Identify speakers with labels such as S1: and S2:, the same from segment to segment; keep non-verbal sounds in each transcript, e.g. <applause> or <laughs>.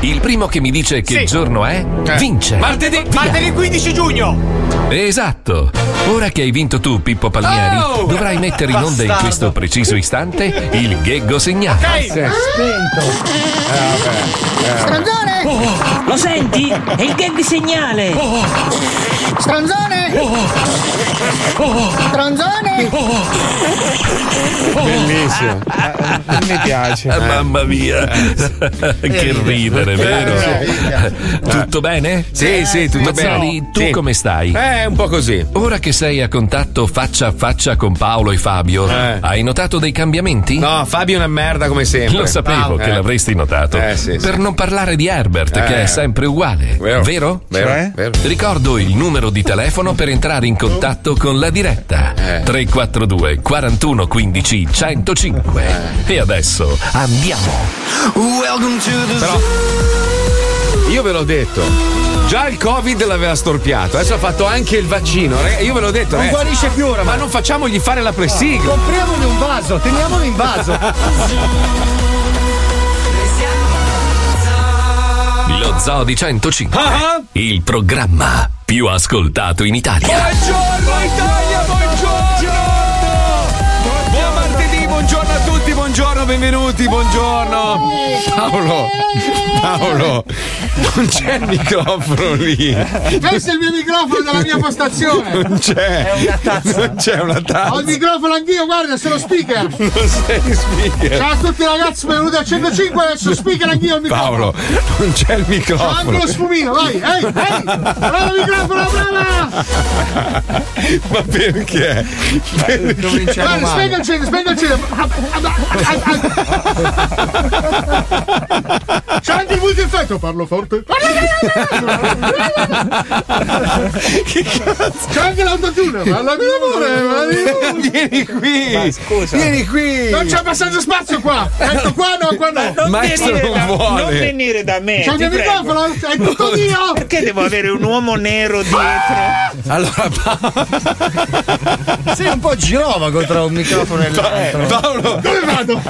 S1: Il primo che mi dice che giorno è,
S2: Certo.
S1: vince.
S3: Martedì, martedì 15 giugno.
S1: Esatto! Ora che hai vinto tu, Pippo Palmieri,
S3: Oh!
S1: dovrai mettere in onda in
S3: Bastardo.
S1: questo preciso istante il gheggo segnato.
S4: Ok.
S1: Si è spento.
S4: Stronzone!
S5: Oh,
S4: Oh,
S5: lo senti? È il gag segnale! Oh,
S4: Stronzone! Stronzone!
S1: Bellissimo. Mi piace. Ah, Mamma mia.
S6: Eh,
S1: che ridere, vero? Tutto bene?
S6: Sì, sì, tutto
S1: Mazzoli,
S6: bene.
S1: tu
S6: Sì.
S1: come stai?
S6: Eh, un po' così.
S1: Ora che sei a contatto faccia a faccia con Paolo e Fabio, hai notato dei cambiamenti?
S6: Eh. No, Fabio è una merda come sempre.
S1: Lo sapevo
S6: Ah,
S1: che
S6: eh.
S1: l'avresti notato.
S6: Eh, sì, sì.
S1: Per non parlare di Herbert, che
S6: Eh.
S1: è sempre uguale.
S6: Vero.
S1: Vero?
S6: Vero, Cioè? vero.
S1: Ricordo il numero di telefono per entrare in contatto con la diretta.
S6: Eh.
S1: 342 41 15 105.
S6: Eh.
S1: E adesso andiamo.
S4: Welcome to the
S6: Però io ve l'ho detto. Già il Covid l'aveva storpiato, adesso ha fatto anche il vaccino. raga- Io ve l'ho
S2: Certo.
S6: detto,
S2: Non
S6: ragazzi.
S2: guarisce più ora.
S6: Ma non facciamogli fare la pressiga.
S2: Compriamone un vaso, teniamolo in vaso.
S1: Lo Zoo di 105. Il programma più ascoltato in Italia.
S6: Buongiorno Italia, buongiorno! Buon martedì, buongiorno a tutti, buongiorno, benvenuti, buongiorno. Paolo, Paolo, non c'è il microfono lì.
S7: Questo è il mio microfono dalla mia postazione.
S6: Non c'è. Non c'è una tazza.
S7: Ho il microfono anch'io, guarda, sono speaker.
S6: <laughs> Non sei speaker.
S7: Ciao a tutti ragazzi, benvenuti al 105 adesso speaker anch'io il microfono.
S6: Paolo, non c'è il
S7: Ciao anche
S6: microfono.
S7: lo sfumino, vai, ehi, ehi! Bravo microfono, brava!
S6: Ma perché?
S7: Guarda, spenga il cielo, spenga il cielo! C'è anche il multieffetto, parlo forte!
S6: che cazzo?
S7: C'è anche l'autotune, parla mio amore!
S6: Vieni qui! Ma scusa.
S7: Vieni qui! Non c'è abbastanza spazio qua! Ecco qua no, qua no!
S8: non venire da, non venire da me. ti
S7: C'è il mio
S8: prego.
S7: microfono, è tutto mio!
S8: Perché devo avere un uomo nero dietro?
S2: <laughs>
S6: Allora,
S2: Sei un po' girovago tra un microfono <laughs> e l'altro.
S6: Paolo,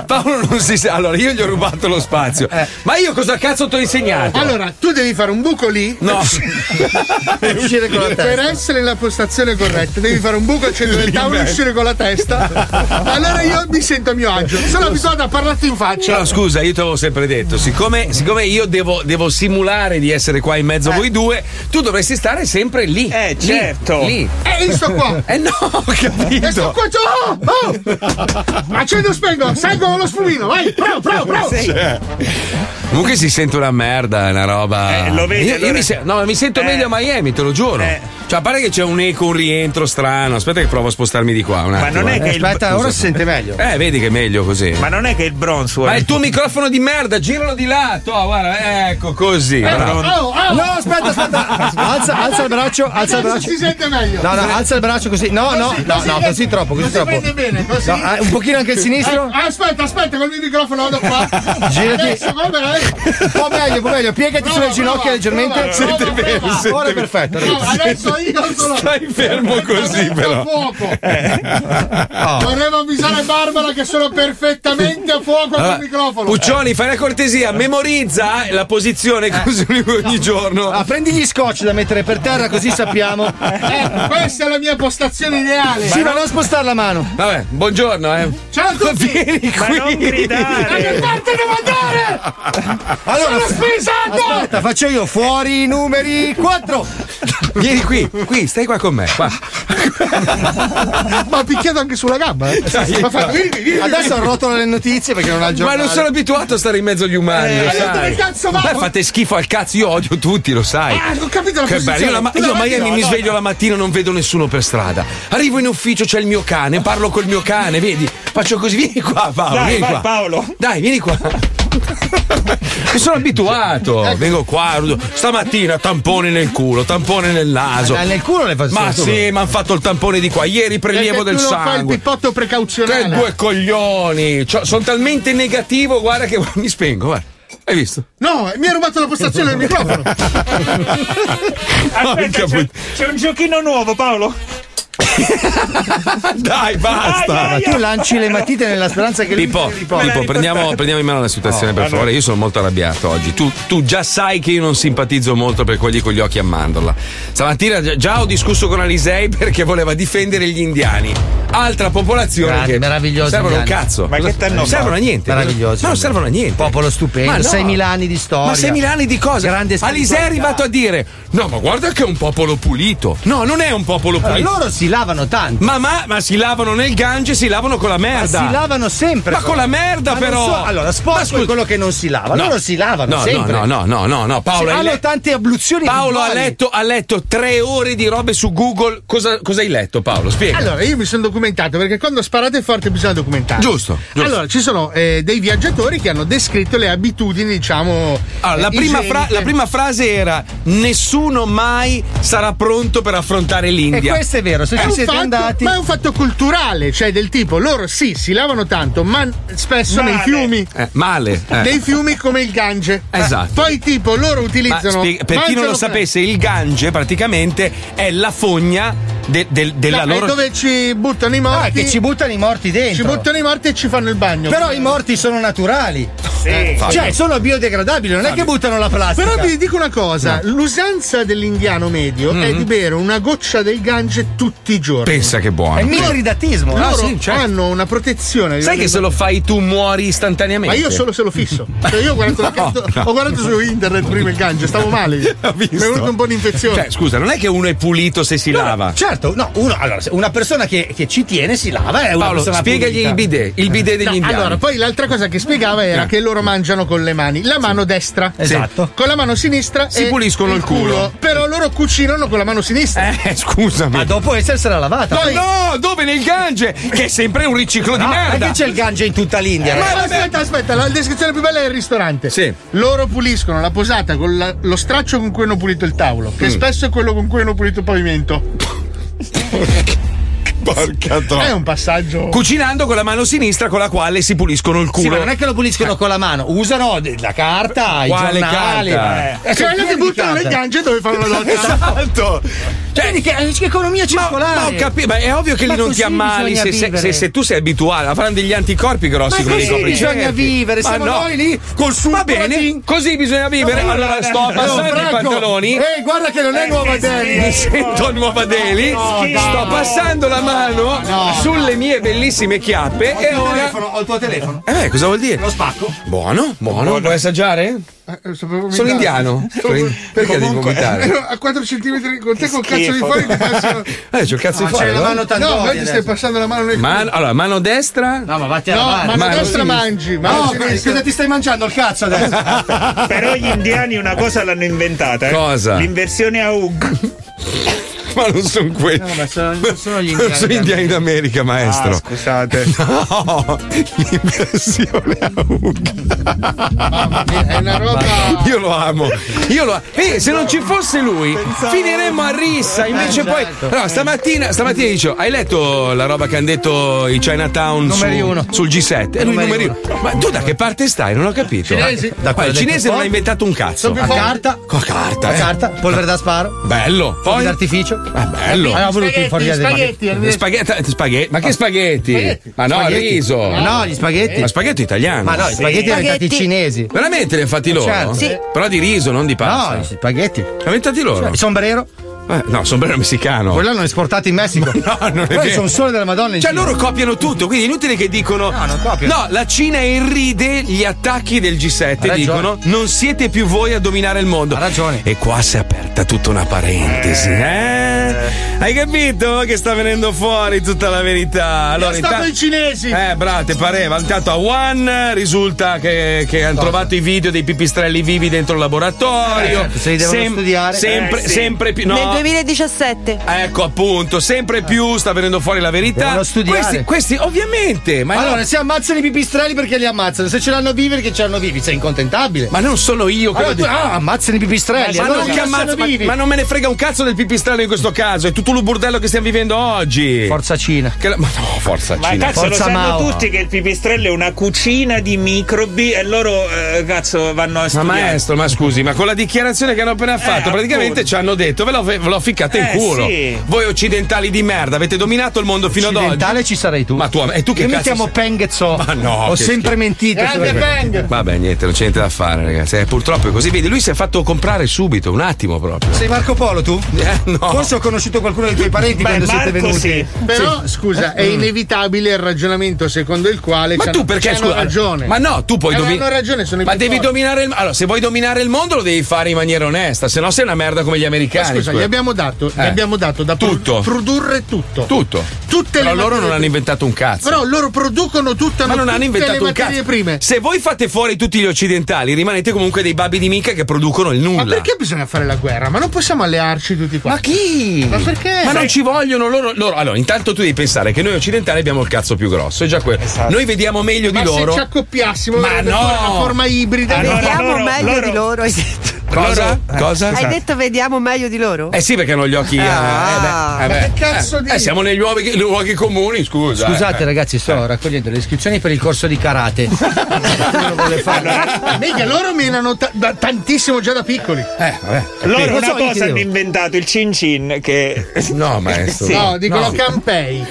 S6: Paolo non si sa. Allora, io gli ho rubato lo spazio. Ma io cosa cazzo ti ho insegnato?
S7: Eh. Allora, tu devi fare un buco lì.
S6: No.
S7: <laughs>
S2: Eh,
S7: Per uscire con la testa. Per essere nella postazione corretta, devi fare un buco al centro del
S6: Lì in
S7: tavolo e
S6: mezzo.
S7: uscire con la testa. Allora io mi sento a mio agio. Sono abituato a parlarti in faccia.
S6: No, scusa, io te l'avevo sempre detto, siccome, siccome io devo, devo simulare di essere qua in mezzo a
S7: Eh.
S6: voi due, tu dovresti stare sempre lì. Eh,
S8: certo.
S6: Lì.
S7: E io sto qua.
S6: Eh no, ho
S7: E sto
S6: capito.
S7: qua. Oh,
S6: <laughs>
S7: oh. Accendo e spengo. Sai come lo sfumino. Vai. Bravo, bravo, bravo.
S6: Cioè, Comunque si sente una merda, è una roba.
S7: Eh, lo vedi,
S6: Io, io
S7: allora-
S6: mi, sen- no, mi
S8: Eh.
S6: sento meglio a Miami, te lo giuro. Cioè, a parte che c'è un eco, un rientro strano. Aspetta che provo a spostarmi di qua. Un attimo,
S8: non è
S6: eh.
S8: che il- Aspetta, ora si sente meglio.
S6: Eh, vedi che è meglio così.
S8: Ma non è che il Bronswell.
S6: Ma il tuo microfono di merda, giralo di là. Toh, guarda, ecco
S7: Eh,
S6: così. Guarda.
S2: No, aspetta,
S7: <laughs>
S2: aspetta. Alza, alza il braccio, alza il
S7: Adesso
S2: braccio.
S7: si sente meglio.
S2: No, no, alza il braccio così. No, no,
S7: Così,
S2: no,
S7: così
S2: no,
S7: che-
S2: così troppo, così
S7: non si
S2: troppo.
S7: prende bene, così.
S2: No, eh, un pochino anche il sinistro.
S7: Eh, aspetta, aspetta, col mio microfono vado qua.
S2: Girati.
S7: Adesso, come
S2: Un po' meglio, un po' meglio. Piegati
S7: Prova,
S2: sulle ginocchia
S7: prova,
S2: leggermente.
S7: prova, Sente prova, bene, prova. sente
S2: Ora è
S7: bene.
S2: perfetto.
S7: No, adesso io sono.
S6: Stai fermo così, però.
S7: fuoco.
S6: Eh. Oh.
S7: Vorremmo avvisare Barbara che sono perfettamente a fuoco col
S6: Allora,
S7: microfono. Eh.
S6: Puccioni, fai una cortesia, memorizza eh, la posizione così ogni giorno.
S2: Eh. Ah, prendi gli scotch da mettere per terra così <laughs> sappiamo.
S7: Eh, questa è la mia postazione ideale.
S2: Sì, ma non spostare la mano. Cioè,
S6: Vabbè, buongiorno, eh.
S7: Ciao a <laughs> tutti.
S6: Vieni qui.
S7: Da Certo, che parte devo andare?
S2: Allora,
S7: sono spesato.
S2: aspetta, faccio io fuori i numeri 4.
S6: Vieni qui, qui, stai qua con me.
S2: <laughs>
S6: Qua.
S7: Ma ha picchiato anche sulla gamba. eh.
S6: Dai,
S7: Ma fa,
S6: dai.
S7: vieni, vieni.
S2: Adesso arrotola le notizie perché non ha il
S6: Ma
S2: giornale.
S6: non sono abituato a stare in mezzo agli umani,
S7: Eh,
S6: lo
S7: adesso
S6: sai.
S7: dove cazzo va?
S6: Beh, fate schifo al cazzo, io odio tutti, lo sai.
S7: Ah, ho capito la
S6: Che bello, io, la
S7: posizione.
S6: ma-
S7: Tu
S6: io a
S7: la metti?
S6: Miami
S7: No,
S6: mi
S7: no,
S6: sveglio la mattina e non vedo nessuno per strada. Arrivo in ufficio, c'è il mio cane, parlo col mio cane, vedi? Faccio così, vieni qua Paolo,
S8: Dai,
S6: vieni
S8: vai,
S6: qua.
S8: Paolo.
S6: Dai, vieni qua. Mi
S7: <laughs>
S6: sono abituato. Vengo qua, stamattina tampone nel culo, tampone nel naso.
S9: Ma nel culo le faccio
S6: Ma
S9: solo.
S6: sì, mi hanno fatto il tampone di qua. Ieri prelievo
S7: Perché
S6: del
S7: tu non fai il
S6: sangue.
S7: pippotto
S6: Che
S7: precauzionale.
S6: due coglioni. Cioè, sono talmente negativo, guarda che <laughs> mi spengo, guarda. Hai visto?
S7: No, mi ha rubato la <laughs> postazione del microfono.
S8: Aspetta, c'è, c'è un giochino nuovo, Paolo.
S6: Dai,
S2: Ma
S6: basta.
S2: tu lanci le matite nella speranza che lui
S6: Pippo,
S2: te li
S6: Pippo,
S2: porti.
S6: prendiamo, prendiamo in mano la
S9: Oh,
S6: situazione,
S9: ah,
S6: per favore. Io sono molto arrabbiato oggi. Tu, tu già sai che io non simpatizzo molto per quelli con gli occhi a mandorla. Stamattina gi- già ho discusso con Alisei <laughs> perché voleva difendere gli indiani. Altra popolazione
S9: Grandi,
S6: che
S9: meravigliosi
S6: servono un
S9: indiani.
S6: cazzo.
S9: Ma che t'hanno
S6: non servono a
S9: fatto?
S6: niente.
S9: Meravigliosi.
S6: Ma non servono a niente.
S9: Popolo stupendo,
S6: Ma no.
S9: 6.000 anni di storia.
S6: Ma 6.000 anni di cosa?
S9: Grande
S6: Alisei è arrivato a dire: No, ma guarda che è un popolo pulito. No, non è un popolo
S9: Allora,
S6: pulito.
S9: loro si lavano tanto.
S6: Ma, ma, ma si lavano nel Gange, si lavano con la merda.
S9: si lavano sempre.
S6: Ma con la merda,
S9: Ma non
S6: però.
S9: so- allora, sporco è quello che non si lava.
S6: No.
S9: Loro si lavano
S6: No,
S9: sempre.
S6: no, no, no, no, no, Paolo,
S9: Si-
S6: hai
S9: hanno
S6: le-
S9: tante abluzioni.
S6: Paolo ha
S9: rituali.
S6: letto, ha letto tre ore di robe su Google. Cosa, cosa hai letto, Paolo? Spiega.
S7: Allora, io mi sono documentato perché quando sparate forte bisogna documentare.
S6: Giusto, giusto.
S7: Allora, ci sono eh, dei viaggiatori che hanno descritto le abitudini, diciamo.
S6: Allora, la,
S7: eh,
S6: prima
S7: igieniche.
S6: fra- la prima frase era: Nessuno mai sarà pronto per affrontare l'India.
S9: E questo è vero, se
S7: È
S9: ci
S7: Eh, un
S9: siete
S7: fatto-
S9: andati.
S7: Ma è un fatto culturale, cioè del tipo, loro sì, si lavano tanto, ma spesso nei
S8: Male.
S7: fiumi.
S6: Eh,
S9: <laughs>
S6: male. eh.
S7: Nei fiumi come il Gange.
S6: Esatto.
S7: Poi tipo loro
S6: Ma
S7: utilizzano.
S6: spiega- per chi non
S7: mangiano-
S6: lo sapesse, il Gange praticamente è la fogna de- del- della
S7: No, è
S6: loro.
S7: dove ci buttano i morti.
S9: Ah, che Eh, ci buttano i morti
S7: ci
S9: dentro.
S7: buttano i morti e ci fanno il bagno.
S9: Però i morti sono naturali. <laughs>
S6: Fabio.
S9: Cioè, sono biodegradabili, non è che buttano la plastica.
S7: Però vi dico una cosa, l'usanza dell'indiano medio è di bere una goccia del Gange tutti i giorni.
S6: Pensa che buono.
S9: È microridatismo.
S7: Loro
S9: no?
S6: sì, certo.
S7: hanno una protezione.
S6: Sai che se lo fai tu muori
S7: Ma
S6: istantaneamente.
S7: io solo se lo fisso. Cioè, io ho guardato, la
S6: <laughs> No,
S7: carta-
S6: no.
S7: ho guardato su internet prima il Gange, stavo male. io.
S6: Ho
S7: Mi è
S6: visto.
S7: venuta un po' un'infezione.
S6: Cioè, scusa, non è che uno è pulito se si lava.
S9: Certo, no, uno, allora, se una persona che, che ci tiene si lava. È una
S6: Paolo,
S9: persona
S6: spiegagli
S9: pulita.
S6: il bidet,
S2: Eh.
S6: il bidet degli
S7: No,
S6: indiani.
S7: allora, poi l'altra cosa che spiegava era
S6: Eh.
S7: che loro mangiano con le mani, la mano destra.
S9: Esatto.
S7: Con la mano sinistra
S6: Si
S7: e
S6: puliscono il culo.
S7: Però loro cucinano con la mano sinistra.
S6: Eh, scusami.
S9: Ma dopo essersela lavata.
S7: Poi-
S6: No, dove nel Gange? Che è sempre un riciclo di
S9: No, non è
S6: merda. Eh,
S9: che c'è il gange in tutta l'India.
S2: Eh,
S7: Ma
S9: ragazzi.
S7: aspetta, aspetta, la descrizione più bella è il ristorante.
S6: Sì.
S7: Loro puliscono la posata con la- lo straccio con cui hanno pulito il tavolo,
S6: Mm.
S7: che spesso è quello con cui hanno pulito il pavimento.
S6: <laughs> Porca
S7: È un passaggio.
S6: Cucinando con la mano sinistra con la quale si puliscono il
S9: Sì,
S6: culo.
S9: ma non è che lo puliscono con la mano, usano de- la carta,
S6: Quale
S9: i giornali.
S6: carta?
S9: Eh,
S7: Cioè,
S9: sono
S7: quello
S9: pieni
S7: che
S9: di
S7: buttano
S9: carta.
S7: le gange dove fanno la doccia.
S6: Esatto. Cioè,
S9: Vedi che, che economia
S6: ma,
S9: circolare.
S6: ma ho capito, ma è ovvio che
S9: Ma
S6: lì non
S9: così
S6: ti ammali
S9: bisogna
S6: se, se-
S9: vivere.
S6: se- se tu sei abituato. Avranno degli anticorpi grossi
S9: Ma
S6: come
S9: così
S6: li copri
S9: bisogna
S6: certi.
S9: vivere,
S6: Ma
S9: siamo
S6: no.
S9: noi lì col
S6: Va
S9: supporting.
S6: bene, così bisogna vivere. Allora sto abbassando i
S7: Franco,
S6: pantaloni. Eh,
S7: Ehi, guarda che non è nuova
S9: eh.
S7: Delhi.
S6: Mi sento Nuova Delhi, sto passando la mano sulle mie bellissime chiappe e ora.
S9: Ho il tuo telefono.
S6: Eh, cosa vuol dire?
S9: Lo spacco.
S6: Buono, buono. Vuoi assaggiare?
S7: Eh, sto proprio
S6: Sono
S7: vomitando.
S9: <laughs>
S6: indiano.
S7: Sto-
S6: Sono in- Perché devi
S7: <laughs>
S6: vomitare?
S7: A 4 cm con te col cazzo di fuori ti passo.
S6: Eh, c'ho il cazzo di
S9: Ma Ah, c'è
S6: fare.
S9: la mano
S7: No,
S9: tanto.
S7: vedi stai passando la mano nel culo.
S6: Mano, allora, mano destra.
S9: No, ma vatti a
S7: No,
S9: lavare.
S7: mano
S6: mano
S7: destra
S6: sinistra.
S7: mangi,
S9: Ma
S7: mano
S9: no,
S7: sinistra.
S9: scusa, ti stai mangiando il cazzo adesso?
S6: <laughs>
S8: Però gli indiani una cosa l'hanno inventata. eh.
S6: Cosa?
S8: L'inversione a Hug.
S6: Ma non sono quelli.
S9: No, ma sono- non sono gli
S6: Non sono
S9: indiani
S6: indiani d'America,
S7: Ah,
S6: maestro.
S8: Scusate.
S6: <laughs> No, l'impressione a
S7: È una roba.
S6: Io lo amo. <laughs> Io lo amo. Eh, se non ci fosse lui, finiremmo a rissa.
S7: Eh,
S6: Invece poi.
S7: esatto.
S6: No, stamattina, stamattina dicevo: Hai letto la roba che hanno detto i Chinatown su-
S9: Numeri uno.
S6: sul G7? E lui
S9: Numeri
S6: numeri uno. Ma tu da che parte stai? Non ho capito.
S7: Cinesi.
S6: Da quella- il cinese non ha inventato un cazzo.
S9: La carta,
S6: Con carta,
S9: la
S6: eh.
S9: carta, polvere da sparo,
S6: Bello.
S9: fuochi
S6: Poi.
S9: d'artificio.
S6: Ah, bello.
S9: Ah, no, voluto il fuoco
S7: Spaghetti,
S9: d'artificio.
S7: spaghetti,
S6: Eh, Spaghetti, spaghetti. Ma che spaghetti? Ma no,
S9: Spaghetti.
S6: riso.
S9: Ma no, gli spaghetti.
S6: Ma spaghetti italiano.
S9: Ma no, gli spaghetti erano inventati i cinesi.
S6: Veramente li hanno fatti loro?
S9: Certo. Sì.
S6: Però di riso, non di
S9: No,
S6: pasta.
S9: gli spaghetti. Cioè,
S6: Li hanno inventati loro.
S9: Il sombrero,
S6: Eh, no, sombrero messicano.
S9: quello l'hanno esportato in Messico.
S6: No, non è
S9: Quelli
S6: vero.
S9: sono solo della Madonna. in
S6: Cioè
S9: Cina.
S6: loro copiano tutto, quindi è inutile che dicono
S9: No, non copiano.
S6: No, la Cina irride gli attacchi del G7
S9: Ha ragione.
S6: dicono "Non siete più voi a dominare il mondo".
S9: Ha ragione.
S6: E qua si è aperta tutta una parentesi, eh? Hai capito che sta venendo fuori tutta la verità?
S7: Allora,
S6: inta-
S7: stato i cinesi.
S6: Eh, bravo, te pareva. Intanto a One risulta che, che hanno trovato i video dei pipistrelli vivi dentro il laboratorio.
S10: Eh, se li devono studiare.
S6: Sempre,
S10: Eh, sì.
S6: sempre più. No.
S11: Nel 2017.
S6: Ecco appunto, sempre più sta venendo fuori la verità.
S2: Devono studiare.
S6: Questi, questi, ovviamente, ma
S2: allora,
S6: no.
S2: se ammazzano i pipistrelli perché li ammazzano, se ce l'hanno vivi perché ce l'hanno vivi, sei incontentabile.
S6: Ma non sono io
S2: che allora, tu- Ah, ammazzano i pipistrelli.
S6: Ma,
S2: allora
S6: non
S2: li
S6: che
S2: ammazzano
S6: ammazzo- ma-
S2: vivi.
S6: ma non me ne frega un cazzo del pipistrello in questo caso, è tutto il burdello che stiamo vivendo oggi. Forza
S2: Cina.
S6: ma no, forza
S8: Ma
S6: Cina.
S8: cazzo,
S6: forza
S8: lo sanno
S6: Mao.
S8: tutti che il pipistrello è una cucina di microbi e loro, eh, cazzo, vanno a
S6: Ma
S8: studiare.
S6: maestro, ma scusi, ma con la dichiarazione che hanno
S7: Eh,
S6: appena fatto, praticamente ci hanno detto ve l'ho, ve l'ho ficcata in
S8: Eh,
S6: culo.
S8: sì.
S6: Voi occidentali di merda, avete dominato il mondo fino ad oggi.
S2: Occidentale ci sarai tu.
S6: Ma tu, e tu che
S2: Io mi
S6: cazzo
S2: chiamo
S6: sei?
S2: Pengezzo.
S6: Ma no,
S2: Ho
S6: che
S2: sempre
S6: schifo.
S2: mentito. cioè,
S6: Grande
S2: sulla-
S6: Vabbè, niente, non c'è niente da fare, ragazzi. Eh, purtroppo è così. Vedi, lui si è fatto comprare subito, un attimo proprio.
S2: Sei Marco Polo tu?
S6: no.
S2: Forse ho conosciuto qualcuno dei tuoi parenti
S6: Beh,
S2: quando siete
S6: Marco
S2: venuti. Eh, mm.
S6: sì. Mm.
S7: Però, scusa, è inevitabile il ragionamento secondo il quale.
S6: Ma
S7: c'hanno-
S6: tu perché
S7: c'hanno
S6: scusa?
S7: ragione.
S6: Ma no, tu puoi
S7: Eh,
S6: dominare.
S7: hanno ragione, sono i
S6: Ma
S7: più
S6: devi
S7: forti.
S6: dominare il Allora, se vuoi dominare il mondo lo devi fare in maniera onesta, se no sei una merda come gli
S7: Ma
S6: americani.
S7: scusa, gli abbiamo dato, gli
S6: Eh.
S7: abbiamo dato da pro-
S6: Tutto.
S7: produrre tutto.
S6: tutto.
S7: Tutte le
S6: Però loro non
S7: materie
S6: hanno
S7: prime.
S6: inventato un cazzo.
S7: Però loro producono tutta
S6: ma non hanno
S7: tutte
S6: inventato
S7: le
S6: un
S7: materie
S6: cazzo.
S7: prime.
S6: Se voi fate fuori tutti gli occidentali, rimanete comunque dei babbi di mica che producono il nulla.
S7: Ma perché bisogna fare la guerra? Ma non possiamo allearci tutti qua. Ma
S6: chi?
S7: Ma perché?
S6: Ma non ci vogliono loro, loro- Allora, intanto tu devi pensare che noi occidentali abbiamo il cazzo più grosso, è già quello. Noi vediamo meglio
S7: Ma
S6: di loro.
S7: se ci accoppiassimo
S6: Ma
S7: verrebbe
S6: no!
S7: fuori una forma ibrida.
S6: Allora,
S11: Vediamo
S6: loro-
S11: meglio
S6: loro-
S11: di loro. hai detto.
S6: Cosa? Eh, esatto. Cosa?
S11: Hai detto vediamo meglio di loro?
S6: Eh sì, perché hanno gli occhi. eh,
S11: Ah.
S6: eh, beh, eh,
S11: Ma
S6: beh.
S11: che cazzo
S6: Eh,
S11: dici?
S6: eh, siamo negli luoghi, luoghi comuni, scusa.
S2: Scusate
S6: eh.
S2: ragazzi, sto raccogliendo le iscrizioni per il corso di karate.
S7: <laughs> Mica loro menano ta- da- tantissimo già da piccoli.
S6: Eh, vabbè.
S8: Loro
S7: Lo
S8: una
S7: so, io
S8: cosa hanno
S7: chiedevo.
S8: inventato, il cin cin, che... <laughs>
S6: No, maestro.
S7: No, dicono
S6: No.
S7: Campei.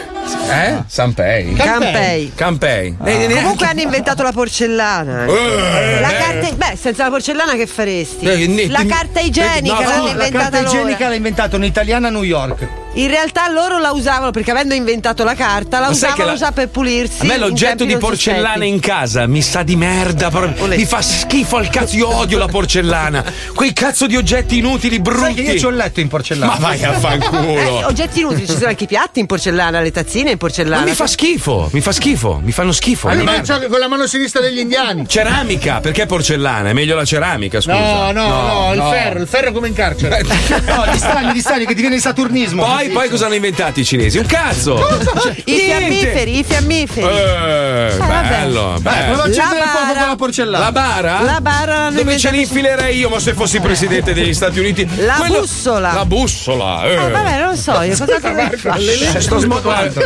S6: Eh?
S11: Ah.
S6: Sanpei.
S11: Campei.
S6: Campei. Eh, neanche-
S11: Comunque hanno inventato la porcellana.
S6: Eh,
S11: la
S6: eh.
S11: carta, beh, senza la porcellana che faresti?
S6: Eh, ne-
S11: la
S6: ti-
S11: carta igienica
S2: No,
S11: l'hanno
S2: la
S11: inventata
S2: carta
S11: loro.
S2: igienica l'ha inventata un'italiana a New York.
S11: In realtà loro la usavano perché avendo inventato la carta la
S6: Ma sai che
S11: usavano
S6: la-
S11: già per pulirsi.
S6: A me l'oggetto
S11: in tempi
S6: di
S11: non
S6: porcellana
S11: sospetti.
S6: in casa mi sa di merda. proprio. Mi fa schifo al cazzo. Io odio la porcellana. Quei cazzo di oggetti inutili, brutti.
S2: Sai che io c'ho il letto in porcellana.
S6: Ma vai a <laughs>
S11: Eh,
S6: fanculo.
S11: oggetti inutili, ci sono anche i piatti in porcellana, le tazzine in porcellana.
S6: Ma mi fa schifo, mi fa schifo, mi fanno schifo.
S7: Allora,
S6: mi
S7: ma
S6: merda.
S7: ciò che- con la mano sinistra degli indiani.
S6: Ceramica, perché porcellana? È meglio la ceramica, scusa.
S7: No, no, no, il ferro, il ferro come in carcere.
S2: No, di stagni, di stagni, che ti viene il saturnismo.
S6: Poi, poi cosa hanno inventato i cinesi? Un cazzo! <laughs> Cioè,
S11: I fiammiferi, i fiammiferi.
S6: Eh,
S11: vabbè.
S6: bello,
S2: Dai, prova
S6: bello.
S2: a accendere il fuoco
S11: bara.
S2: con la porcellana.
S6: La bara?
S11: La bara l'hanno
S6: Dove ce
S11: inventata-
S6: li infilerei io, ma se fossi presidente degli Stati Uniti?
S11: La bussola.
S6: La bussola, eh.
S11: Eh, vabbè, non lo so, io cosa cosa-
S6: Eh, sto smo-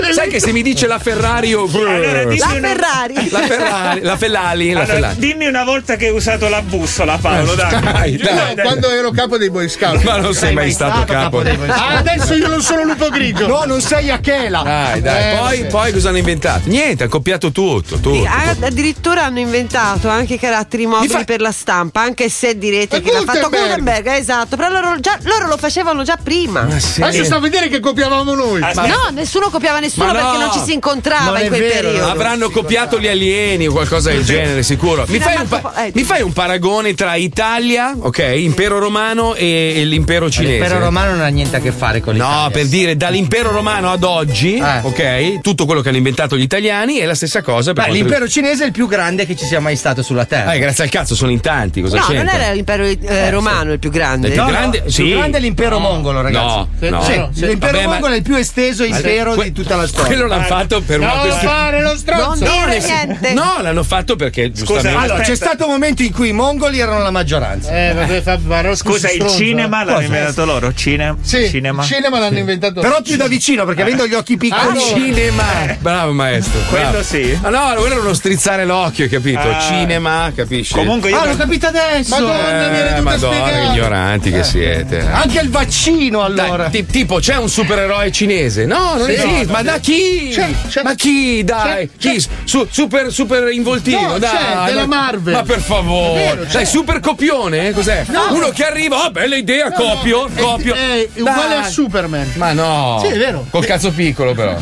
S6: eh, Sai che se mi dice la Ferrari o
S8: Allora, dici
S11: La
S8: una-
S11: Ferrari.
S6: la Ferrari, la Fellali, la
S8: Allora,
S6: Fellali.
S8: dimmi una volta che hai usato la bussola, Paolo, dai.
S6: Dai,
S7: Io
S6: dai.
S7: quando ero capo dei Boy Scout.
S6: Ma non sei mai stato capo.
S7: Ah, adesso io non sono lupo grigio.
S2: No, non sei a Chela.
S6: Dai,
S10: Eh,
S6: dai. Poi, poi cosa hanno inventato? Niente, hanno copiato tutto, tutto.
S11: Ah, addirittura hanno inventato anche i caratteri mobili
S6: Infa-
S11: per la stampa, anche se direte
S7: Ma
S11: che l'ha fatto
S7: Gutenberg.
S11: Gutenberg, eh, esatto, però loro, già- loro lo facevano già prima.
S6: Ma sì. Ah,
S7: Adesso sta a vedere che copiavamo noi.
S8: Aspetta,
S11: No, nessuno copiava nessuno
S6: Ma no!
S11: perché non ci si incontrava
S2: Non è
S11: in quel
S2: vero,
S11: periodo.
S6: Avranno copiato gli alieni o qualcosa del genere, sicuro. Mi
S11: Fino a
S6: fai, un pa-
S11: Marco Po- eh.
S6: mi fai un paragone tra Italia, ok, impero romano e, e l'impero cinese?
S10: L'impero romano non ha niente a che fare con l'Italia. Eh.
S6: No, per dire dall'impero romano ad oggi, ok, tutto quello che hanno inventato gli italiani è la stessa cosa. Eh, Per
S10: Beh,
S6: quanto-
S10: l'impero cinese è il più grande che ci sia mai stato sulla Terra.
S6: Eh, grazie al cazzo, sono in tanti. Cosa
S11: No,
S6: c'entra?
S11: non era l'impero eh, romano il più grande.
S6: Il più
S11: No,
S6: grande,
S2: Il
S6: sì.
S2: più grande è l'impero mongolo, ragazzi.
S6: No, no.
S2: Sì,
S6: Sì.
S2: l'impero
S6: Vabbè, ma-
S2: mongolo è il più esteso impero
S6: Que-
S2: di tutta la storia.
S6: Quello l'hanno fatto per una
S7: No,
S6: questione.
S7: fare lo
S11: Non
S7: stronzo.
S11: dire
S6: nel sen-
S11: niente.
S6: No, l'hanno fatto perché giustamente.
S8: Scusa,
S2: Allora, c'è stato un momento in cui i mongoli erano la maggioranza.
S7: Eh, vabbè, fa- fa- fa-
S8: Scusa, il
S7: stronzo.
S8: cinema l'hanno inventato loro? Cine-
S7: Sì, il
S8: cinema?
S7: cinema, l'hanno inventato.
S2: Però più da vicino, perché avendo gli occhi piccoli.
S7: Allora.
S6: Cinema. Bravo maestro.
S8: Quello
S6: bravo.
S8: sì.
S6: Ah, no, quello era uno strizzare l'occhio, hai capito?
S8: Ah.
S6: Cinema, capisci?
S8: Comunque io...
S2: Ah, l'ho capito adesso!
S7: Madonna, mi era
S6: Eh,
S7: tutta
S6: madonna,
S7: spiegata.
S6: ignoranti
S2: Eh.
S6: che siete. eh.
S2: Anche il vaccino
S6: Dai,
S2: allora!
S6: ti- tipo, c'è un supereroe cinese? No, non
S7: Sì,
S6: esiste.
S7: no,
S6: ma da chi?
S7: C'è, c'è.
S6: ma chi?
S7: C'è,
S6: Dai, chi? Su- super, super involtino,
S7: No,
S6: dai.
S7: c'è, della
S6: ma-
S7: Marvel.
S6: Ma per favore, dai, super copione? eh? Cos'è cos'è?
S7: No.
S6: Uno che arriva, oh, bella idea,
S7: No, no,
S6: copio,
S7: è-
S6: copio.
S7: È, è uguale
S6: Dai.
S7: a Superman.
S6: Ma no.
S7: Sì, è vero.
S6: Col cazzo piccolo, però.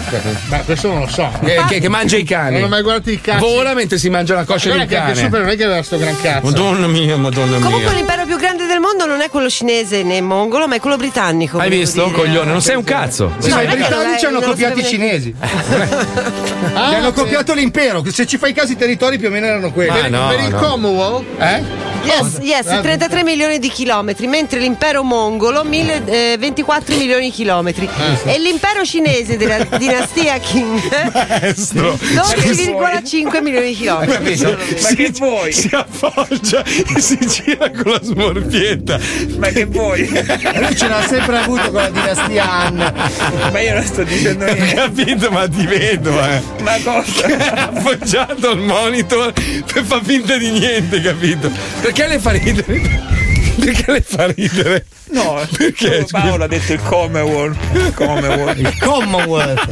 S7: Ma questo non lo so.
S6: Che, che- che mangia i cani.
S7: Non ho mai guardato i cazzi.
S6: Vola mentre si mangia la coscia di
S7: Guarda
S6: un
S7: che
S6: cane.
S7: anche Superman non è che aveva sto gran cazzo.
S6: Madonna mia, madonna
S10: Comunque
S6: mia.
S10: l'impero più grande del mondo non è quello cinese né mongolo, ma è quello britannico.
S6: Hai
S10: volevo
S6: visto,
S10: dire. eh,
S6: coglione? Non sei un cazzo.
S10: Sì, ma i britannici hanno copiato
S2: i cinesi. <laughs> Li hanno copiato l'impero. Se ci fai caso, i territori più o meno erano quelli.
S6: Ma no, no.
S2: Commonwealth? Eh?
S10: Yes, yes, 33 milioni di chilometri, mentre l'impero mongolo mille- eh, 24 milioni di chilometri.
S6: Ah,
S10: E l'impero
S6: <laughs>
S10: cinese della dinastia Qing
S6: Cioè,
S10: 12,5 milioni di chilometri.
S12: Ma che vuoi? Si
S6: appoggia e si gira con la smorfietta.
S12: Ma
S6: <laughs>
S12: che vuoi?
S2: Lui ce l'ha sempre avuto con la dinastia Han.
S12: Ma io non sto dicendo
S6: niente. Capito, ma ti vedo, eh.
S12: Ma cosa?
S6: <laughs> appoggiato al monitor per fa finta di niente, capito? Perché le fa ridere? Perché le fa ridere?
S12: No,
S6: perché
S12: Paolo ha detto il Commonwealth. Il Commonwealth.
S2: Il Commonwealth.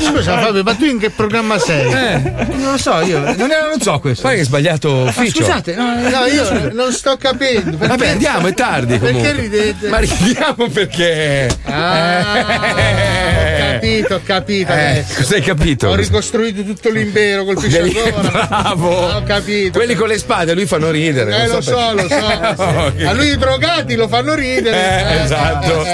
S7: Scusa Fabio, ma tu in che programma sei?
S6: Eh.
S2: non lo so, io non, era, non so questo.
S6: Poi che hai sbagliato
S7: Ah,
S6: ufficio.
S7: scusate, no, no, io non sto capendo. perché-
S6: eh, Vabbè, andiamo, è tardi.
S7: Perché
S6: comunque.
S7: ridete?
S6: Ma ridiamo perché.
S7: Ah. Ho capito, ho capito.
S6: Eh,
S7: adesso.
S6: cosa hai capito?
S7: Ho ricostruito tutto l'impero col
S6: Quelli-
S7: pisciatore.
S6: <laughs> Bravo.
S7: Ah, Ho capito.
S6: Quelli con le spade a lui fanno ridere.
S7: Eh,
S6: non
S7: lo so, lo
S6: perché.
S7: so.
S6: <laughs> Ok.
S7: A lui i drogati lo fanno ridere.
S6: Eh, esatto.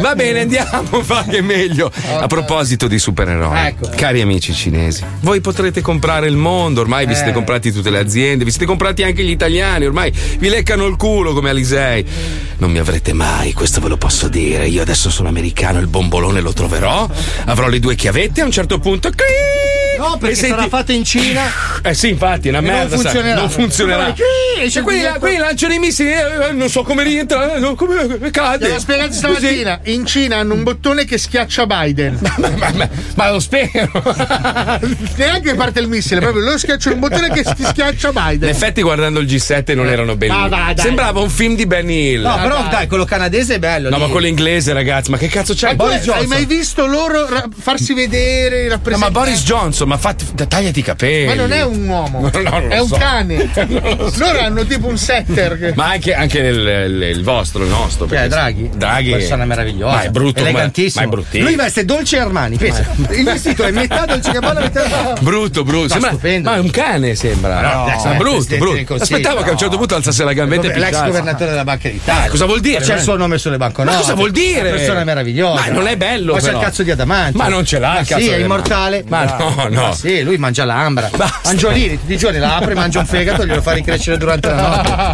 S6: Va bene, andiamo, <laughs> va che è meglio. A proposito di supereroi,
S2: Ecco.
S6: cari amici cinesi, voi potrete comprare il mondo, ormai vi siete
S2: Eh.
S6: comprati tutte le aziende, vi siete comprati anche gli italiani, ormai vi leccano il culo come Alisei. Non mi avrete mai, questo ve lo posso dire. Io adesso sono americano, il bombolone lo troverò, avrò le due chiavette a un certo punto. clic,
S2: No, perché
S6: e senti-
S2: sarà fatto in Cina.
S6: Eh sì, infatti, è una
S2: E non
S6: merda. sai,
S2: funzionerà.
S6: Non funzionerà.
S2: Ma chi?
S6: Cioè, quelli, là- quelli lanciano i missili, eh, eh, non so come rientrare, non- come cade.
S7: L'ho spiegato stamattina. In Cina hanno un bottone che schiaccia Biden.
S6: Ma lo spero.
S7: <laughs> Neanche parte il missile, proprio lo schiaccia un bottone che ti schiaccia
S6: In
S7: Biden.
S6: effetti, guardando il G7 non erano belli.
S7: Ah, dai, dai.
S6: Sembrava un film di Benny Hill.
S7: No, però, dai,
S6: quello canadese è bello. No,
S7: lì.
S6: ma quello inglese, ragazzi, ma che cazzo c'è?
S7: Ma tu hai mai visto loro ra- farsi vedere,
S6: No, ma
S7: rappresentare?
S6: Boris Johnson, ma fatti, tagliati i capelli.
S7: Ma non è un uomo,
S6: No, no, non lo
S7: è un
S6: so.
S7: cane.
S6: <laughs> Non lo so.
S7: Loro hanno tipo un setter. che-
S6: Ma anche, anche il, il- il vostro, il nostro.
S13: Cioè,
S6: perché-
S13: Draghi?
S6: Draghi.
S13: Persona meravigliosa,
S6: Ma è brutto. ma-
S13: elegantissimo.
S6: Ma è bruttissimo.
S2: Lui veste dolce e Armani. Pensa. Il vestito è metà dolce Gabbana, metà.
S6: Brutto, brutto. Sembra- ma è un cane, sembra.
S2: No,
S6: Ma
S2: adesso
S6: è
S2: è
S6: brutto,
S2: presidente del
S6: brutto.
S2: Consiglio,
S6: Aspettavo che a un
S2: no.
S6: certo punto alzasse la gambetta e
S2: L'ex
S6: picchiasse.
S2: governatore della Banca d'Italia.
S6: Eh, cosa vuol dire?
S2: Ma C'è il suo nome sulle banconote.
S6: Ma cosa vuol dire?
S2: Una persona meravigliosa.
S6: Ma non è bello,
S2: Ma c'è
S6: però.
S2: il cazzo di Adamante.
S6: Ma non ce l'ha
S2: Ma
S6: il cazzo
S2: Sì,
S6: di
S2: è
S6: Adamante.
S2: immortale.
S6: Ma no, no.
S2: Ma sì, lui mangia l'ambra.
S6: Basta.
S2: Angiolini, tutti i giorni la apre, mangia un fegato e glielo fa ricrescere durante la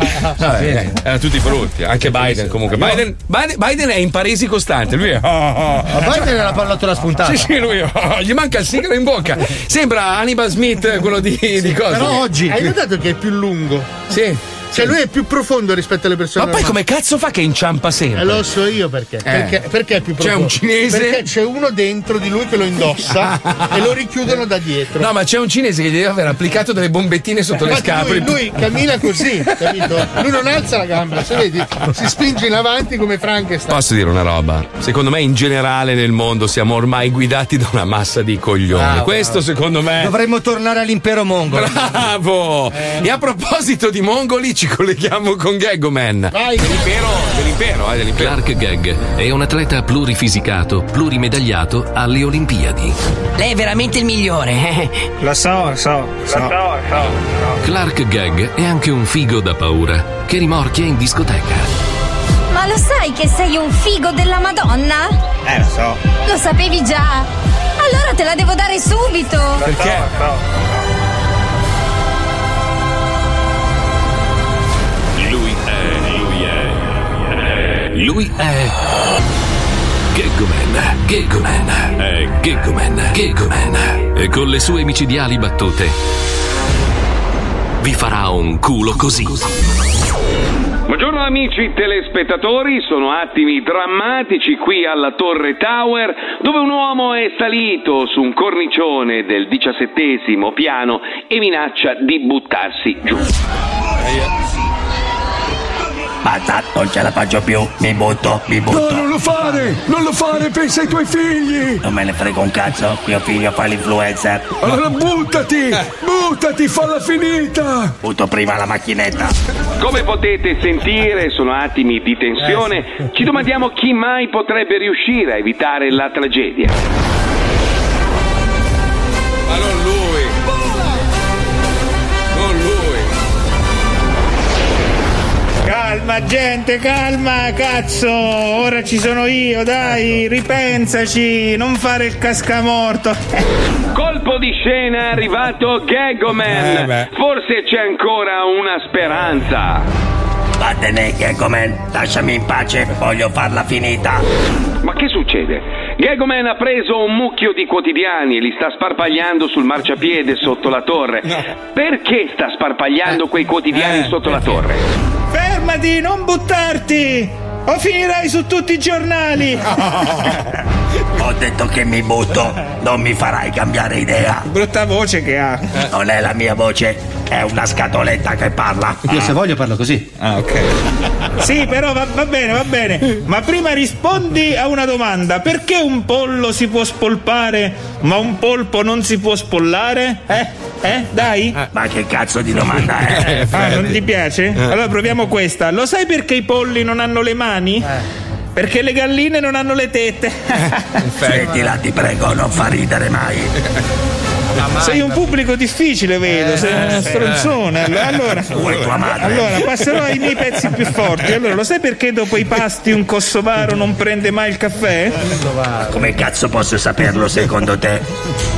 S2: notte.
S6: Vabbè, <laughs> eh, erano tutti brutti, anche Biden comunque. Biden, Biden- Biden è in paresi costante, lui è. Cioè,
S2: Ma Biden è la pallottola spuntata.
S6: Sì, sì, lui ah, gli manca il sigaro in bocca. Sembra Hannibal Smith, eh, quello di, Eh, di cosa.
S7: Però oggi hai notato che è più lungo.
S6: Sì.
S7: Cioè lui è più profondo rispetto alle persone.
S6: Ma poi
S7: normali.
S6: come cazzo fa che inciampa sempre?
S7: Eh, lo so io perché. Perché, perché è più
S6: C'è
S7: profondo?
S6: un cinese-
S7: Perché c'è uno dentro di lui che lo
S6: <laughs>
S7: indossa e
S8: <laughs>
S7: lo richiudono da dietro.
S6: No, ma c'è un cinese che gli deve aver applicato delle bombettine sotto le
S7: Infatti
S6: scapole.
S7: Lui, lui cammina così, capito? Lui non alza la gamba, se vedi, si spinge in avanti come Frankenstein.
S6: Posso dire una roba? Secondo me in generale nel mondo siamo ormai guidati da una massa di coglioni.
S2: Bravo,
S6: Questo secondo me.
S2: Dovremmo tornare all'impero mongolo. Eh.
S6: Bravo! E a proposito di mongoli ci colleghiamo con Gaggoman.
S7: Vai,
S6: dell'impero, eh, dell'impero.
S1: Clark Gag è un atleta plurifisicato, plurimedagliato alle Olimpiadi.
S14: Lei è veramente il migliore.
S3: eh.
S15: Lo so, lo so, lo so.
S1: Clark Gag è anche un figo da paura che rimorchia in discoteca.
S11: Ma lo sai che sei un figo della Madonna?
S15: Eh, lo so.
S11: Lo sapevi già? Allora te la devo dare subito!
S6: Perché?
S16: Lui è, lui è.
S1: Lui è. Gaggoman, Gaggoman, è Gaggoman, Gaggoman. E con le sue micidiali battute vi farà un culo così.
S17: Buongiorno amici telespettatori, sono attimi drammatici qui alla Torre Tower dove un uomo è salito su un cornicione del diciassettesimo piano e minaccia di buttarsi giù.
S15: Basta, non ce la faccio più, mi butto, mi
S18: No,
S15: butto.
S18: non lo fare! Non lo fare, pensa ai tuoi figli!
S15: Non me ne frega un cazzo, mio figlio fa l'influencer.
S18: Allora buttati!
S15: Eh.
S18: Buttati, falla finita!
S15: Butto prima la macchinetta.
S6: Come potete sentire, sono attimi di tensione. Ci domandiamo chi mai potrebbe riuscire a evitare la tragedia.
S19: Ma non lui!
S6: <laughs>
S19: Non lui!
S8: Calma gente, calma cazzo, ora ci sono io, dai,
S6: Ecco.
S8: ripensaci, non fare il cascamorto. Eh,
S6: Colpo di scena è arrivato Gaggoman. Forse c'è ancora una speranza.
S15: Vattene, Gaggoman, lasciami in pace, voglio farla finita.
S6: Ma che succede? Gaggoman ha preso un mucchio di quotidiani e li sta sparpagliando sul marciapiede sotto la torre. Perché sta sparpagliando quei quotidiani sotto la torre?
S8: Fermati, non buttarti! O finirai su tutti i
S6: <laughs>
S8: giornali!
S15: Ho detto che mi butto, non mi farai cambiare idea.
S8: Brutta voce che ha.
S15: Eh. Non è la mia voce, è una scatoletta che parla.
S2: Io se voglio parlo così.
S8: Ah, ok. Sì, però va, va bene, va bene. Ma prima rispondi a una domanda. Perché un pollo si può spolpare, ma un polpo non si può spollare? Eh? Eh? Dai?
S15: Ma Ah, che cazzo di domanda è? Eh,
S8: Ah, non ti piace? Allora proviamo questa. Lo sai perché i polli non hanno le mani? Perché le galline non hanno le tette.
S15: Eh, Smettila, ti prego, non fa ridere mai.
S8: Sei un pubblico difficile,
S15: Eh,
S8: vedo. Sei uno stronzone. Allora,
S15: <laughs>
S8: allora, allora, passerò ai miei pezzi più forti. Allora, lo sai perché dopo i pasti un kossovaro non prende mai il caffè?
S15: Ma Come cazzo posso saperlo secondo te?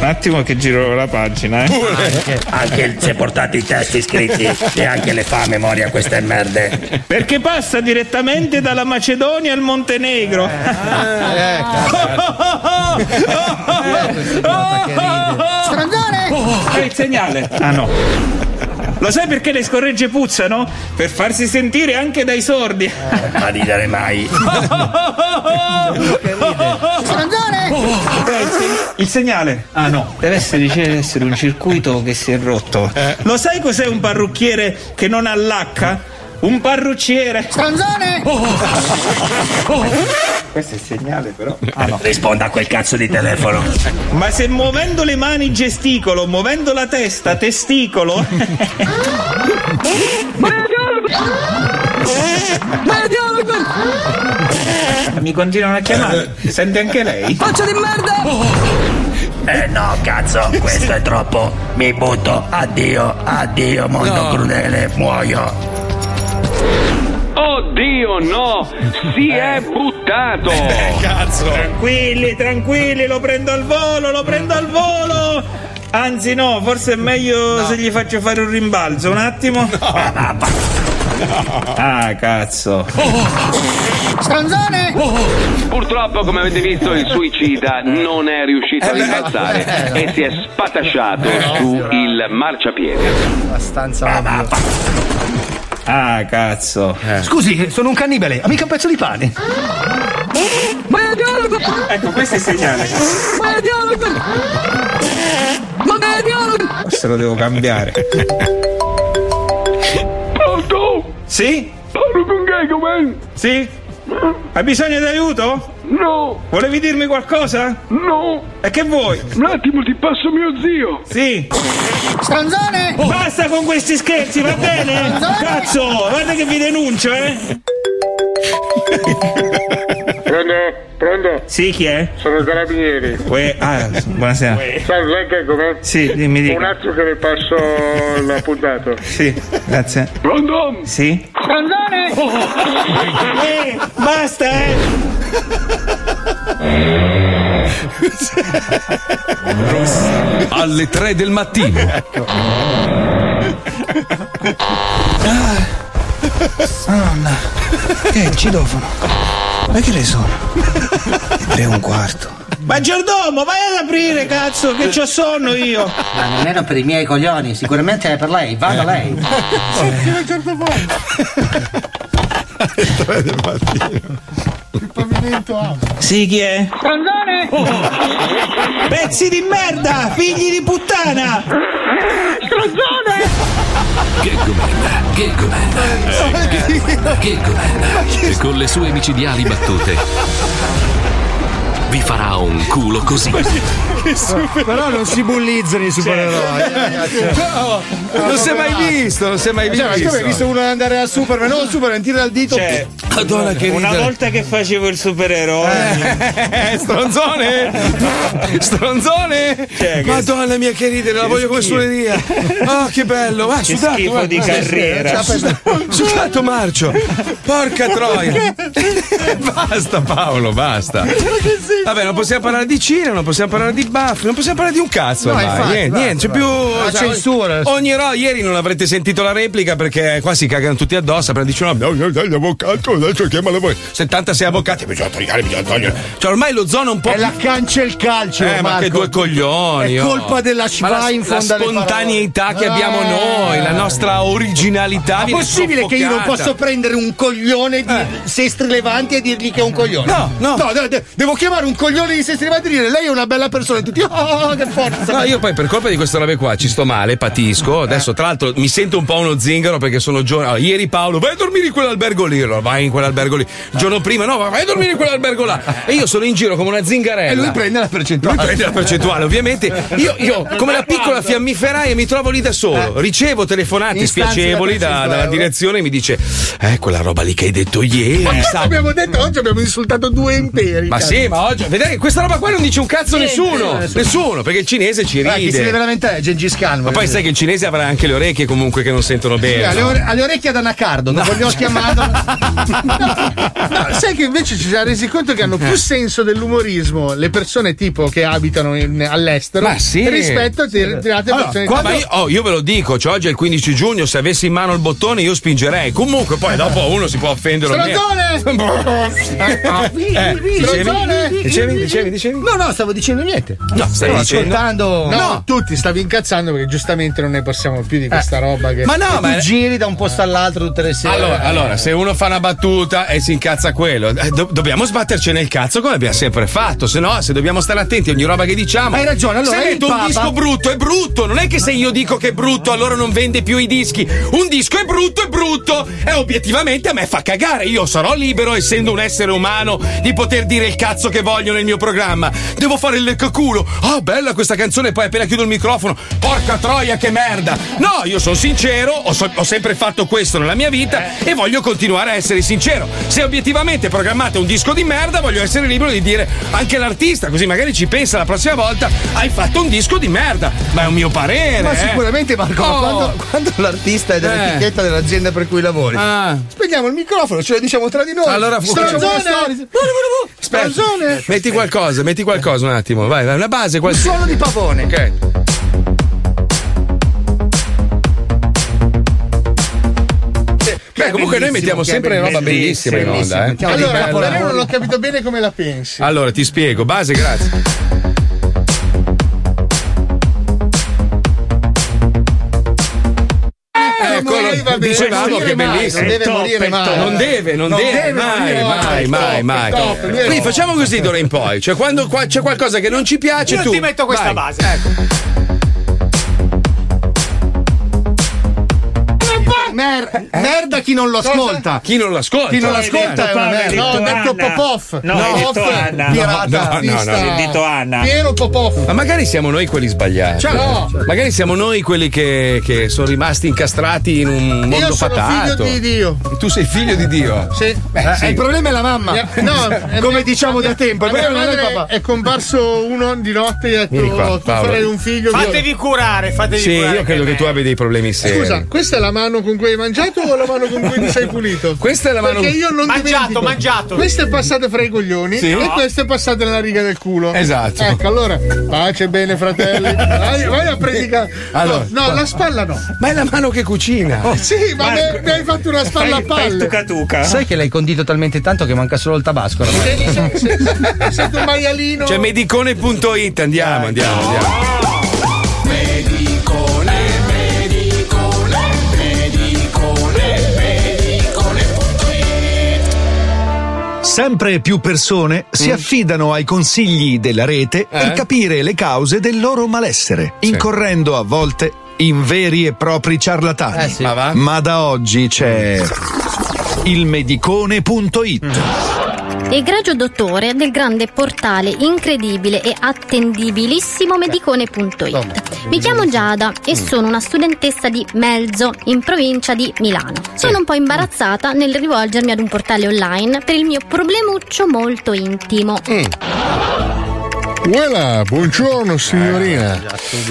S8: Un attimo che giro la pagina, eh.
S15: Anche, anche se portate i testi scritti e anche le fa a memoria queste merde.
S8: Perché passa direttamente dalla Macedonia al Montenegro.
S2: Eh,
S12: eh,
S8: <laughs>
S6: <laughs>
S12: Stronzone!
S8: Oh, È il segnale. Ah no. Lo sai perché le scorregge puzzano? Per farsi sentire anche dai sordi.
S15: Ma ridere mai.
S8: Oh, eh, Il segnale? Ah no, deve essere, deve essere un circuito che si è rotto. Lo sai cos'è un parrucchiere che non ha l'H? Un parrucchiere. Oh,
S12: Stronzone!
S8: Questo è il segnale però.
S15: Risponda a quel cazzo di telefono.
S8: Ma se muovendo le mani gesticolo, muovendo la testa testicolo... <laughs> Mi continuano a chiamare. Sente anche lei?
S12: Faccia di merda!
S15: Eh no, cazzo, questo è troppo. Mi butto. Addio, addio, mondo crudele, muoio.
S6: Oddio no! Si è
S8: Eh,
S6: buttato!
S8: Tranquilli, tranquilli, lo prendo al volo, lo prendo al volo! Anzi no, forse è meglio se gli faccio fare un rimbalzo, un attimo. Ah, cazzo.
S7: Oh!
S12: Stronzone!
S6: Purtroppo, come avete visto, il suicida non è riuscito a rimbalzare e si è spatasciato su il marciapiede.
S20: Abbastanza
S8: Ah, cazzo.
S20: Eh. Scusi, sono un cannibale, ha mica un pezzo di pane.
S12: Ma è dialogo!
S8: Ecco, questo è il segnale. Oh,
S12: Ma è dialogo! Ma è dialogo!
S8: <laughs> Forse lo devo cambiare.
S6: Pronto?
S8: Sì?
S6: Parlo con Gagman!
S8: Sì? Hai bisogno di aiuto?
S6: No!
S8: Volevi dirmi qualcosa?
S6: No!
S8: E che vuoi?
S6: Un attimo, ti passo mio zio!
S8: Sì!
S12: Stronzone!
S8: Basta con questi scherzi, va bene? Cazzo, guarda che vi denuncio, eh!
S7: Pronto? Pronto?
S8: Sì, chi è?
S7: Sono i carabinieri.
S8: Uè, ah, buonasera.
S7: Salve, che com'è?
S8: Sì, dimmi, dica.
S7: Un attimo che le passo l'appuntato.
S8: Sì, grazie.
S6: Pronto?
S8: Sì?
S12: Stronzone!
S8: Eh, basta, eh!
S19: Alle 3 del mattino.
S12: Ecco.
S8: Madonna. Che è il citofono? Ma che le sono? Le tre e un quarto. Maggiordomo, vai ad aprire, cazzo, che c'ho sonno io! Eh.
S2: Ma non era per i miei coglioni, sicuramente è per lei, vada lei.
S21: Senti a un certo punto.
S20: Alle 3 del mattino.
S7: Argomento A.
S8: Sì, chi è?
S4: Stronzone!
S8: Pezzi di merda! Figli di puttana!
S22: Gaggoman, Gaggoman, Gaggoman, Gaggoman, e con le sue micidiali battute vi farà un culo così.
S2: Però non si bullizzano i supereroi.
S8: eh,
S6: No, non si è mai visto, non si è mai
S2: Cioè, ma tu
S6: visto.
S2: hai visto uno andare al Superman? No, il Superman tira il dito.
S8: Cioè,
S6: Madonna, che
S8: una
S6: ridere.
S8: volta che facevo il supereroe,
S6: Eh, stronzone! Stronzone! Madonna mia Cioè, che ridere, la voglio come suoneria. <laughs> Ah, che bello! Ah,
S8: Che
S6: sudato,
S8: schifo
S6: guarda,
S8: di
S6: guarda.
S8: carriera.
S6: Sudato, Sudato marcio. Porca troia. basta Paolo, basta. Vabbè, non possiamo parlare di Cina, non possiamo parlare di baffi, non possiamo parlare di un cazzo.
S2: No,
S6: ormai.
S2: infatti,
S6: niente,
S2: basta,
S6: niente, c'è più
S2: basta. La
S6: cioè,
S2: censura.
S6: Ogni ro, ieri non avrete sentito la replica perché qua si cagano tutti addosso, però dice no, no, no, no, gli avvocato, adesso chiamalo voi. 76 avvocati, bisogna togliere, bisogna togliere. Cioè ormai lo zona un po'
S2: È la cancia e il calcio.
S6: eh, ma
S2: Marco.
S6: che due coglioni!
S2: È
S6: oh.
S2: colpa della
S6: Ma la,
S2: Shiva in
S6: la
S2: fondo alle
S6: spontaneità
S2: parole.
S6: che abbiamo
S2: Eh.
S6: noi, la nostra originalità.
S2: Ma
S6: viene
S2: possibile che io non
S6: soffocata.
S2: posso prendere un coglione di Sestri Levanti e dirgli che è un coglione?
S6: Eh. No, no.
S2: de- de- devo chiamare un coglione di Sestri Levanti e dire lei è una bella persona. E tutti, oh, che forza.
S6: No, io poi per colpa di questa roba qua ci sto male, patisco. Adesso, tra l'altro, mi sento un po' uno zingaro perché sono giorno. allora, ieri Paolo, vai a dormire in quell'albergo lì. Allora, vai in quell'albergo lì. Il giorno prima, no, vai a dormire in quell'albergo là. E io sono in giro come una zingarella.
S2: E lui prende la percentuale.
S6: Lui prende la percentuale, ovviamente. Io, io, come la piccola fiammiferaia, mi trovo lì da
S2: Eh.
S6: solo. Ricevo telefonate
S2: Istanze da
S6: spiacevoli da-
S2: 300
S6: dalla
S2: euro.
S6: direzione e mi dice: Eh, quella roba lì che hai detto ieri.
S7: Ma cosa
S6: sa-
S7: abbiamo detto oggi? Abbiamo insultato due interi.
S6: eh, Ma sì, ma oggi. Vedete, questa roba qua non dice un cazzo
S7: Niente,
S6: nessuno.
S7: nessuno.
S6: Nessuno, perché il cinese ci
S2: Guarda, chi si deve
S6: ride.
S2: lamentare è Gengis Khan.
S6: Ma
S2: voglio
S6: poi
S2: dire.
S6: sai che il cinese avrà anche le orecchie comunque che non sentono
S2: Sì,
S6: bene.
S2: alle,
S6: no?
S2: ore- alle orecchie ad Anacardo, non voglio
S6: <laughs>
S2: chiamarlo.
S7: No, sai che invece ci siamo resi conto che hanno più senso dell'umorismo le persone tipo che abitano in- all'estero
S6: Ma sì.
S7: rispetto a tir- tirate
S6: Allora,
S7: persone
S6: qua- ma
S7: tipo-
S6: io, oh, io ve lo dico, cioè, oggi è il 15 giugno, se avessi in mano il bottone io spingerei. Comunque poi dopo uno si
S7: <laughs>
S6: può offendere. o meno. Eh, dicevi? Dicevi? Dicevi? Dicevi?
S2: No, no, stavo dicendo niente.
S6: No,
S7: Stavo ascoltando.
S2: No,
S7: No, tu ti stavi incazzando perché giustamente non ne possiamo più di questa roba. Che...
S6: Ma no,
S7: E
S6: ma-
S7: tu
S2: giri da un posto all'altro tutte le sere.
S6: Allora, allora, se uno fa una battuta e si incazza quello, eh, do- dobbiamo sbatterci nel cazzo come abbiamo sempre fatto. Se no, se dobbiamo stare attenti a ogni roba che diciamo.
S2: Hai ragione, allora
S6: Se
S2: il
S6: metto un
S2: Papa-
S6: disco brutto, è brutto. Non è che se io dico che è brutto, allora non vende più i dischi. Un disco è brutto, è brutto. E obiettivamente a me fa cagare. Io sarò libero, essendo un essere umano, di poter dire il cazzo che voglio nel mio programma. Devo fare il leccaculo. Ah, bella questa canzone, poi appena chiudo il microfono. Porca troia, che merda. No, io sono sincero, ho, so- ho sempre fatto questo nella mia vita
S2: Eh.
S6: e voglio continuare a essere sincero. Se obiettivamente programmate un disco di merda, voglio essere libero di dire anche l'artista, così magari ci pensa la prossima volta, hai fatto un disco di merda. Ma è un mio parere.
S2: Ma
S6: eh.
S2: sicuramente Marco, ma
S6: Oh. Eh.
S2: quando, quando l'artista è dell'etichetta dell'azienda per cui lavori, spegniamo il microfono, ce lo diciamo tra di noi.
S6: Ah. Allora, fu-
S2: Stronzone!
S6: Aspetta,
S2: Stronzone!
S6: Metti qualcosa, metti qualcosa un attimo, vai, vai, una base, qualcosa.
S2: Solo di pavone.
S6: Ok. Beh, comunque noi mettiamo sempre roba bellissima in onda, eh.
S7: Allora, però non ho capito bene come la pensi.
S6: Allora, ti spiego, base, grazie.
S2: Eh,
S6: Eh,
S7: Eh,
S6: Eccolo, dicevamo che è bellissimo.
S2: Non deve morire mai.
S6: Non deve, non, deve, mai,
S2: morire
S6: mai, mai, mai.
S2: È top, è top.
S6: Quindi facciamo così d'ora in poi. Cioè, quando qua c'è qualcosa che non ci piace,
S23: Io
S6: tu
S23: ti metto questa
S6: vai. Ecco.
S23: base.
S2: Mer-
S9: Eh?
S2: merda chi non lo ascolta.
S6: Chi non l'ascolta?
S2: Chi non l'ascolta è una
S8: Hai detto
S2: merda.
S8: Anna. No, hai detto Anna.
S2: Pirata.
S8: Hai detto Anna.
S2: Piero Popoff.
S6: Ma magari siamo noi quelli sbagliati. Eh,
S2: Cioè, no.
S6: Magari siamo noi quelli che, che sono rimasti incastrati in un mondo
S7: Io sono
S6: fatato.
S7: figlio di Dio.
S6: Tu sei figlio di Dio.
S7: Sì. Eh,
S6: Beh, sì.
S2: Il problema è la mamma.
S7: Mia-
S6: <laughs>
S7: no, eh,
S2: come
S7: mia-
S2: diciamo da tempo.
S7: Ma
S2: Il
S7: mia
S2: problema non è il
S7: madre
S2: papà.
S7: è comparso uno di notte e ha
S6: Vieni
S7: detto:
S6: qua,
S7: Tu
S6: Paolo.
S7: farai un figlio.
S23: Fatevi curare, fatevi
S6: Sì,
S23: curare.
S6: io credo che tu abbia dei problemi seri.
S7: Scusa, questa è la mano con cui hai mangiato o la mano con cui ti sei pulito?
S6: <laughs> Questa è la mano-
S7: Perché io non
S23: Mangiato,
S7: dimentico.
S23: mangiato.
S7: Questa è passata fra i coglioni
S6: Sì.
S7: e questa è passata nella riga del culo.
S6: Esatto.
S7: Ecco, allora, pace bene, fratelli. Vai, vai a predicare.
S6: Allora,
S7: no, no, la spalla no.
S6: Ma è la mano che cucina.
S7: Sì, ma mi mi hai fatto una spalla a palle.
S9: Sai che l'hai condito talmente tanto che manca solo il tabasco ormai.
S7: <laughs> Sento un maialino.
S6: Cioè, medicone.it, andiamo, andiamo, andiamo.
S23: Sempre più persone si affidano ai consigli della rete per
S6: Mm. Eh?
S23: capire le cause del loro malessere, incorrendo a volte in veri e
S6: Eh,
S23: propri ciarlatani. Ma, da oggi c'è ilmedicone.it.
S6: Mm.
S24: Egregio dottore del grande portale incredibile e attendibilissimo medicone.it. Mi chiamo Giada e sono una studentessa di Melzo, in provincia di Milano. Sono un po' imbarazzata nel rivolgermi ad un portale online per il mio problemuccio molto intimo.
S21: Voilà, buongiorno signorina.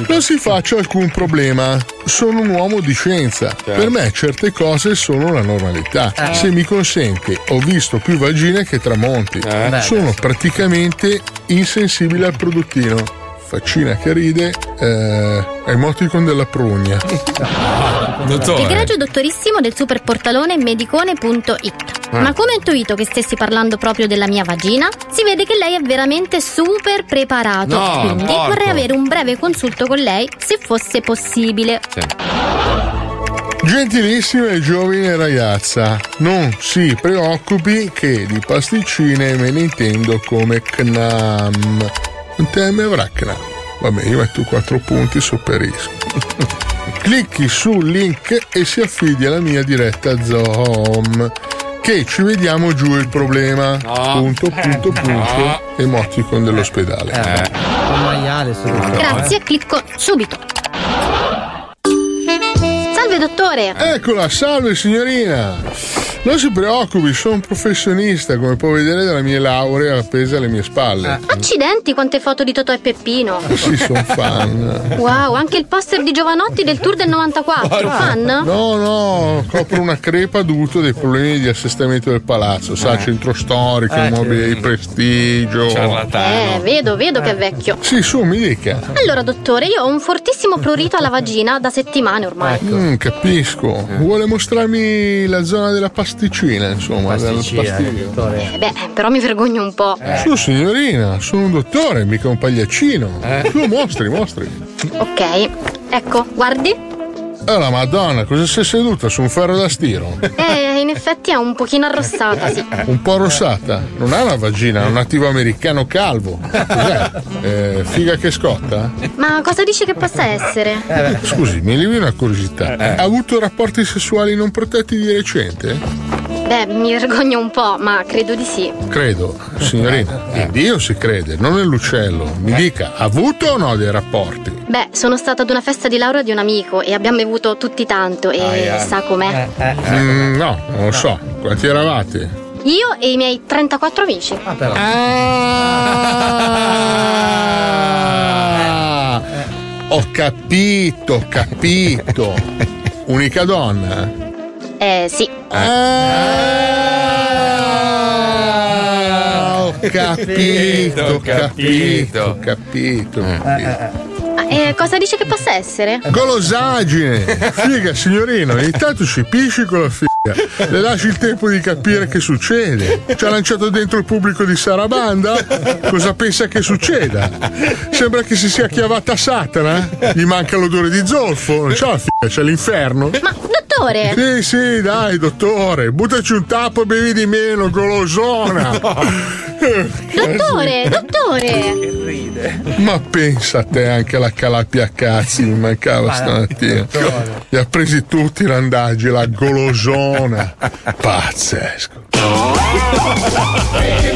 S21: Non si faccia alcun problema. Sono un uomo di scienza. Per me certe cose sono la normalità. Se mi consente, ho visto più vagine che tramonti. Sono praticamente insensibile al produttino. Faccina che ride, eh, emoticon della prugna.
S24: Egregio dottorissimo del super portalone medicone.it.
S21: Eh.
S24: Ma come ho intuito che stessi parlando proprio della mia vagina, si vede che lei è veramente super preparato.
S25: No,
S24: quindi
S25: porco.
S24: vorrei avere un breve consulto con lei, se fosse possibile.
S21: Gentilissima e giovane ragazza, non si preoccupi che di pasticcine me ne intendo come Knam. Teme Vracna. Vabbè, io metto quattro punti e sopperisco. <laughs> Clicchi sul link e si affidi alla mia diretta Zoom. Che ci vediamo giù il problema. Punto, punto, punto. Emoticon dell'ospedale.
S12: Un maiale su
S24: Grazie, clicco subito. Salve dottore!
S21: Eccola, salve signorina! Non si preoccupi, sono un professionista, come può vedere dalla mia laurea appesa alle mie
S24: Ah.
S21: spalle.
S24: Accidenti quante foto di Totò e Peppino!
S21: Sì, sono fan.
S24: Wow, anche il poster di Giovanotti del tour del 94, Ah, fan?
S21: Eh, No, no, copro una crepa dovuto dei problemi di assestamento del palazzo, sa, centro storico,
S24: Eh,
S21: immobili di prestigio.
S24: Eh, vedo, vedo che è vecchio.
S21: Sì, su, mi dica.
S24: Allora, dottore, io ho un fortissimo prurito alla vagina da settimane ormai.
S21: Mm, capisco.
S24: Eh.
S21: Vuole mostrarmi la zona della pasticcina, insomma, del pastiglio.
S24: Eh Beh, però mi vergogno un po'.
S21: Su signorina, sono un dottore, mica un pagliaccino. Tu mostri, mostri.
S24: Ok, ecco, guardi.
S21: Oh la madonna, cosa sei seduta su un ferro da stiro?
S24: Eh, in effetti è un pochino arrossata, sì.
S21: Un po' rossata. Non ha una vagina, è un nativo americano calvo. Cos'è? Eh, figa che scotta?
S24: Ma cosa dici che possa essere?
S21: Scusi, mi levi una curiosità. Ha avuto rapporti sessuali non protetti di recente?
S24: Beh, mi vergogno un po', ma credo di sì.
S21: Credo, signorina. In Dio si crede, non nell'uccello. Mi dica, ha avuto o no dei rapporti?
S24: Beh, sono stata ad una festa di laurea di un amico e abbiamo bevuto tutti tanto e
S21: Aia.
S24: sa com'è.
S21: Mm, no, non lo so. Quanti eravate?
S24: Io e i miei 34 amici.
S21: Ah, ho capito, ho capito. Unica donna?
S24: Eh, sì.
S21: Ah, ho capito, ho capito, Eh, ho capito.
S24: Ah, eh, cosa dici che possa essere?
S21: eh. Golosagine! Figa, signorino, ogni tanto ci pisci con la figa. Le lasci il tempo di capire che succede. Ci
S6: <laughs>
S21: ha lanciato dentro il pubblico di Sarabanda? Cosa pensa che succeda? Sembra che si sia chiavata Satana? Gli manca l'odore di zolfo? Non c'ha la figa, c'è l'inferno?
S24: Ma
S21: <laughs>
S24: dottore!
S21: Sì, sì, dai, dottore, buttaci un tappo e bevi di meno, golosona!
S24: Dottore, dottore!
S21: Ma pensa a te anche la calapia a cazzi mi mancava
S24: Ma-
S21: stamattina. Li ha presi tutti i randaggi, la golosona. Pazzesco.
S6: Ma è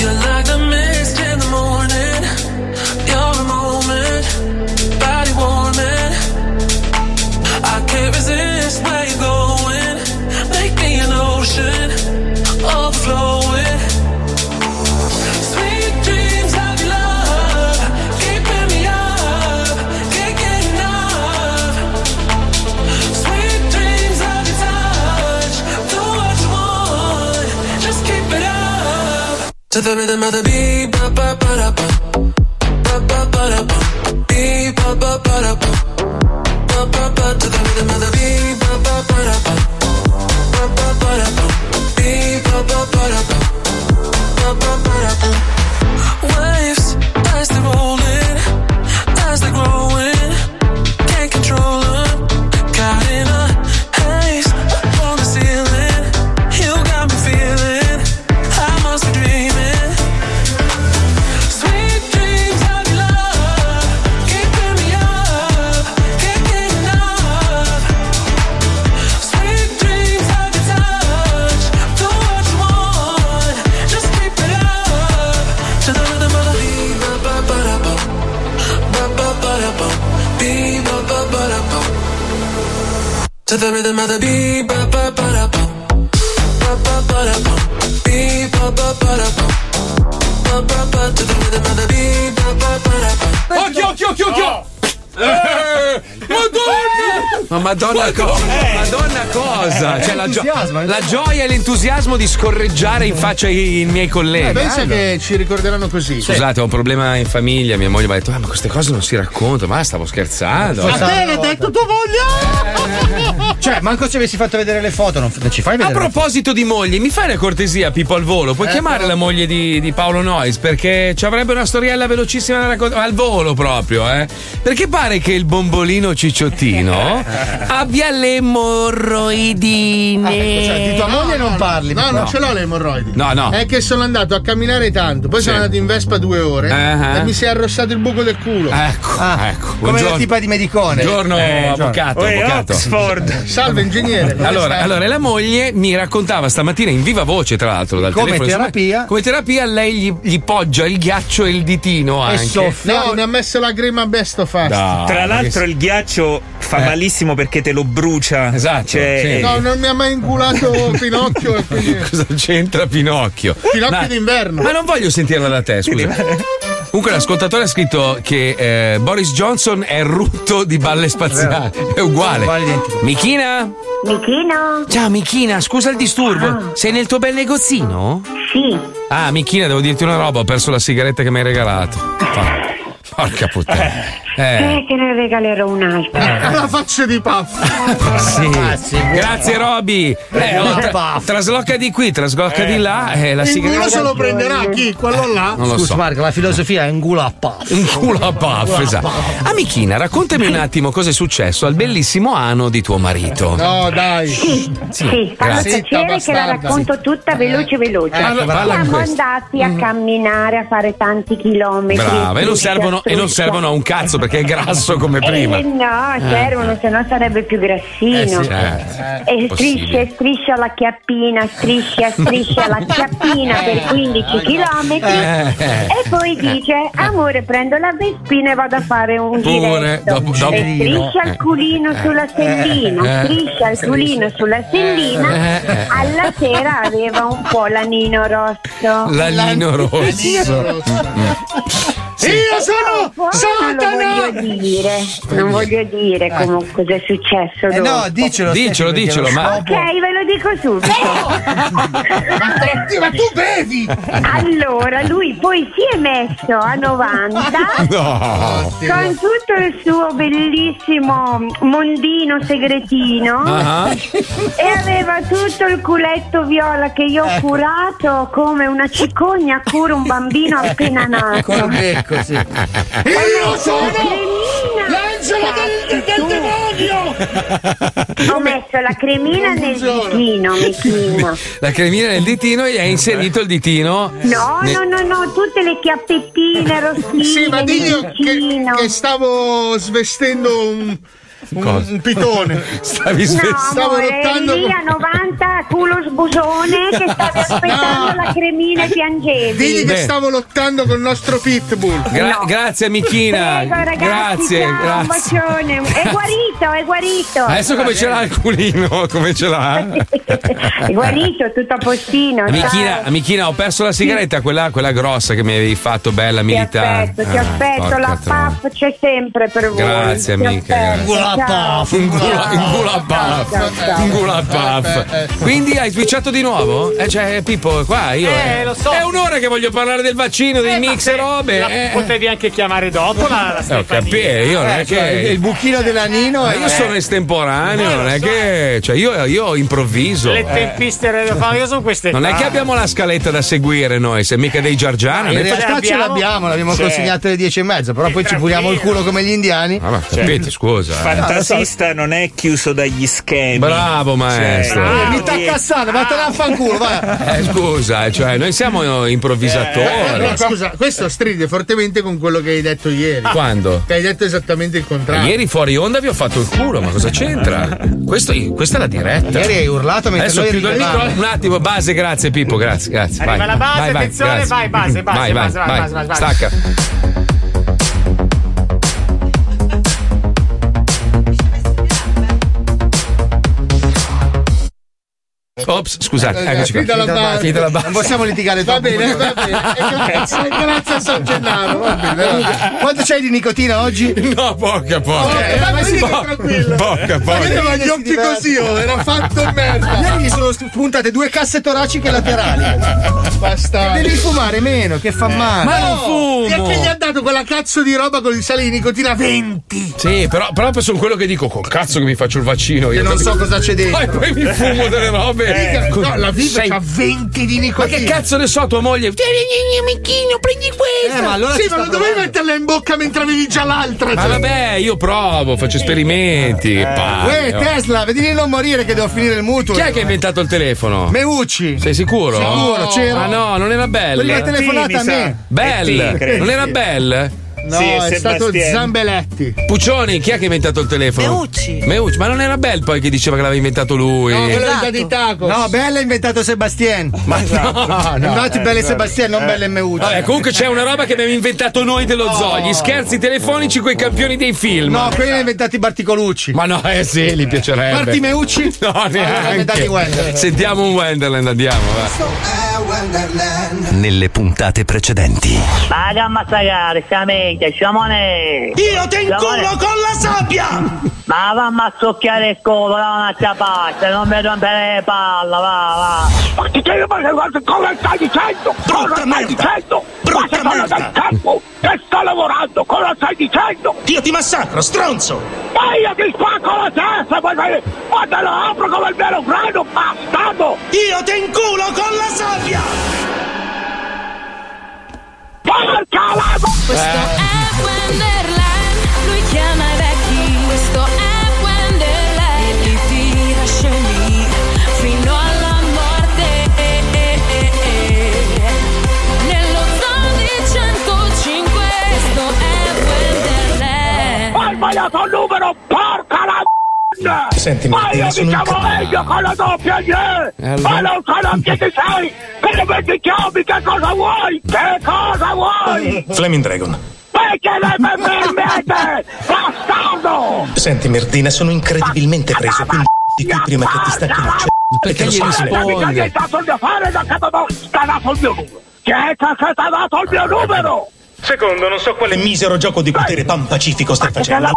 S26: You're like the mist in the morning. You're a moment, body warming. I can't resist where you're going. Make me an ocean, overflowing. Sweet dreams of your love, keeping me up, can't get enough. Sweet dreams of your touch, do what you want, just keep it up. To the rhythm of the beat, ba ba ba da ba, ba ba ba da ba, beat ba ba ba da ba, ba ba ba. To the rhythm of the beat, ba ba ba da ba, ba ba ba da ba, beat ba ba ba da ba, ba ba ba da ba. Waves as they're rolling, as they're growing, can't control 'em. Caught in a haze on the ceiling, you got me feeling. I must be dreaming. Sweet dreams of your love, keeping me up, can't get enough. Sweet dreams of your touch, do what you want, just keep it up. To the rhythm of the beat, ba ba ba da ba, ba ba ba da ba, beat ba ba ba da ba. To the rhythm of the beat, ba ba ba da ba, ba ba ba da ba. Beep, ba, ba, ba, da, ba. Ba, ba, ba, to the rhythm of the beep, ba, ba, ba, da, ba.
S6: Occhio, occhio, occhio, occhio! Madonna! Ma madonna cosa? Madonna cosa? Cioè la, gio-
S7: Entusiasmo,
S6: la gioia e l'entusiasmo di scorreggiare in faccia i, i miei colleghi.
S7: Eh, Pensa che ci ricorderanno così.
S6: Scusate, ho un problema in famiglia. Mia moglie mi ha detto: "Ah, Ma queste cose non si raccontano. Ma stavo scherzando. Ah,
S3: Ah,
S2: A te
S7: l'hai detto tua voglia!
S2: Cioè, manco ci avessi fatto vedere le foto, non, f- non ci fai
S6: A
S2: vedere.
S6: proposito di mogli, mi fai la cortesia, Pippo al volo?
S7: Eh,
S6: Puoi chiamare la moglie di, di Paolo Nois? Perché ci avrebbe una storiella velocissima da raccontare. Al volo proprio, eh? Perché pare che il bombolino
S7: <laughs>
S6: cicciottino abbia le
S7: Ah, cioè,
S6: ecco,
S27: morroidine.
S7: di tua moglie non parli. No, non
S6: No.
S7: ce l'ho le emorroidi.
S6: No, no.
S7: È che sono andato a camminare tanto, poi sono andato in Vespa due ore
S6: Ah, ah.
S7: e mi si è arrossato il buco del culo.
S6: Ecco, ecco.
S2: Ah, Come la
S6: Buongiorno.
S2: tipa di Medicone.
S6: Buongiorno,
S2: Eh,
S6: avvocato.
S2: Uè,
S6: avvocato.
S7: Salve ingegnere. come
S6: Allora,
S7: stai?
S6: allora, la moglie mi raccontava stamattina in viva voce, tra l'altro, dal
S7: Come
S6: telefono. insomma,
S7: terapia?
S6: Come terapia, lei gli, gli poggia il ghiaccio e il ditino anche.
S7: No, mi ha messo la crema best of fast.
S8: Tra l'altro il ghiaccio fa
S6: Eh.
S8: malissimo perché te lo brucia. Esatto.
S7: No, non mi ha mai
S6: <laughs>
S7: inculato Pinocchio. e quindi-
S6: Cosa c'entra Pinocchio?
S7: Pinocchio
S6: Ma-
S7: d'inverno.
S6: Ma non voglio sentirla da te, scusa. Comunque l'ascoltatore ha scritto che eh, Boris Johnson è rutto di balle spaziali. È uguale. Michina?
S11: Michino? Ah.
S27: Ciao Michina, scusa il disturbo. Sei nel tuo bel negozino?
S11: Sì.
S6: Ah, Michina, devo dirti una roba, ho perso la sigaretta che mi hai regalato. Fa- Porca puttana. Eh.
S11: Eh, che ne regalerò un'altra.
S7: La faccia di
S11: <laughs>
S7: Puff.
S6: Sì. Grazie Roby. Eh,
S11: Buona
S6: oh, tra- traslocca di qui, traslocca di là. Eh, la
S2: Il
S6: sigaretta.
S2: culo se lo prenderà chi?
S7: Quello là?
S6: Non lo
S2: Scusa,
S6: so.
S2: Marco, la filosofia è un culo a paff.
S6: Un culo a puff, esatto. Amichina, raccontami un attimo cosa è successo al bellissimo ano di tuo marito.
S7: No, dai.
S11: Sì,
S6: Sì,
S11: sì, fammi
S6: grazie.
S11: piacere che la
S6: bastarda.
S11: racconto tutta veloce veloce.
S6: Eh, ecco, parla di
S11: Siamo
S6: questo. Mm.
S11: andati a camminare, a fare tanti chilometri.
S6: Brava, e non servono, e non
S11: Disastruccia.
S6: servono a un cazzo perché è grasso come prima.
S11: Eh, no, servono, se no sarebbe più grassino.
S6: Eh, sì, certo.
S11: E
S6: Possibile.
S11: strisce, striscia la chiappina, striscia, striscia la chiappina per 15 km.
S6: Eh, eh.
S11: E poi dice: Amore, prendo la vespina e vado a fare un
S6: Pure,
S11: giretto.
S6: dopo- dopo-
S11: E striscia
S6: Eh.
S11: il culino sulla sellina,
S6: Eh.
S11: striscia il culino sulla sellina.
S6: Eh.
S11: Alla sera aveva un po' l'anino rosso.
S6: L'anino rosso.
S11: Io sono Satana! Non lo voglio dire, non voglio dire comunque cosa è successo.
S6: Eh
S11: dopo.
S6: no, dicelo, Eh. Dicelo, perché dicelo, lo ma-
S11: Ok, ve lo dico subito. ma tu bevi! Allora, lui poi si è messo a 90
S4: No.
S11: con tutto il suo bellissimo mondino segretino
S4: Ah.
S11: e aveva tutto il culetto viola che io
S4: Ecco.
S11: ho curato come una cicogna cura un bambino appena nato.
S4: Ecco. Io sono l'angelo del, del demonio!
S11: Ho messo la cremina nel ditino, Michino.
S4: Eh,
S6: La cremina nel ditino e gli hai inserito il ditino.
S11: No,
S6: Ne-
S11: no, no, no, tutte le chiappettine rossine.
S7: Sì, ma diglio
S11: di
S7: che, che stavo svestendo un, un-
S6: Cosa?
S7: un pitone.
S6: <laughs> Stavi
S11: No,
S7: Stavo
S11: amore,
S7: lottando
S11: lì a 90 culo sbusone che
S7: <laughs>
S11: stavi aspettando la cremina e piangevi.
S7: Digli che
S6: Beh.
S7: stavo lottando col nostro pitbull.
S6: Gra- Grazie Michina.
S11: Prego, ragazzi,
S6: grazie,
S11: ciao, un
S6: grazie.
S11: bacione.
S6: <laughs>
S11: È guarito, è guarito.
S6: Adesso come ce l'ha il culino? Come ce l'ha?
S11: È guarito, tutto a postino.
S6: <laughs> Amichina, Amichina, ho perso la sigaretta, quella, quella grossa che mi avevi fatto, bella,
S11: Ti
S6: militare.
S11: aspetto, ti
S6: Ah,
S11: aspetto,
S6: porca
S11: la
S6: tro-
S11: PAF c'è sempre per voi.
S6: Grazie,
S11: Ti
S6: amica,
S11: aspetto,
S6: grazie.
S11: ciao.
S6: Un gula- un gula
S11: Ciao,
S6: puff,
S11: ciao.
S6: un gula puff. Quindi hai switchato di nuovo? Eh, cioè, Pippo, qua io.
S3: Eh, lo so.
S6: È un'ora che voglio parlare del vaccino, dei mix e robe.
S3: Eh, La
S6: eh.
S3: potevi anche chiamare dopo la, Eh, cioè, la
S6: Eh, ho capito, io non è che.
S2: Eh, cioè, il buchino dell'anino
S6: Ma io sono estemporaneo, non è che. Cioè, io, io improvviso.
S3: Le
S6: Eh.
S3: tempiste radiofoniche sono queste. Ah,
S6: Non è che
S3: qua.
S6: abbiamo la scaletta da seguire noi, se mica dei giargiani.
S2: in
S6: Noi
S2: realtà
S6: facciamo-
S2: ce l'abbiamo, l'abbiamo
S6: Sì.
S2: consegnata alle 10 e mezza, però poi ci puliamo il culo come gli indiani.
S8: cioè,
S6: Ah, ma capite, scusa. eh.
S8: Fantasista non è chiuso dagli schemi.
S6: Bravo, maestro.
S8: Cioè,
S2: Mi t'ha cassato, vattene a fanculo, <laughs> vai.
S6: Eh, scusa, cioè, noi siamo
S7: Eh,
S6: improvvisatori.
S7: no, scusa, questo stride fortemente con quello che hai detto ieri.
S6: Quando?
S7: Che hai detto esattamente il contrario.
S6: Ieri fuori onda vi ho fatto il culo, ma cosa c'entra? Questo- questa è la diretta.
S2: Ieri hai urlato mentre
S6: Adesso
S2: noi
S6: chiudo il
S2: ridevamo.
S6: micro. Un attimo, base, grazie Pippo, grazie, grazie.
S3: Arriva la base, attenzione,
S6: grazie.
S3: vai, base, base,
S6: vai,
S3: base,
S6: vai,
S3: vai,
S6: vai.
S3: base, base.
S6: Stacca. Ops, scusate,
S2: Eh,
S6: eccoci qua.
S2: finita la base.
S6: Finita la base.
S2: Non possiamo litigare
S7: Va
S2: troppo.
S7: bene, va
S2: <laughs>
S7: <laughs> bene. E Eh, grazie- Grazie a San Gennaro. Va bene, va bene.
S2: Quanto c'hai di nicotina oggi?
S6: <laughs> No, poca, poca.
S2: Eh,
S7: Dai, vai,
S2: ma
S7: sì,
S2: sì,
S7: tranquillo.
S6: Poca,
S7: Ma io avevo gli occhi così, oh, era fatto merda.
S2: Ieri gli sono puntate due casse toraciche laterali.
S7: Basta. Eh.
S2: Devi fumare meno, che fa male.
S7: Perché gli ha dato quella cazzo di roba con il sale di nicotina 20?
S6: Sì, però, però sono quello che dico, col cazzo che mi faccio il vaccino. Io
S7: non so cosa c'è dentro.
S6: <laughs> Poi, poi mi fumo delle robe.
S7: Eh,
S6: Co-
S7: no, la vita
S6: sei-
S7: c'ha 20 di
S6: Ma
S7: nicotina.
S6: che cazzo ne so, tua moglie? Amichino, prendi questo.
S7: Eh, ma allora
S6: Sì,
S7: sì,
S6: ma
S7: ma non dovevi metterla in bocca mentre avevi già cioè. l'altra.
S6: Ma vabbè, io provo, faccio esperimenti. Che
S7: Eh,
S6: palle. oh.
S2: Uè, Tesla, vedi di non morire che devo finire il mutuo.
S6: Chi è che ha inventato il telefono?
S2: Meucci.
S6: Sei sicuro?
S2: Sicuro, c'era.
S6: Ma no, non era Bell.
S2: Prima telefonata a me.
S6: Bell.
S2: Sì, credo.
S6: non era Bell?
S2: No, è stato Zambeletti.
S6: Puccioni, chi è che ha inventato il telefono?
S2: Meucci.
S6: Meucci, ma non era Bell poi che diceva che l'aveva inventato lui.
S2: di Tacos. No, Bella ha inventato Sebastien. Ma
S6: no, no.
S2: Infatti,
S6: Eh,
S2: Bella e
S6: vabbè.
S2: Sebastien, non
S6: Eh.
S2: Bella e Meucci.
S6: Vabbè, comunque c'è una roba che abbiamo inventato noi dello zoo, gli scherzi telefonici coi campioni dei film.
S2: No, quelli li ha inventati Barticolucci.
S6: Ma no, eh sì, gli piacerebbe.
S2: Marti Meucci? Ah,
S6: No,
S2: inventati
S6: neanche.
S2: Wenderland.
S6: Sentiamo un Wenderland, andiamo. va.
S25: Nelle puntate precedenti.
S15: Vaga a massacrare, sciamente, sciamone!
S4: Io ti incullo con la sabbia!
S15: Ma va a mazzocchiare il culo da un'altra parte, non mi rompere le palle, va, va! Ma ti devi fare cosa stai dicendo? Brutta merda!
S4: Dicendo, brutta merda! Campo, che sto lavorando, cosa stai dicendo? Io ti massacro, stronzo! Tagliati qua con la testa, poi fai- poi te lo apro come il vero grano, bastardo! Io ti inculo con la sabbia! Porca la...
S28: Wonderland, lui chiama i vecchi. Questo è Wonderland. E li tira scemi fino alla morte. Nello zoo di 105, questo è Wonderland.
S4: Senti, ma io mi chiamo meglio con la doppia G! Ma non so neanche chi sei! Che dove ti chiami? Che cosa vuoi? Che cosa vuoi?
S29: Flaming Dragon.
S4: Perché lei mi permette? Bastardo!
S29: Senti, Merdina, sono incredibilmente preso, quindi di qui prima che ti stacchi il c***o. Perché lo sai?
S4: Mi hai dato il mio fare da che mi ha dato il mio numero! Che è che ti ha dato il mio numero?
S29: Secondo, non so quale misero gioco di potere pan pacifico
S4: Cioè,
S29: stai facendo.
S4: Ma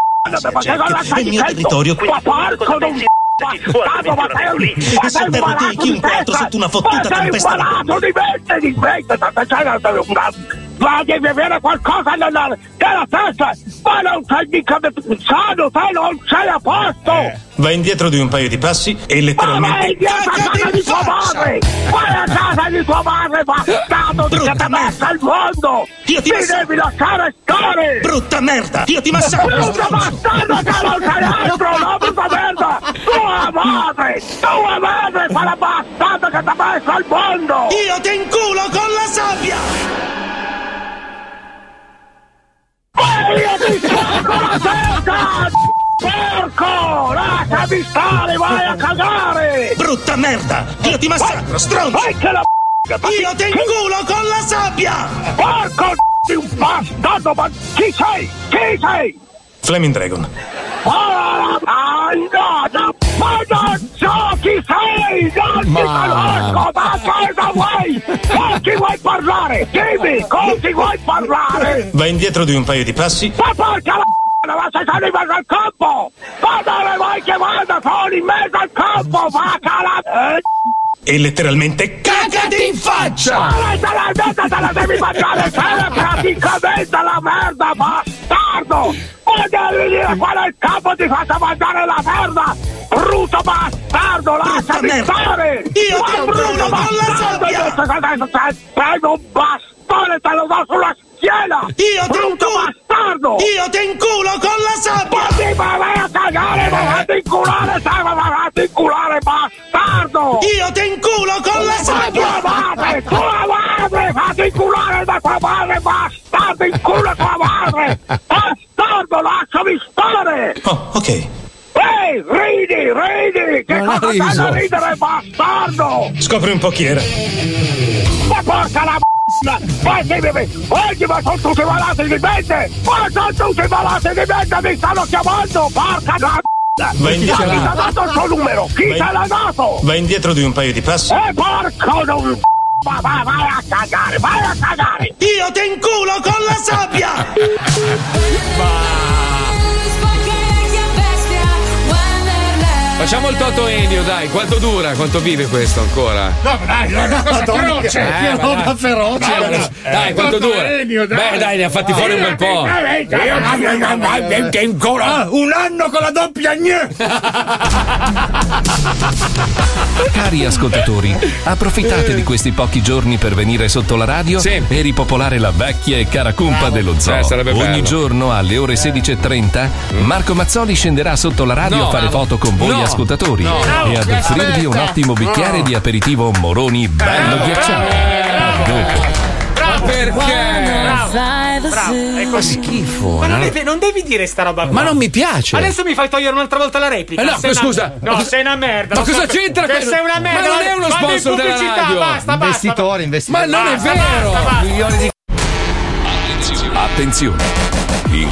S4: che cosa
S29: È
S4: stai
S29: il mio
S4: dicendo?
S29: territorio, quindi...
S4: Ma porco di un bastardo, ma sei un...
S29: E
S4: Ma
S29: se
S4: sei un
S29: perdo te
S4: malato
S29: e chi
S4: di
S29: incontro
S4: testa!
S29: sotto una fottuta
S4: Ma sei un
S29: tempesta di
S4: malato di mente, di mente! Ma sei una- una- Ma devi avere qualcosa nella, nella testa! Ma non sei mica sano, te non sei a posto!
S29: Vai indietro di un paio di passi e
S4: Ma
S29: letteralmente...
S4: vai indietro a casa di tua madre! Vai a casa di tua madre, bastardo! Di che ti ha messo al mondo! Io ti devi lasciare stare!
S29: Brutta merda! Io ti massacro!
S4: Brutta bastardo che non sei altro! No, brutta merda! Tua madre! Tua madre! Quella bastarda che ti ha messo al mondo!
S29: Io ti inculo con la sabbia!
S4: Ma io ti spacco la testa! Porco! Lasciami stare! Vai a cagare!
S29: Brutta merda! Io ti massacro, stronzo!
S4: Vai che la
S29: Io ti inculo con la sabbia!
S4: Porco di un bastardo! Ma chi sei? Chi sei?
S29: Flaming Dragon.
S4: Ah, ah, no, no, ma non so chi sei, non ti conosco, ma cosa vuoi? Con chi vuoi parlare? Dimmi, con chi vuoi parlare?
S29: Vai indietro di un paio di passi.
S4: Ma porca la c***a, ma se sono in mezzo al campo! Ma dove vuoi che vada? Sono in mezzo al campo, va cala...
S29: E letteralmente cagati in faccia!
S4: Ma te la merda te la devi mangiare, sono praticamente la merda, bastardo! Ma devi dire qual è il capo ti faccio mangiare la merda! Brutto bastardo, lasciami stare! Io ti bruno con la sabbia! Sei un bastone, te lo do sulla schiena! Io Brutto bastardo!
S29: Io ti inculo con la sabbia!
S4: Ma sì, ma vai a cagare, ma vatti in culare, sai, ma vatti in culare, bastardo!
S29: Io ti inculo con la sabbia!
S4: Tua madre, tua madre, fatti inculare da tua madre, bastardo, in culo a tua madre! Bastardo, lasciami stare!
S29: Oh, ok.
S4: Ehi, ridi, ridi! Che
S29: Non ha
S4: cosa stai
S29: riso.
S4: da ridere, bastardo?
S29: Scopri un po' chi era.
S4: Ma porca la m***a! Ma sì, mi- Oggi ma sono tutti malati di mente! Ma sono tutti malati di mente, mi stanno chiamando! Porca la m***a!
S29: Vai
S4: Ma
S29: indietro.
S4: Chi ti ha dato il suo numero? Chi
S29: Vai-
S4: te l'ha dato?
S29: Vai indietro di un paio di passi.
S4: E porco non m***a! Ma va- vai a cagare, vai a cagare!
S29: Io ti inculo con la
S4: <laughs>
S29: sabbia!
S6: Facciamo il Toto Enio, dai, quanto dura? Quanto vive questo ancora?
S7: No, dai, è una cosa
S6: Madonna,
S7: feroce,
S6: eh,
S7: che
S6: ma
S7: roba
S6: dai.
S7: feroce.
S6: Dai,
S7: Dai,
S6: eh, dai, quanto
S7: Toto
S6: dura?
S7: Enio, dai.
S6: Beh, dai, ne ha fatti fuori un bel po'.
S7: Eh, dai, dai, dai, dai, dai, dai.
S6: Che ancora?
S7: Ah, un anno con la doppia
S1: Cari ascoltatori,
S6: Eh.
S1: approfittate di questi pochi giorni per venire sotto la radio e ripopolare la vecchia e cara cumpa dello zoo.
S6: Eh, sarebbe
S1: Ogni
S6: bello. Eh. Mm.
S1: giorno alle ore 16.30 Marco Mazzoli scenderà sotto la radio
S6: No,
S1: a fare
S6: bravo.
S1: foto con voi
S6: No.
S1: ascoltatori
S6: No.
S1: e ad
S6: Bravo,
S1: offrirvi un
S6: aspetta.
S1: ottimo bicchiere
S6: No.
S1: di aperitivo Moroni bello ghiacciato. A dopo.
S2: Bravo. Bravo, è così.
S1: schifo.
S2: Ma non,
S1: no?
S2: devi, non devi dire sta roba qua.
S1: Ma non mi piace.
S2: Adesso mi fai togliere un'altra volta la replica.
S6: Eh no,
S2: Sei una-
S6: scusa.
S2: No, sei una merda.
S6: Ma
S2: lo so
S6: cosa
S2: che-
S6: c'entra
S2: Che
S6: questo?
S2: sei una merda.
S6: Ma non è uno
S2: vado in
S6: sponsor della
S2: pubblicità,
S6: radio.
S2: Basta, basta.
S30: Investitore, investitore.
S6: Ma non è
S2: Basta,
S6: vero.
S2: basta, basta.
S1: Milioni di- Attenzione. Attenzione. In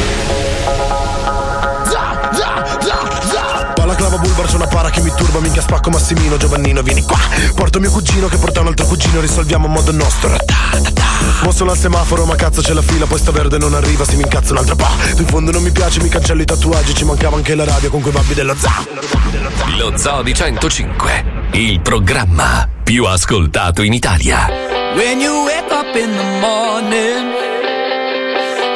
S31: Balaclava Bulbar c'è una para che mi turba Minchia spacco Massimino Giovannino vieni qua Porto mio cugino che porta un altro cugino Risolviamo a modo nostro Ta, ta, ta. Mo sono al semaforo ma cazzo c'è la fila Poi sta verde non arriva se mi incazzo un'altra pa Tu in fondo non mi piace mi cancello i tatuaggi Ci mancava anche la radio con quei babbi della za
S1: Lo Zoo di 105, il programma più ascoltato in Italia.
S12: When you wake up in the morning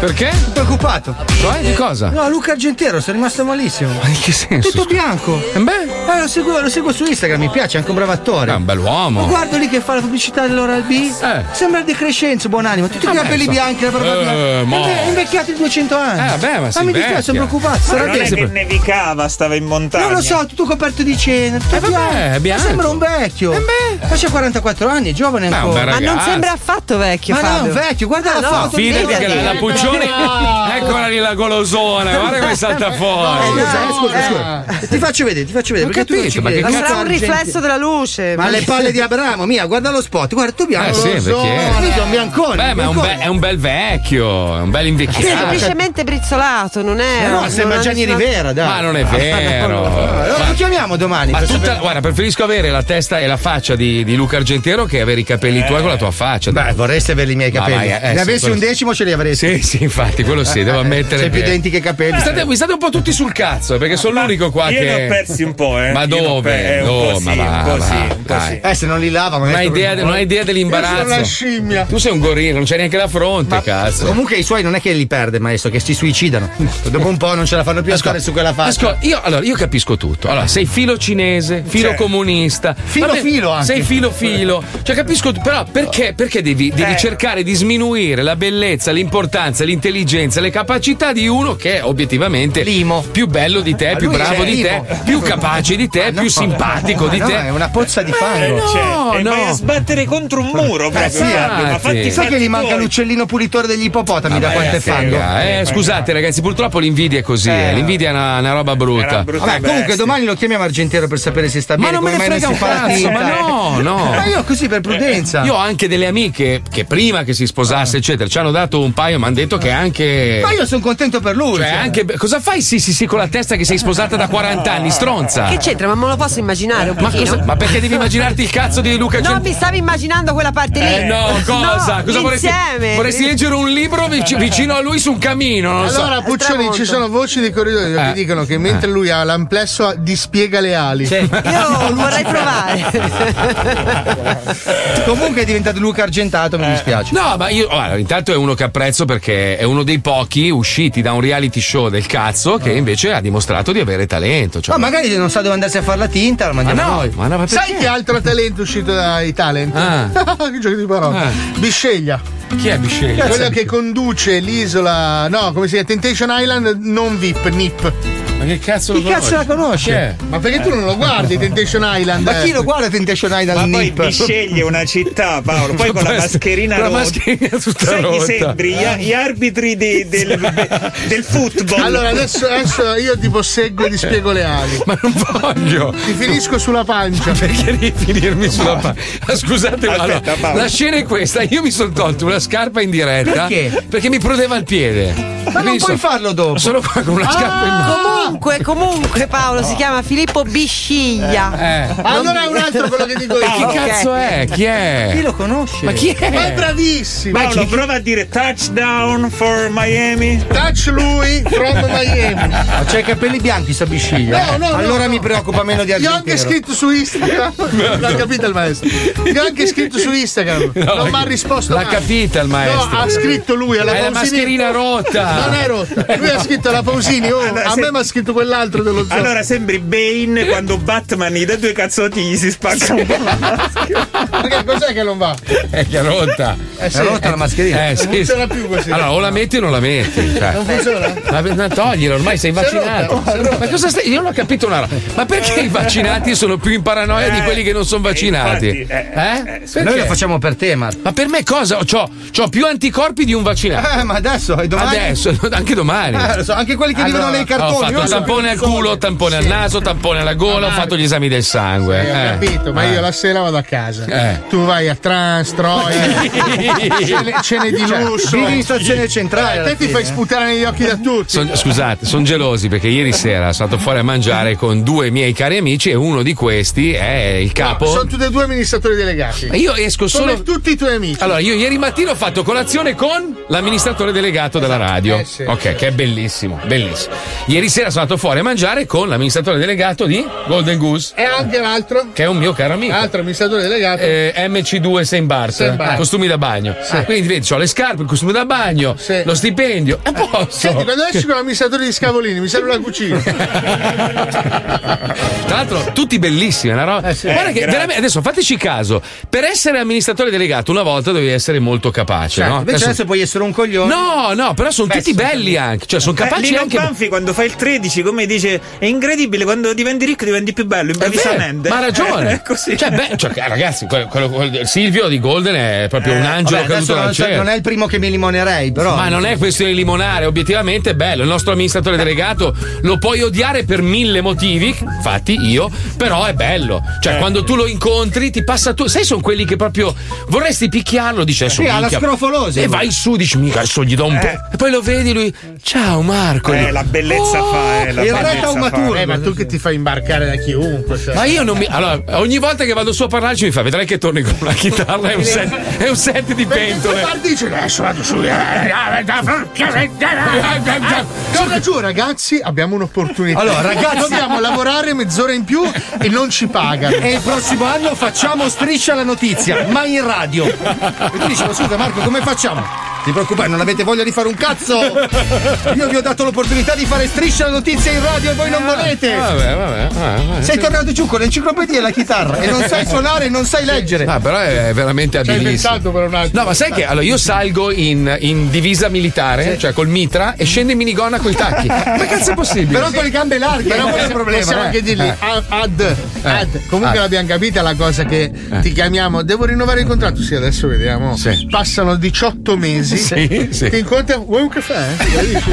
S6: Perché? Sono
S2: preoccupato.
S6: Cioè, di cosa?
S2: No, Luca Argentero, sono rimasto malissimo. Ma
S6: in che senso?
S2: Tutto bianco.
S6: Beh.
S2: Eh, lo seguo, lo seguo su Instagram, mi piace, è anche un bravo attore.
S6: È un bell'uomo.
S2: Lo guardo lì che fa la pubblicità dell'Oral B.
S6: Eh.
S2: Sembra De Crescenzo, buon animo. Tutti
S6: Ah,
S2: con i
S6: beh,
S2: capelli
S6: so.
S2: bianchi, la barba
S6: Eh,
S2: bianca.
S6: mo.
S2: È invecchiato di 200 anni.
S8: Ah,
S2: Ah,
S6: Eh, beh, ma si
S2: mi dispiace,
S6: invecchia.
S2: sono preoccupato.
S8: Ma
S2: Sarà
S8: non è che nevicava, stava in montagna.
S2: Non lo so, tutto coperto di cena.
S6: Eh,
S2: Tutto
S8: è bianco.
S2: Ma sembra un vecchio. Ma c'è 44 anni, è giovane
S8: Beh, è un
S2: ancora.
S8: bel Ma non ragazzo. sembra
S2: affatto vecchio. Ma no, è
S8: Fabio.
S2: un vecchio, guarda
S8: Ah,
S2: la
S8: no,
S2: foto. Eh,
S6: Fidati che la, la Puccioni.
S2: No.
S6: Eccola lì la golosona, guarda come salta fuori.
S2: Eh, no, eh. Ti faccio vedere, ti faccio vedere.
S6: Ho
S2: perché tu non
S6: capito,
S2: ci
S6: ma
S2: credi.
S6: che Ma sarà
S2: Cazzo
S10: un
S2: argenti-
S10: riflesso della luce.
S2: Ma le palle di Abramo, mia, guarda lo spot, guarda tu bianco.
S6: Eh sì,
S2: Lo so,
S6: perché-
S2: capito? un biancone.
S6: Beh, ma è un, be- è un bel vecchio, è un bel
S10: Sì, è
S6: invecchiato.
S10: semplicemente brizzolato, non è.
S2: No,
S10: Eh, non-
S2: sembra
S10: non ha
S2: Gianni
S10: nessuna-
S2: Rivera, dai.
S6: Ma non
S2: <laughs>
S6: è vero.
S2: Allora lo chiamiamo domani.
S6: Ma
S2: per
S6: tutta,
S2: sapere-
S6: guarda, preferisco avere la testa e la faccia di, di Luca Argentero che avere i capelli tuoi con la tua faccia. Beh,
S2: vorresti avere i miei
S6: capelli.
S2: Ne avessi un decimo ce li avresti.
S6: Sì, sì, infatti, quello sì, devo ammettere.
S2: C'hai più
S6: che-
S2: denti che capelli.
S6: Mi state, mi state un po' tutti sul cazzo, eh, perché sono l'unico qua
S8: io
S6: che.
S8: ne ho persi un po', eh.
S6: Ma
S8: Io ne ho per-
S6: dove?
S8: eh, un
S6: No,
S8: po'
S6: ma
S8: sì,
S6: va,
S8: un po'
S6: va,
S8: sì, un po'
S6: dai.
S2: Eh, se non li lava,
S6: Non hai, idea, non hai idea dell'imbarazzo.
S2: Io sono una scimmia.
S6: Tu sei un gorilla, non c'è neanche la fronte, cazzo.
S2: Comunque i suoi non è che li perde, maestro, che si suicidano. Dopo un po' non ce la fanno più a stare su quella faccia.
S6: Ascolta, io, allora, io capisco tutto. Allora, sei filo cinese, filo
S2: Cioè,
S6: comunista.
S2: filo
S6: Vabbè,
S2: filo anche.
S6: Sei filo filo. Cioè, capisco tutto. Però perché, perché devi,
S2: Eh.
S6: devi cercare di sminuire la bellezza, l'importanza, l'intelligenza, le capacità di uno che è obiettivamente più bello di te,
S2: Ma
S6: più
S2: Ah, lui
S6: bravo
S2: è
S6: di te,
S2: limo.
S6: più capace di te, più simpatico di
S2: Ma no,
S6: te.
S2: È una pozza di fango.
S8: Cioè, e vai a sbattere contro un muro proprio.
S2: Eh, sì,
S8: Fabio, ma
S2: eh.
S8: fatti i
S2: sai che
S8: fatti
S2: gli manca
S8: tuoi.
S2: l'uccellino pulitore degli ippopotami da
S6: Vabbè,
S2: quanto è
S6: sì,
S2: fango.
S6: raga, eh, scusate ragazzi, purtroppo l'invidia è così, eh, l'invidia è una, una roba brutta.
S2: Vabbè, comunque domani lo chiamiamo Argentero per sapere se sta
S6: Ma
S2: bene.
S6: non me ne
S2: come mai
S6: frega un
S2: si fa la
S6: cazzo,
S2: tinta.
S6: ma no, no.
S2: Ma io così per prudenza.
S6: Io ho anche delle amiche che prima che si
S2: Ah.
S6: sposasse, eccetera, ci hanno dato un paio, mi hanno detto che anche.
S2: Ma io sono contento per lui.
S6: Cioè, anche. Cosa fai? Sì, sì, sì, con la testa che sei sposata da 40 anni, stronza.
S10: Che c'entra? Ma me lo posso immaginare un
S6: ma,
S10: pochino?
S6: cosa- ma perché devi immaginarti
S10: <laughs>
S6: il cazzo di Luca
S10: No,
S6: Gentile?
S10: mi stavi immaginando quella parte lì.
S6: Eh, no, cosa?
S10: No,
S6: cosa vorresti?
S10: insieme.
S6: Vorresti leggere un libro vic- vicino a lui su un camino? Non lo so.
S7: Allora, Puccioni, ci sono voci dei corridoi
S6: Eh.
S7: che dicono che mentre lui ha l'amplesso dispiega le ali. <laughs>
S10: Io vorrei provare.
S2: Comunque è diventato Luca Argentato, mi dispiace.
S6: No, ma io guarda, intanto è uno che apprezzo perché è uno dei pochi usciti da un reality show del cazzo che invece ha dimostrato di avere talento. Cioè, <laughs>
S2: Ma Ah, magari non sa dove andarsi a fare la tinta, la mandiamo
S6: Ma no,
S2: noi.
S6: ma no, ma perché? Ah.
S7: Sai che altro talento è uscito dai talent? <laughs> che gioco di parole. Bisceglia.
S6: Eh. Chi è Bisceglia?
S7: Quello che conduce l'isola. No, come si chiama? Temptation Island non VIP, NIP.
S6: Ma che cazzo
S7: lo
S2: Chi cazzo la conosce?
S7: Ma perché tu non lo
S6: Eh.
S7: guardi Temptation Island?
S2: Ma chi lo guarda Temptation
S8: Ma
S2: Island?
S8: poi
S2: Nip?
S8: mi sceglie una città, Paolo. Poi con la mascherina
S6: La
S8: rotta.
S6: mascherina tutta
S8: Sai chi
S6: rotta.
S8: sembri? Gli, gli arbitri
S6: <laughs>
S8: di- del, del football.
S7: Allora adesso, adesso io ti posseggo e ti spiego le ali.
S6: Ma non voglio.
S7: Ti finisco sulla pancia.
S6: Perché devi finirmi sulla pancia? Scusate, ma
S7: Aspetta,
S6: allora,
S7: Paolo.
S6: la scena è questa. Io mi sono tolto una scarpa in diretta
S2: Perché?
S6: mi prudeva il piede. Ma
S2: non puoi
S6: farlo dopo. Sono qua con una
S10: Ah,
S6: scarpa in mano.
S10: comunque, comunque Paolo si chiama Filippo Bisciglia.
S2: Ah,
S10: Ah,
S7: Allora è un altro quello che
S10: <laughs>
S7: dico io.
S6: Ma Eh. chi
S7: Ok.
S6: cazzo è? eh, Chi è?
S7: Chi
S6: lo conosce? Ma chi è?
S7: Ma è bravissimo.
S8: Paolo, prova a dire touchdown for Miami.
S7: Touch lui from Miami.
S2: Ma c'hai i capelli bianchi, sta bisciglia.
S7: No, no, no,
S2: allora
S7: no.
S2: mi preoccupa meno di
S7: Gli ho
S2: Argentero.
S7: anche scritto su
S6: <laughs>
S7: Instagram. L'ha capita il maestro. Gli ho anche scritto su Instagram.
S6: No, eh,
S7: non mi ha risposto.
S6: L'ha
S7: mai.
S6: capita il maestro.
S7: No, ha scritto lui alla
S6: È la mascherina rotta.
S7: <laughs>
S6: Eh,
S7: Non è rotta. Lui ha scritto alla Pausini. Oh,
S8: Allora,
S7: a
S8: se-
S6: <laughs>
S7: me mi ha scritto quell'altro dello zoo.
S8: Allora sembri Bane quando Batman gli dà due cazzotti gli si spacca un po'.
S7: Perché cos'è che non va?
S6: È che è rotta.
S7: Eh sì.
S6: È
S7: Eh,
S6: Eh, sì,
S7: non funziona
S6: sì.
S7: più così.
S6: Allora, o la metti o non la metti. cioè.
S7: Non funziona?
S6: Ma, ma toglilo, ormai sei
S7: Si è
S6: vaccinato.
S7: rotta, si è rotta.
S6: Ma cosa stai? Io non ho capito una roba. Ma perché i vaccinati sono più in paranoia di quelli che non sono vaccinati?
S2: infatti,
S6: eh? Perché?
S2: Noi lo facciamo per te, Marco.
S6: Ma per me cosa? C'ho, c'ho più anticorpi di un vaccinato.
S2: Eh, ma adesso, e domani?
S6: Adesso, <laughs> anche domani.
S2: Eh, lo so, anche quelli che vivono nei cartoni,
S6: Ho fatto
S2: io so
S6: tampone al culo, tampone al naso, tampone alla gola, ho fatto gli esami del sangue.
S7: Eh, ho
S6: eh.
S7: capito, ma
S6: Eh.
S7: io la sera vado a casa.
S6: Eh.
S7: Tu vai a trans,
S6: <laughs>
S7: troia, cene, cene di
S2: Cioè,
S7: lusso.
S2: vivi in stazione centrale
S7: Eh,
S2: alla
S7: te ti
S2: fine,
S7: fai
S2: eh.
S7: sputare negli occhi da tutti.
S6: Son- scusate, sono gelosi perché ieri sera sono stato fuori a mangiare con due miei cari amici e uno di questi è il capo.
S7: Sono tutti e due amministratori delegati.
S6: Ma io esco
S7: Sono
S6: solo-
S7: tutti i tuoi amici.
S6: Allora, io ieri mattino ho fatto colazione con l'amministratore delegato della
S7: Esatto.
S6: radio.
S22: eh sì.
S6: ok, che è bellissimo, bellissimo. Ieri sera sono andato fuori a mangiare con l'amministratore delegato di Golden Goose.
S7: E anche l'altro?
S6: Che è un mio caro amico.
S7: Altro amministratore delegato.
S6: Eh, MC2 Saint Bars,
S7: Saint Barth.
S6: costumi da bagno. Ah, Quindi vedi, ho le scarpe, il costume da bagno, lo stipendio. E posso.
S7: Senti, quando esci con l'amministratore di Scavolini, mi serve la cucina.
S6: Tra l'altro, tutti bellissimi. è Una roba.
S7: sì.
S6: Guarda
S7: Eh,
S6: che
S7: grazie.
S6: veramente- adesso fateci caso: per essere amministratore delegato, una volta dovevi essere molto capace,
S9: Certo,
S6: no?
S9: invece adesso puoi essere un coglione.
S6: No, no, però sono tutti belli anche, cioè sono capaci
S22: Eh, Lino
S6: anche.
S22: Banfi quando fai il 13, come dice, è incredibile, quando diventi ricco diventi più bello,
S6: È vero,
S22: improvvisamente.
S6: Eh, ma
S9: <laughs>
S6: ha ragione.
S22: <laughs> È così.
S6: Cioè, beh, cioè, ragazzi, quello- quello- quello- Silvio di Golden è proprio
S2: Eh,
S6: un angelo
S9: Eh, Vabbè,
S6: caduto
S9: adesso
S6: dal
S9: non,
S6: cielo.
S9: non è il primo che mi limonerei, però.
S6: Ma non è questione di limonare, obiettivamente è bello. Il nostro amministratore delegato lo puoi odiare per mille motivi, infatti io, però è bello.
S9: Eh.
S6: Cioè, quando tu lo incontri, ti passa tu. Sai, sono quelli che proprio vorresti picchiarlo, dice adesso.
S9: Sì, alla
S6: minchia.
S9: scrofolosi.
S6: E vai su, dici, mica adesso gli do un
S9: Eh.
S6: po'. E poi lo vedi lui. Ciao Marco.
S22: Eh, la bellezza fa, eh, la bellezza fa.
S7: Eh, ma tu che ti fai imbarcare da chiunque. cioè.
S6: Ma io non mi. Allora, ogni volta che vado su a parlarci mi fa, vedrai che torni con una chitarra e un set, e un set di pentole.
S7: Ma dice adesso vado su. eh, eh, eh, Torna giù, ragazzi, abbiamo un'opportunità.
S2: Allora, ragazzi-
S7: dobbiamo lavorare mezz'ora in più e non ci pagano.
S2: E il prossimo anno facciamo striscia la
S6: <laughs>
S2: notizia, ma in radio. E tu dici, ma scusa Marco, come facciamo? Ti preoccupare, non avete voglia di fare un cazzo! Io vi ho dato l'opportunità di fare striscia la notizia in radio e voi non volete!
S6: Vabbè, vabbè, vabbè, vabbè.
S2: Sei tornato giù con l'enciclopedia e la chitarra e non
S6: <laughs>
S2: sai suonare e non sai leggere.
S6: Ah, però è veramente abilissimo.
S7: inventato per un attimo.
S6: No, ma sai che allora io salgo in, in divisa militare, cioè col mitra, e scendo in minigonna coi tacchi. Ma cazzo è possibile?
S7: Però con le gambe larghe,
S6: Però
S7: però
S6: quello è il problema,
S7: Possiamo
S6: eh.
S7: anche dirgli
S6: Eh. Ah.
S7: ad, ad, ad. Comunque
S6: ad.
S7: l'abbiamo capita la cosa che
S6: Eh.
S7: ti chiamiamo. Devo rinnovare il contratto? Sì, adesso vediamo. Passano 18 mesi.
S6: Sì, sì.
S7: Ti incontri. Vuoi un caffè? Capisci?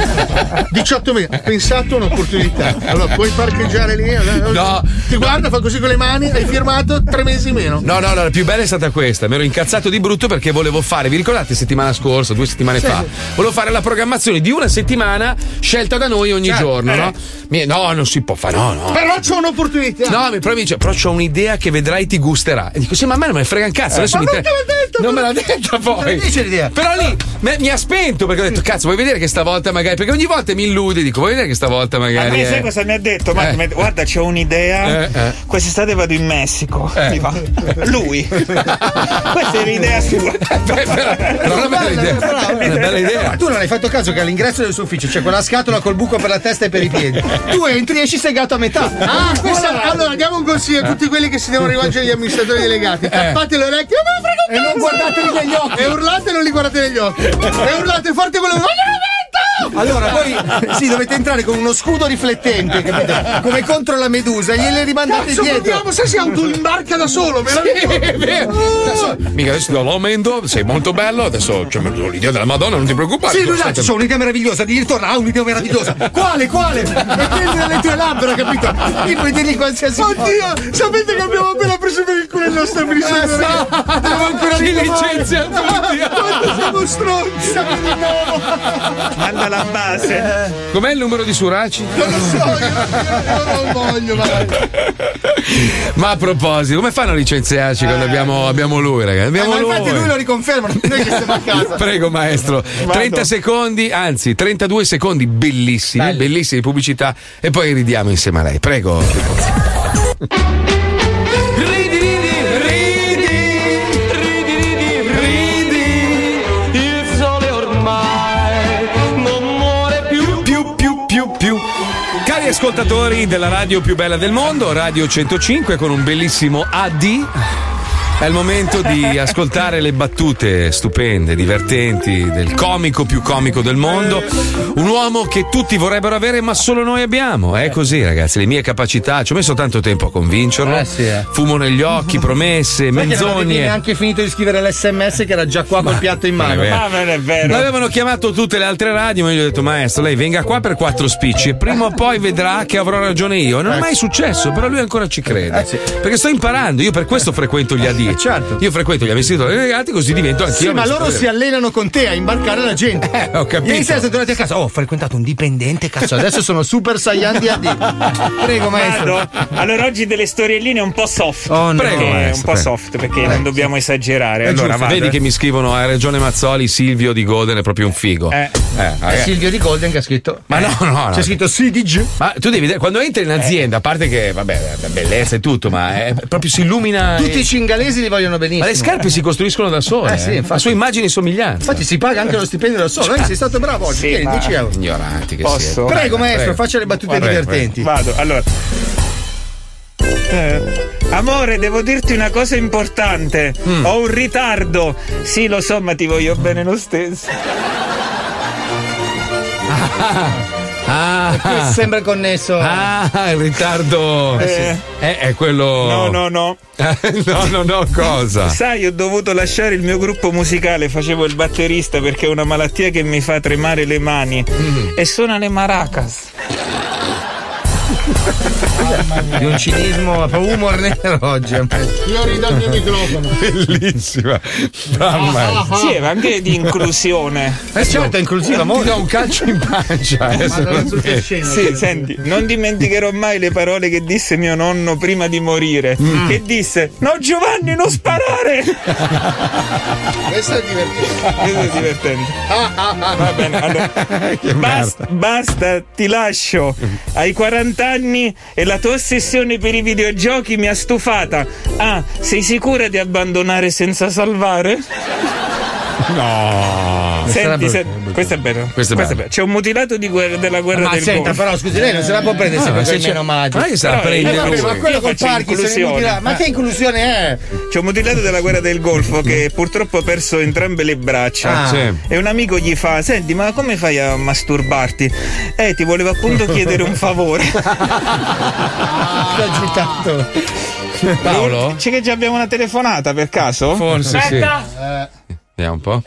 S7: 18 mesi. Ho pensato a un'opportunità. Allora, puoi parcheggiare lì?
S6: No.
S7: Ti guarda, fa così con le mani, hai firmato tre mesi meno.
S6: No, no, no, la più bella è stata questa. Mi ero incazzato di brutto perché volevo fare, vi ricordate settimana scorsa, due settimane
S7: Sì,
S6: fa? Volevo fare la programmazione di una settimana scelta da noi
S2: Certo.
S6: ogni giorno, no?
S2: Eh.
S6: Mi- no, non si può fare, no, no.
S7: Però c'ho un'opportunità.
S6: No, mi- però mi dice, però c'ho un'idea che vedrai ti gusterà. E dico, sì, ma a me non me ne frega un cazzo.
S12: Eh,
S6: Adesso
S7: Ma
S6: mi
S7: non
S6: inter-
S7: te l'ho detto,
S6: non me
S7: ma-
S6: l'ha detta poi.
S7: Te la dice l'idea.
S6: Però lì me- mi ha spento perché ho detto, cazzo, vuoi vedere che stavolta magari. Perché ogni volta mi illude, dico, vuoi vedere che stavolta
S22: A
S6: magari.
S22: me
S6: eh,
S22: sai cosa mi ha detto? Ma-
S6: Eh.
S22: mi ha detto, Guarda, c'ho un'idea.
S6: Eh, eh.
S22: Quest'estate vado in Messico. Mi fa.
S6: <laughs>
S22: Lui. Questa è l'idea sua.
S6: però una bella idea.
S2: Una
S6: bella idea.
S2: Tu non hai fatto caso che all'ingresso del suo ufficio c'è quella scatola col buco per la testa e per i piedi. Tu entri e esci segato a metà.
S7: Ah, questa, allora diamo un consiglio
S6: Eh.
S7: a tutti quelli che si devono rivolgere agli amministratori delegati. Tappate le orecchie "Ma
S2: E
S7: me ne frega un
S2: non
S7: cazzo!"
S2: guardateli negli occhi.
S7: E urlate e non li guardate negli
S6: <laughs>
S7: occhi. E urlate forte quello. "Ma gliel'ho detto!"
S2: Allora voi sì, dovete entrare con uno scudo riflettente, capito? Come contro la medusa, gliele rimandate
S7: Cazzo,
S2: dietro.
S7: proviamo, se si autoimbarca da solo, me la
S2: Sì,
S7: ricordo.
S2: è vero.
S6: Adesso- Mica adesso ti do l'aumento, sei molto bello, adesso cioè, mi do l'idea della Madonna, non ti preoccupare.
S2: Sì,
S6: Dico,
S2: lui là,
S6: aspetta-
S2: c'ho un'idea meravigliosa, di ritorno, ah, un'idea meravigliosa. Quale, quale? E prendi dalle tue labbra, capito? E puoi dirgli qualsiasi cosa.
S7: Oddio, sapete che abbiamo appena preso per il culo il nostro amministratore? Devo ancora
S6: Ci
S7: rinnovare.
S6: licenziano tutti.
S7: Quanto siamo stronzi, siamo di nuovo.
S22: Manda la base.
S6: Eh. Com'è il numero di Suraci?
S7: Non lo so, io, io non voglio, ma.
S6: Ma a proposito, come fanno a licenziarci quando abbiamo, abbiamo lui, ragazzi? Abbiamo
S2: Eh, Ma infatti lui lo riconferma, noi che stiamo a casa.
S6: Prego maestro, 30 secondi, anzi 32 secondi bellissimi, bellissimi di pubblicità e poi ridiamo insieme a lei. Prego.
S4: Ridi, ridi, ridi, ridi, ridi, ridi, il sole ormai non muore più, più, più, più, più.
S6: Cari ascoltatori della radio più bella del mondo, Radio 105 con un bellissimo AD. È il
S9: <laughs>
S6: momento di ascoltare le battute stupende, divertenti del comico più comico del mondo. Un uomo che tutti vorrebbero avere, ma solo noi abbiamo. È così, ragazzi. Le mie capacità, ci ho messo tanto tempo a convincerlo. Fumo negli occhi, promesse,
S9: Eh Sai che non avevi
S6: menzogne.
S9: neanche finito di scrivere l'SMS che era già qua col piatto in
S6: non è
S9: mano.
S6: vero. Ah,
S22: non è
S6: L'avevano chiamato tutte le altre radio, ma io gli ho detto, maestro, lei venga qua per quattro spicci e prima o poi vedrà che
S2: Ecco. Eh,
S6: avrò ragione io. Non è mai successo, però lui ancora ci crede. Perché sto imparando, io per questo frequento gli AD, così. Io frequento gli amministratori delegati così divento anch'io.
S2: certo. Sì, ma loro si
S6: amministratore.
S2: allenano con te a imbarcare la gente. Eh,
S6: ho capito.
S2: Ieri sera sono tornati a casa. Oh, ho frequentato un dipendente, cazzo. Adesso sono super saiyan di
S6: <laughs>
S2: AD. Prego, maestro.
S8: Vado? <laughs> Allora oggi delle storielline un po' soft.
S6: Oh, no.
S8: Perché
S6: Prego,
S8: un
S6: maestro,
S8: po'
S6: prego.
S8: soft perché non dobbiamo esagerare.
S6: Eh,
S8: allora
S6: giusto,
S8: vado,
S6: vedi
S8: eh.
S6: che mi scrivono hai ragione Mazzoli, Silvio di Golden è proprio un figo. ah,
S8: Eh.
S6: ragazzi.
S2: Silvio di Golden che ha scritto. eh,
S6: Ma no, no, no.
S2: C'è scritto CDG.
S6: Ma Ah, tu devi vedere, quando
S2: Eh.
S6: entri in azienda, a parte che, vabbè, la bellezza e tutto, ma è- proprio si illumina.
S2: Tutti
S6: e-
S2: i cingalesi li vogliono benissimo.
S6: eh, Ma le scarpe si costruiscono da sole.
S2: Eh sì, infatti.
S6: La sua immagine e somiglianza.
S2: Infatti si paga anche lo stipendio da solo. Eh, sei stato bravo oggi. Tieni, 10
S6: <laughs>
S2: euro.
S6: Ignoranti che
S2: Posso?
S6: siete.
S2: Prego,
S6: Vai,
S2: maestro,
S6: prego.
S2: faccia le battute
S6: Prego,
S2: divertenti.
S8: Vado, allora. Eh, amore, devo dirti una cosa importante.
S6: Mm.
S8: Ho un ritardo. Sì, lo so, ma ti voglio bene lo stesso.
S2: È sempre connesso. <laughs>
S6: Ah, il ritardo.
S8: Eh, sì.
S6: Eh, è quello.
S8: No, no, no.
S6: <laughs> no, no, no, cosa?
S8: Sai, ho dovuto lasciare il mio gruppo musicale, facevo il batterista perché è una malattia che mi fa tremare le mani.
S6: Mm.
S8: E suona le maracas.
S2: Di un cinismo, proprio humor nero oggi. eh.
S7: Io rido il mio microfono.
S2: <laughs>
S6: Bellissima.
S7: mia.
S8: Ah, Sì, ma anche di inclusione.
S2: Eh certo, è inclusiva, amore.
S6: Ti do un calcio in pancia. eh, se non te.
S8: Sì, senti, non dimenticherò mai le parole che disse mio nonno prima di morire.
S6: Mm.
S8: Che disse: No, Giovanni, non
S6: <laughs>
S8: sparare!
S7: Questo è divertente.
S8: Questo è divertente.
S2: Ah,
S8: Ah, Va bene, <laughs>
S2: Eh,
S8: allora. Bas- basta, ti lascio. Hai 40 anni e la tua ossessione per i videogiochi mi ha stufata. Ah, sei sicura di abbandonare senza salvare? Ah,
S6: No.
S8: Senti, se- questo è bello.
S6: Questo è bello.
S8: C'è un mutilato di guerra- della guerra
S2: Ma
S8: del
S2: senta,
S8: Golfo.
S2: però, scusi, lei non se la può
S8: Ah,
S2: prendere sempre con il meno maggio.
S8: Ma
S2: Ma
S8: io
S2: che
S8: se la prende lui.
S2: Ma quello
S8: Io
S2: col
S8: faccio
S2: Parkinson è
S8: inclusione.
S2: mutila- Ma che inclusione è?
S8: C'è un mutilato della guerra del Golfo che purtroppo ha perso entrambe le braccia.
S2: Ah. Sì.
S8: E un amico gli fa: Senti, ma come fai a masturbarti? Eh, ti volevo appunto chiedere un
S2: <laughs>
S8: favore.
S2: Sto agitando.
S8: Paolo? C'è che già abbiamo una telefonata per caso?
S6: Forse sì.
S7: Ecco.
S6: Vediamo un po'.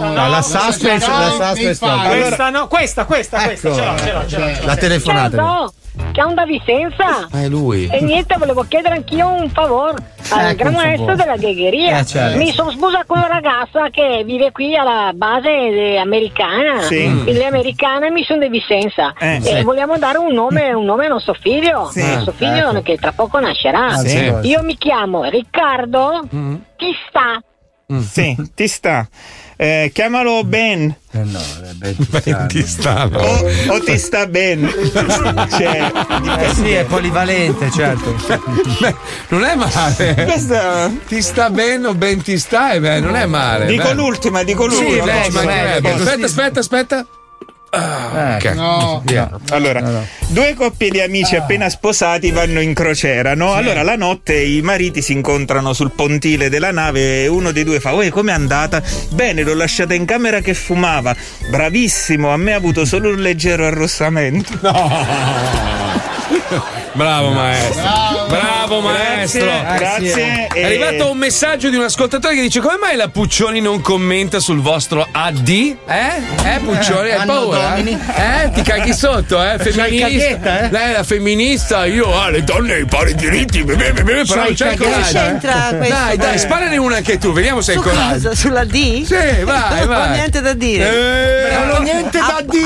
S3: No,
S2: la suspense- la suspense no. Ecco.
S3: Questa no, questa, questa, questa. Ce l'ho, ce l'ho, ce l'ho. ce l'ho.
S2: La telefonata.
S32: Ciao, ciao da Vicenza.
S2: Ma è lui.
S8: Eh,
S32: E niente, volevo chiedere anch'io un favore al
S2: Ecco
S32: gran
S2: un
S32: maestro
S2: favore.
S32: della ghegheria.
S2: Eh, certo.
S32: Mi sono sposata con una ragazza che vive qui alla base eh, americana. Sì.
S2: Mm.
S32: Quindi Le americane mi sono di Vicenza. Eh, e sì. vogliamo dare un nome, un nome a nostro figlio. Sì. A nostro Ah, figlio
S2: Certo.
S32: ecco. che tra poco nascerà. Ah, sì. Io mi chiamo Riccardo
S2: Mm.
S32: Chi sta?
S8: Mm. Sì, ti sta. Eh, chiamalo Ben.
S6: Ben Eh, ti sta. no?
S8: O, o ti sta
S6: <laughs>
S8: Ben. Cioè,
S2: Eh sì, è polivalente, certo.
S6: Beh, non è male.
S8: Questa-
S6: Ti sta bene o ben ti sta? Eh beh, non è male.
S8: Dico
S6: Beh.
S8: l'ultima, dico
S6: Sì,
S8: l'ultima.
S6: beh,
S8: Sì, sì,
S6: ma che-
S8: sì.
S6: aspetta, aspetta, aspetta. Ah, ok.
S8: Eh, No, Ah.
S6: Via.
S8: Allora, due coppie di amici appena sposati vanno in crociera, no? Allora la notte i mariti si incontrano sul pontile della nave e uno dei due fa: Uè, com'è andata? Bene, l'ho lasciata in camera che fumava. Bravissimo, a me ha avuto solo un leggero arrossamento. <laughs>
S6: Bravo maestro. Bravo,
S8: Grazie,
S6: maestro.
S8: grazie.
S6: È arrivato un messaggio di un ascoltatore che dice: Come mai la Puccioni non commenta sul vostro AD? Eh? Eh, Puccioni? Hai
S2: Anno
S6: paura?
S2: domini.
S6: Eh? Ti caghi sotto, eh?
S2: C'hai
S6: Femminista.
S2: Cioè, caghetta, eh?
S6: Lei è la femminista, io ah, le donne i pari diritti. beh, beh, beh, beh, Però
S2: C'hai
S6: non c'è il
S2: Cioè, caghetta.
S6: coraggio.
S2: Che c'entra
S6: eh.
S2: questo?
S6: Dai, dai,
S2: Eh.
S6: sparane una anche tu, vediamo se hai
S10: Su
S6: coraggio.
S10: cosa? Sulla D?
S6: Sì, vai,
S10: <laughs> Non
S6: vai.
S10: ho niente da dire. Ah,
S6: Eh,
S10: Non ho niente da dire.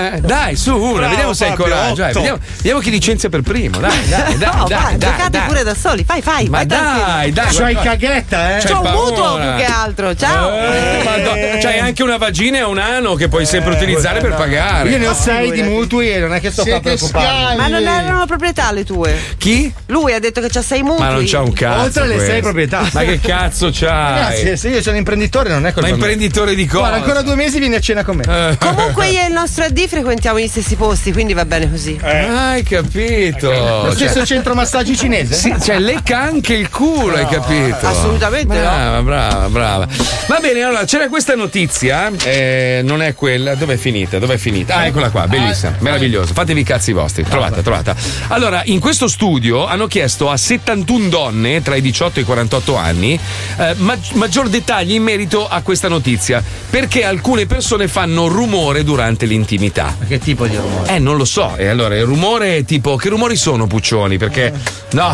S10: <laughs>
S6: Eh, dai, su una,
S10: Bravo,
S6: vediamo se hai
S10: Fabio,
S6: coraggio. dai,
S10: otto.
S6: vediamo, vediamo chi licenzia per primo. Dai,
S2: <laughs>
S6: dai, dai.
S10: no,
S6: dai,
S10: vai,
S6: dai,
S10: giocate
S6: dai.
S10: pure da soli. Fai, fai.
S6: Ma
S10: vai tranquillo.
S6: dai, dai. C'hai caghetta, eh? C'hai
S10: C'ho un
S6: paura.
S10: mutuo più che altro. Ciao.
S6: Eh, madonna, c'hai anche una vagina e un ano che puoi sempre utilizzare per pagare.
S2: Eh, Io ne ho sei di mutui e non è che sto qua per occuparmi.
S10: Ma non erano proprietà le tue?
S6: Chi?
S10: Lui ha detto che c'ha sei mutui.
S6: Ma non c'ha un cazzo.
S2: Oltre alle
S6: questo.
S2: sei proprietà.
S6: Ma che cazzo
S2: Ragazzi,
S6: c'hai?
S2: se io sono imprenditore non
S7: <laughs>
S2: è colpa
S6: Ma
S2: mia.
S6: imprenditore di Eh. cosa?
S2: Guarda, ancora due mesi vieni a cena con me.
S10: Comunque io e il nostro AD frequentiamo gli stessi posti, quindi va bene così.
S6: Ah, hai capito.
S2: Lo stesso
S6: Cioè-
S2: centro massaggi cinese?
S6: Sì, cioè lecca anche il culo, hai capito?
S10: assolutamente no.
S6: brava, Brava, brava, Va bene, allora c'era questa notizia, eh, non è quella, dov'è finita? Dov'è finita? Ah, eccola qua, bellissima, meravigliosa. Fatevi i cazzi vostri, trovata, trovata. Allora, in questo studio hanno chiesto a 71 donne tra i 18 e i 48 anni eh, ma- maggior dettagli in merito a questa notizia, perché alcune persone fanno rumore durante l'intimità.
S2: Che tipo di rumore?
S6: Eh, non lo so. E allora il rumore tipo. Che rumori sono, Puccioni? Perché perché. No,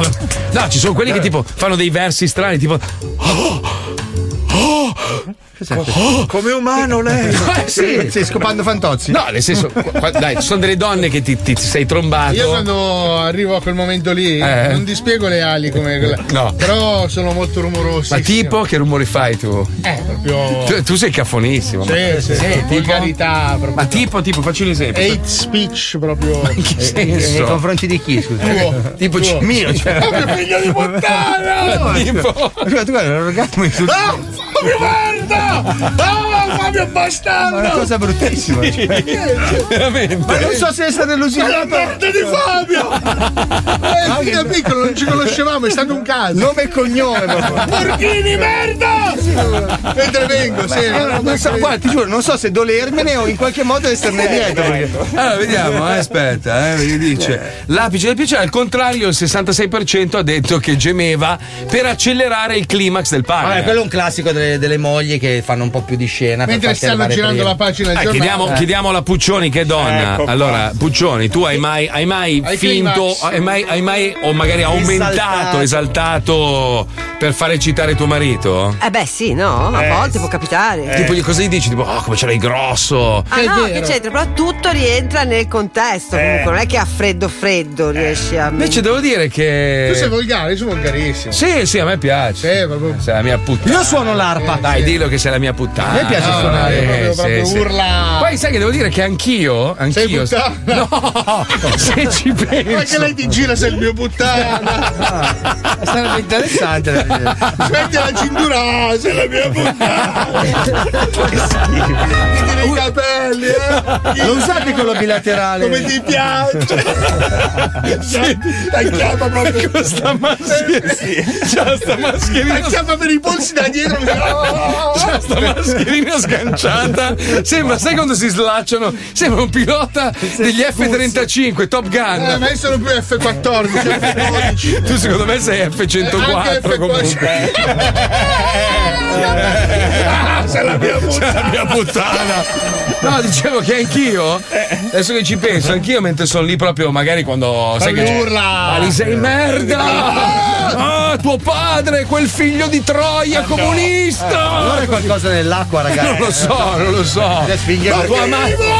S6: no, ci sono quelli che tipo fanno dei versi strani, tipo. "Oh, oh, oh,
S33: Come umano
S6: <laughs>
S33: lei!
S6: Eh, sì.
S33: Stai scopando fantozzi?
S6: No, nel senso, qua- qua- dai, ci sono delle donne che ti, ti- ti sei trombato.
S7: Io quando arrivo a quel momento lì
S6: Eh.
S7: non dispiego le ali come quella.
S6: No.
S7: Però sono molto rumoroso.
S6: Ma tipo, che rumori fai tu?
S7: Eh, proprio.
S6: Tu, tu sei caffonissimo. ma-
S7: Sì, sì,
S6: Sì, tipo-
S7: vulgarità proprio.
S6: Ma tipo, tipo, faccio un esempio.
S7: Hate speech proprio. Ma
S6: che senso?
S2: Eh, Nei confronti di chi? Scusa. <laughs>
S7: Tuo.
S6: Tipo
S7: Tuo.
S2: mio, cioè.
S7: Proprio figlio di puttana!
S2: <laughs> Tipo- Guarda, tu guarda, l'orgasmo in tutto.
S7: Ah, Fabio merda! Ah, Fabio bastardo!
S2: Ma è una cosa bruttissima. cioè.
S7: Ma non so se è stata illusione. Ma la merda di Fabio! <laughs> Eh, fin da piccolo non ci conoscevamo, è stato un caso. Nome e cognome, Borghini merda! Mentre vengo, sì.
S2: Io non- non so- guarda, ti giuro, non so se dolermene o in qualche
S7: <laughs>
S2: modo esserne dietro. perché-
S6: Allora, vediamo, eh, aspetta, eh, perché dice. L'apice del piacere, al contrario, il 66% ha detto che gemeva per accelerare il climax del pane.
S2: Vabbè,
S6: quello
S2: è un classico delle, delle mogli che fanno un po' più di scena. per
S7: Mentre
S2: farti
S7: stanno
S2: arrivare
S7: girando
S2: prima.
S7: la pagina del
S6: Eh,
S7: giornale.
S6: chiediamo, chiediamolo a Puccioni che è donna.
S2: Ecco qua.
S6: allora, Puccioni, tu hai mai, hai mai
S2: Ai
S6: finto,
S2: climax.
S6: hai mai, hai mai o magari aumentato, esaltato per far eccitare tuo marito?
S10: Eh beh sì, no? A
S6: Eh,
S10: volte può capitare.
S2: Eh.
S6: Tipo, gli- cosa gli dici? Tipo, oh, come ce l'hai grosso.
S10: Ah no, che c'entra? Però tutto rientra nel contesto. Comunque non è che a freddo freddo riesci a.
S6: Eh. Invece devo dire che.
S10: Tu sei
S7: volgare, io sono volgarissimo.
S6: Sì, sì, a me piace. Sei la mia puttana. Io suono l'arpa. Dai, dillo che sei la mia puttana.
S2: A me piace suonare,
S6: eh,
S2: proprio- proprio urla.
S6: Poi sai che devo dire che anch'io, anch'io. No, se ci penso.
S7: Ma che lei ti gira sei il mio puttana. Ah,
S2: Sarebbe interessante.
S7: <laughs>
S2: da vedere.
S7: Metti la cintura, ah, sei la mia puttana. Metti i capelli, eh.
S2: Lo usate quello bilaterale.
S7: Come ti piace? La chiama proprio.
S6: Ecco,
S7: Con sta mascherina. C'ha sta mascherina. La chiama per i polsi da dietro.
S6: <laughs> C'ha sta mascherina Cioè, sganciata. Sembra, sai quando si slacciano? Sembra un pilota degli F-35, Top
S7: Eh, ma
S6: Gun.
S7: io sono più F14, F12.
S6: Tu secondo me sei F104
S7: Anche Eh, F4.
S6: comunque.
S7: eh, Sei Ah, la mia
S6: C'è la mia puttana. No, dicevo che anch'io,
S2: Eh.
S6: adesso che ci penso, anch'io mentre sono lì proprio, magari quando sai che c'è-
S12: urla.
S6: Ali sei merda! Ah, tuo padre, quel figlio di
S7: Eh,
S6: Troia comunista!
S2: Allora è qualcosa nell'acqua, Oh, ragazzi.
S6: Non lo so, non lo so.
S2: Adesso finghiamo-
S6: tua madre.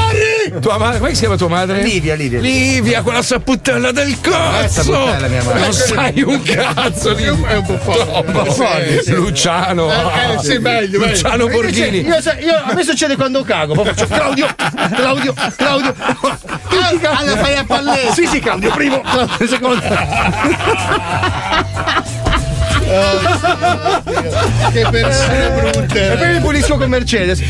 S6: Tua madre, come si chiama tua madre?
S2: Livia, Livia.
S6: Livia, quella saputtella del
S2: Questa
S6: cazzo!
S2: puttana, mia madre.
S6: Non sai un cazzo di.
S7: È un po'
S6: Troppo forte. Luciano.
S2: Eh, eh, sì, meglio, meglio.
S6: Luciano Borghini.
S2: Io, sai- io- a me succede quando cago, poi faccio Claudio, Claudio, Claudio.
S7: Ah, la fai a palletto.
S2: Sì, sì, Claudio, primo, Claudio, secondo.
S12: Ah,
S7: Eh, Che persone brutte.
S2: Eh. E poi mi pulisco con Mercedes.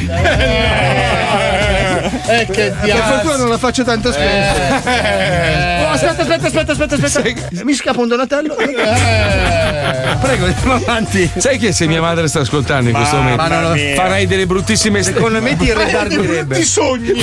S7: Eh, che
S2: Per
S7: diavolo.
S2: fortuna non la faccio tanto spesso.
S7: Eh.
S2: Oh, aspetta, aspetta, aspetta, aspetta, aspetta. Mi scappa un Donatello. Prego, andiamo avanti.
S6: Sai che se mia madre sta ascoltando in questo
S2: Mamma
S6: momento
S2: mia.
S6: farai delle bruttissime
S2: Secondo me ti
S6: redarguirebbe.
S2: redarguirebbe.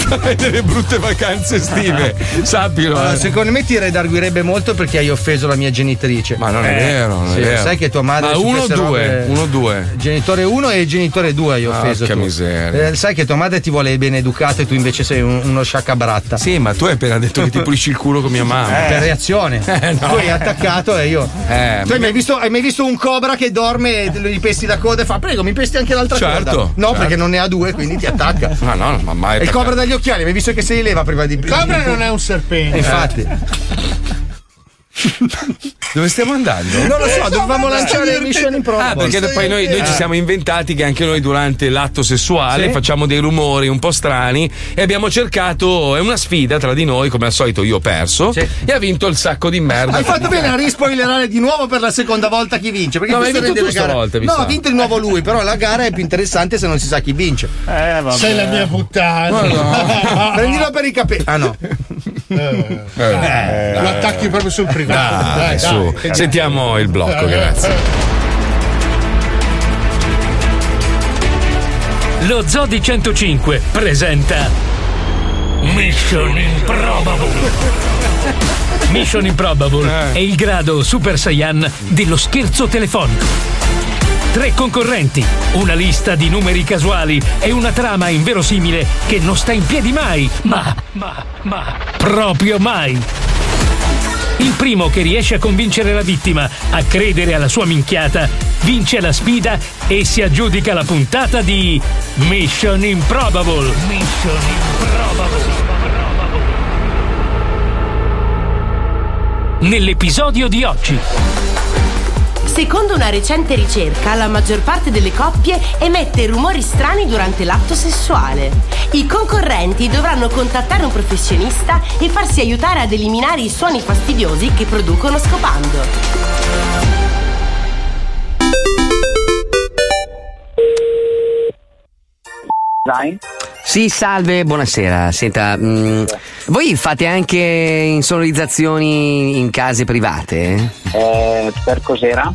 S6: <laughs> Farai delle brutte vacanze estive. Sappilo.
S2: Allora,
S6: eh.
S2: secondo me ti redarguirebbe molto perché hai offeso la mia genitrice. Ma
S6: Ah, non è vero, non è vero.
S2: Eh, Sai che tua madre.
S6: Ma
S2: su
S6: uno o
S2: queste
S6: due?
S2: robe-
S6: Uno o due? Ah,
S2: Genitore 1 e genitore 2 hai offeso.
S6: Porca
S2: tu.
S6: miseria.
S2: Eh, sai che tua madre ti vuole ben educato e tu invece sei un- uno sciacabratta.
S6: Sì, ma tu hai appena detto che ti pulisci il culo con mia mamma.
S2: Eh. Per reazione.
S6: <laughs> Eh, no.
S2: Tu hai attaccato e io.
S6: Eh,
S2: Tu hai, mai visto, hai mai visto un cobra che dorme e gli pesti la coda e fa prego mi pesti anche l'altra
S6: Certo,
S2: coda? No,
S6: certo.
S2: perché non ne ha due, quindi ti
S6: <laughs>
S2: attacca.
S6: ma no, ma mai.
S2: E il cobra dagli occhiali, hai visto che se li leva prima di.
S7: Cobra non è un serpente.
S2: Eh, Infatti.
S6: <laughs> Dove stiamo
S7: Eh.
S6: andando?
S2: Non lo so, dovevamo lanciare Mission Improbable.
S6: Ah, perché poi noi, noi ci siamo inventati che anche noi durante l'atto sessuale
S2: Eh. Sì.
S6: facciamo dei rumori un po' strani e abbiamo cercato, è una sfida tra di noi, come al solito io ho perso e ha vinto il sacco di merda.
S2: Hai fatto bene a rispoilerare di nuovo per la seconda volta chi vince. Perché
S6: No, ma hai
S2: questo
S6: vinto
S2: rende
S6: tu
S2: la gara-
S6: stavolta, mi
S2: No,
S6: sa.
S2: ha vinto di nuovo lui, però la gara è più interessante se non si sa chi vince.
S8: Eh,
S7: Sei la mia puttana. <laughs>
S2: Prendilo per i capelli. Ah no.
S7: Lo attacchi proprio sul privato.
S6: Eh,
S7: Dai,
S6: Dai,
S7: dai.
S6: su. Sentiamo il
S5: Eh.
S29: Eh,
S6: blocco, grazie.
S29: Lo Zodi 105 presenta Mission Improbable. Mission Improbable è il grado Super Saiyan dello scherzo telefonico. Tre concorrenti, una lista di numeri casuali e una trama inverosimile che non sta in piedi mai, ma, ma, ma, proprio mai. Il primo che riesce a convincere la vittima a credere alla sua minchiata vince la sfida e si aggiudica la puntata di Mission Improbable. Mission Improbable. Nell'episodio di oggi.
S10: Secondo una recente ricerca, la maggior parte delle coppie emette rumori strani durante l'atto sessuale. I concorrenti dovranno contattare un professionista e farsi aiutare ad eliminare i suoni fastidiosi che producono scopando.
S3: Sì, salve, buonasera. Senta, mm, voi fate anche insonorizzazioni in case private?
S15: Eh,
S3: per cos'era?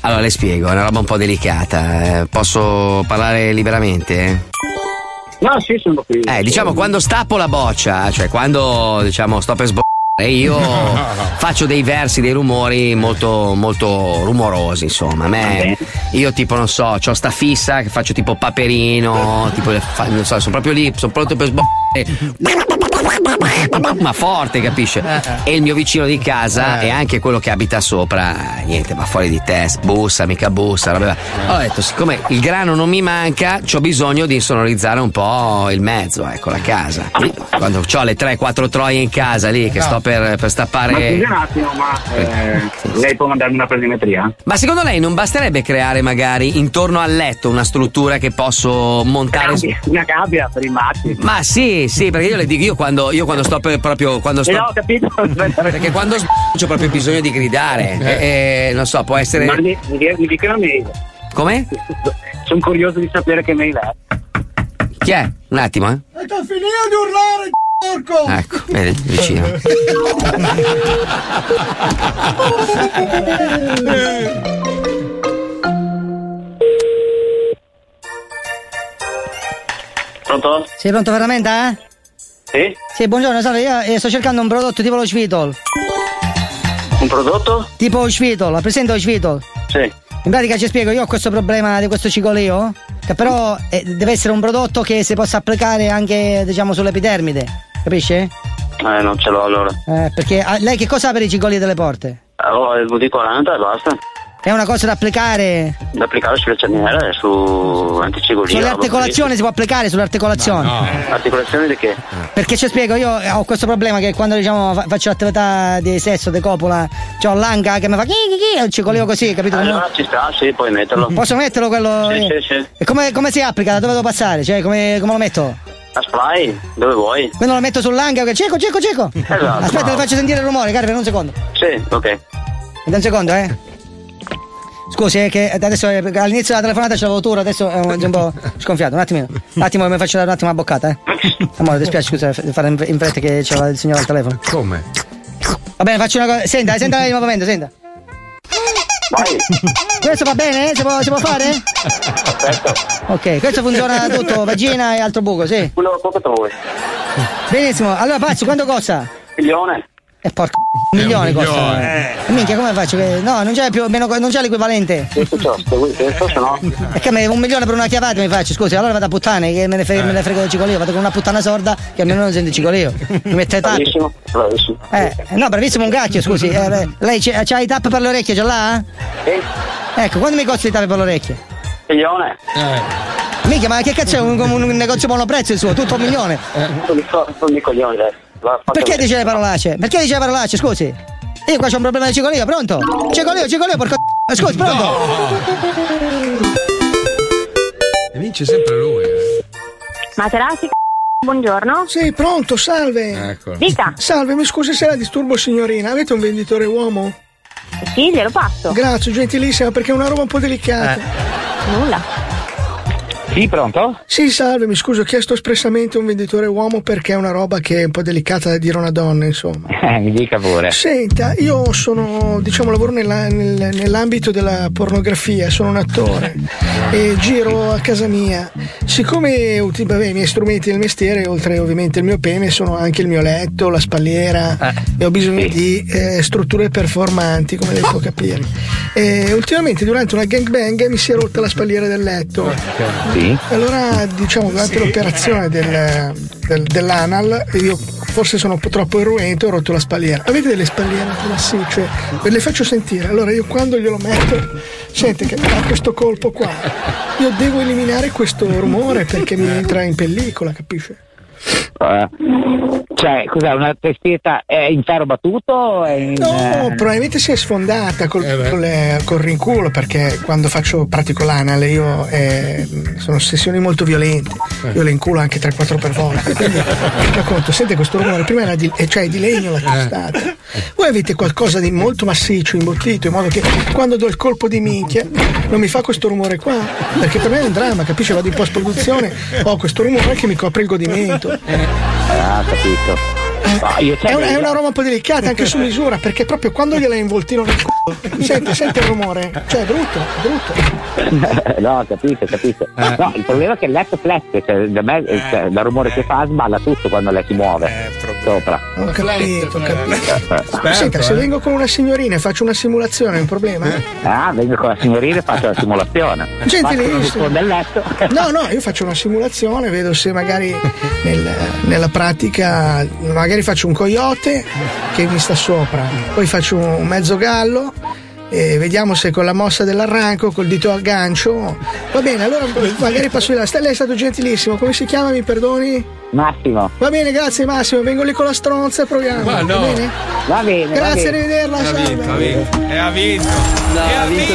S3: Allora, le spiego, è una roba un po' delicata. Eh, Posso parlare liberamente?
S15: No, sì, sono qui.
S3: Eh, diciamo, quando stappo la boccia, cioè quando, diciamo, sto per sboccare, io
S15: <laughs>
S3: faccio dei versi, dei rumori molto, molto rumorosi, insomma. A me, io tipo, non so, ho sta fissa che faccio tipo paperino, tipo, fa- non so, sono proprio lì, sono pronto per sboccare. Ma forte, capisce? E il mio vicino di casa e anche quello che abita sopra, niente, va fuori di testa, bussa, mica bussa. roba- Ho detto, siccome il grano non mi manca, ho bisogno di insonorizzare un po' il mezzo, ecco, la casa. Quando ho le 3-4 troie in casa lì, che
S15: No.
S3: sto per, per stappare.
S15: Ma scusi un attimo, ma eh, lei può mandarmi una plesimetria?
S3: Ma secondo lei non basterebbe creare magari intorno al letto una struttura che posso montare?
S15: Una gabbia per i matti.
S3: Ma sì, sì, perché io le dico, io quando, io quando sto per proprio. Quando sto,
S15: Eh, no, ho capito.
S3: <laughs> Perché quando sb- ho proprio bisogno di gridare. Eh, eh, non so, può essere.
S15: Ma mi, mi, dia- mi dica una mail.
S3: Come?
S15: Sono curioso di sapere che mail è.
S3: Chi è? Un attimo, eh.
S12: E t'ho finito di urlare, porco! <laughs>
S3: Ecco, vedi, vicino.
S15: Pronto?
S5: Sei pronto veramente, eh?
S15: Sì?
S5: Sì, buongiorno, salve, io eh, sto cercando un prodotto tipo lo Svitol.
S15: Un prodotto?
S5: Tipo lo Svitol, la presento lo Svitol.
S15: Sì.
S5: In pratica ci spiego, io ho questo problema di questo cicoleo, che però eh, deve essere un prodotto che si possa applicare anche, diciamo, sull'epidermide, capisce?
S15: Eh, non ce l'ho allora.
S5: Eh, perché ah, lei che cosa ha per i cicoli delle porte?
S15: Ho Oh, il VD40 e basta.
S5: È una cosa da applicare
S15: Da applicare sulle cerniere e su anticigolino.
S5: Sulle articolazioni si può applicare sull'articolazione.
S15: Articolazioni di che?
S3: Ah.
S5: Perché ci spiego, io eh, ho questo problema che quando diciamo fa- faccio attività di sesso, di copola, ho l'anca che mi fa chi chi chi, e ci collevo così, capito?
S15: Allora ci sta, sì, puoi metterlo.
S5: Posso metterlo quello?
S15: Sì,
S5: eh?
S15: sì, sì.
S5: E come, come si applica? Da dove devo passare? Cioè, come, come lo metto?
S15: A spray, dove vuoi.
S5: Quando lo metto sull'anca, che cieco, cieco, cieco!
S15: Esatto,
S5: Aspetta,
S15: bravo.
S5: le faccio sentire il rumore, caro, per un secondo.
S15: Sì, ok.
S5: Per un secondo, eh. Scusi, eh, che adesso eh, perché all'inizio della telefonata ce l'avevo tu, adesso è un, un po' sconfiato. Un attimino, un attimo, mi faccio dare un attimo una boccata, eh. Amore, ti spiace, scusa, f- fare in in fretta che c'era il signore al telefono.
S6: Come?
S5: Va bene, faccio una cosa. Senta, eh, senta il movimento, senta. Questo va bene? Si <laughs> può, si può fare? Ok, questo funziona tutto, vagina e altro buco, sì.
S15: Quello poco trovo.
S5: Benissimo, allora pazzo, quanto costa?
S15: Milione.
S5: E porca un milione
S15: un
S5: costa.
S15: milione.
S5: Eh, Minchia, come faccio? che- No, non c'è più, meno, non c'è l'equivalente.
S15: Questo c'ho, sto qui, questo se no.
S5: E che me- un milione per una chiavata mi faccio, scusi, allora vado a puttane, che me ne, fre- me ne frego del cicolio, vado con una puttana sorda che almeno non sente il cicolio. Mi mette tappo.
S15: Bravissimo, bravissimo.
S5: Eh, no, bravissimo un cacchio, scusi. Eh, beh, lei c'è- c'ha i tappi per le orecchie, ce l'ha? Ecco, quanto mi costa i tappi per le orecchie?
S15: Milione.
S5: Eh. Mica, ma che cazzo è un, un- un negozio monoprezzo il suo? Tutto un milione.
S15: Non mi so, Eh. sono dei coglioni adesso. Va, fatto
S5: Perché
S15: bene.
S5: dice le parolacce? Perché dice le parolacce, scusi? Io qua c'ho un problema di cicolio, pronto? Cicolio, cicolio, porco.
S34: Eh,
S5: c***o. Scusi, pronto?
S6: E vince sempre lui.
S25: Materassi, c***o, buongiorno. Sì, pronto, salve.
S6: Ecco.
S25: Dica. Salve, mi scusi se la disturbo signorina, avete un venditore uomo? Sì, glielo passo. Grazie, gentilissima, perché è una roba un po' delicata. Eh. Nulla. Oh.
S35: Sì, pronto?
S25: Sì, salve, mi scuso, ho chiesto espressamente un venditore uomo perché è una roba che è un po' delicata da dire a una donna, insomma.
S35: Eh, mi dica pure.
S25: Senta, io sono, diciamo, lavoro nella- nel- nell'ambito della pornografia, sono un attore e giro a casa mia. Siccome uti- vabbè, i miei strumenti del mestiere, oltre ovviamente il mio pene, sono anche il mio letto, la spalliera e ho bisogno di eh, strutture performanti, come lei può Eh, capire. E ultimamente durante una gangbang mi si è rotta la spalliera del letto.
S15: Sì?
S25: Allora, diciamo, durante
S15: Sì.
S25: l'operazione del- del- dell'ANAL, io forse sono un po' troppo irruento e ho rotto la spalliera. Avete delle spalliere anche lassì? Cioè, ve le faccio sentire. Allora, io quando glielo metto, sente che ha questo colpo qua. Io devo eliminare questo rumore perché mi entra in pellicola, capisce?
S15: Eh, cioè, cos'è? Una teschietta è in ferro battuto? È in,
S25: No,
S15: eh,
S25: probabilmente si è sfondata col, col, eh, col rinculo perché quando faccio pratico l'anale io eh, sono sessioni molto violente, io le inculo anche 3-4 per volta. Quindi mi conto, sente questo rumore, prima era di, eh, cioè, di legno la testata. Voi avete qualcosa di molto massiccio, imbottito, in modo che quando do il colpo di minchia non mi fa questo rumore qua, perché per me è un dramma, capisci? Vado in post produzione, ho questo rumore che mi copre il godimento.
S15: Ah, capito. Ma io
S25: È, un- è una roba un po' delicata
S15: <laughs>
S25: anche su misura perché proprio quando gliela involtino nel c***o sente, sente il rumore cioè è brutto è
S15: <laughs>
S25: brutto
S15: no, capito, capito. No, il problema è che il letto flette, cioè, da me, cioè, dal rumore che fa sballa tutto quando lei si muove sopra.
S25: ho capito ho capito
S15: Eh,
S25: senta
S15: eh.
S25: se vengo con una signorina e faccio una simulazione è un
S15: <laughs>
S25: problema
S15: Ah, vengo con la signorina e faccio la simulazione.
S25: gentilissimo
S15: Faccio-
S25: no no io faccio una simulazione vedo se magari nel- nella pratica magari faccio un coyote che mi sta sopra poi faccio un mezzo gallo e vediamo se con la mossa dell'arranco, col dito al gancio. Va bene, allora magari passo di là. Sta- Lei è stato gentilissimo. Come si chiama? Mi perdoni?
S15: Massimo.
S25: Va bene, grazie Massimo. Vengo lì con la stronza e proviamo.
S28: Ma no.
S25: Va bene?
S15: Va bene.
S25: Grazie,
S28: va bene.
S12: Eh,
S25: arrivederla.
S28: Ha
S25: salve.
S28: vinto, ha
S6: vinto. E ha vinto.
S28: e ha
S6: vinto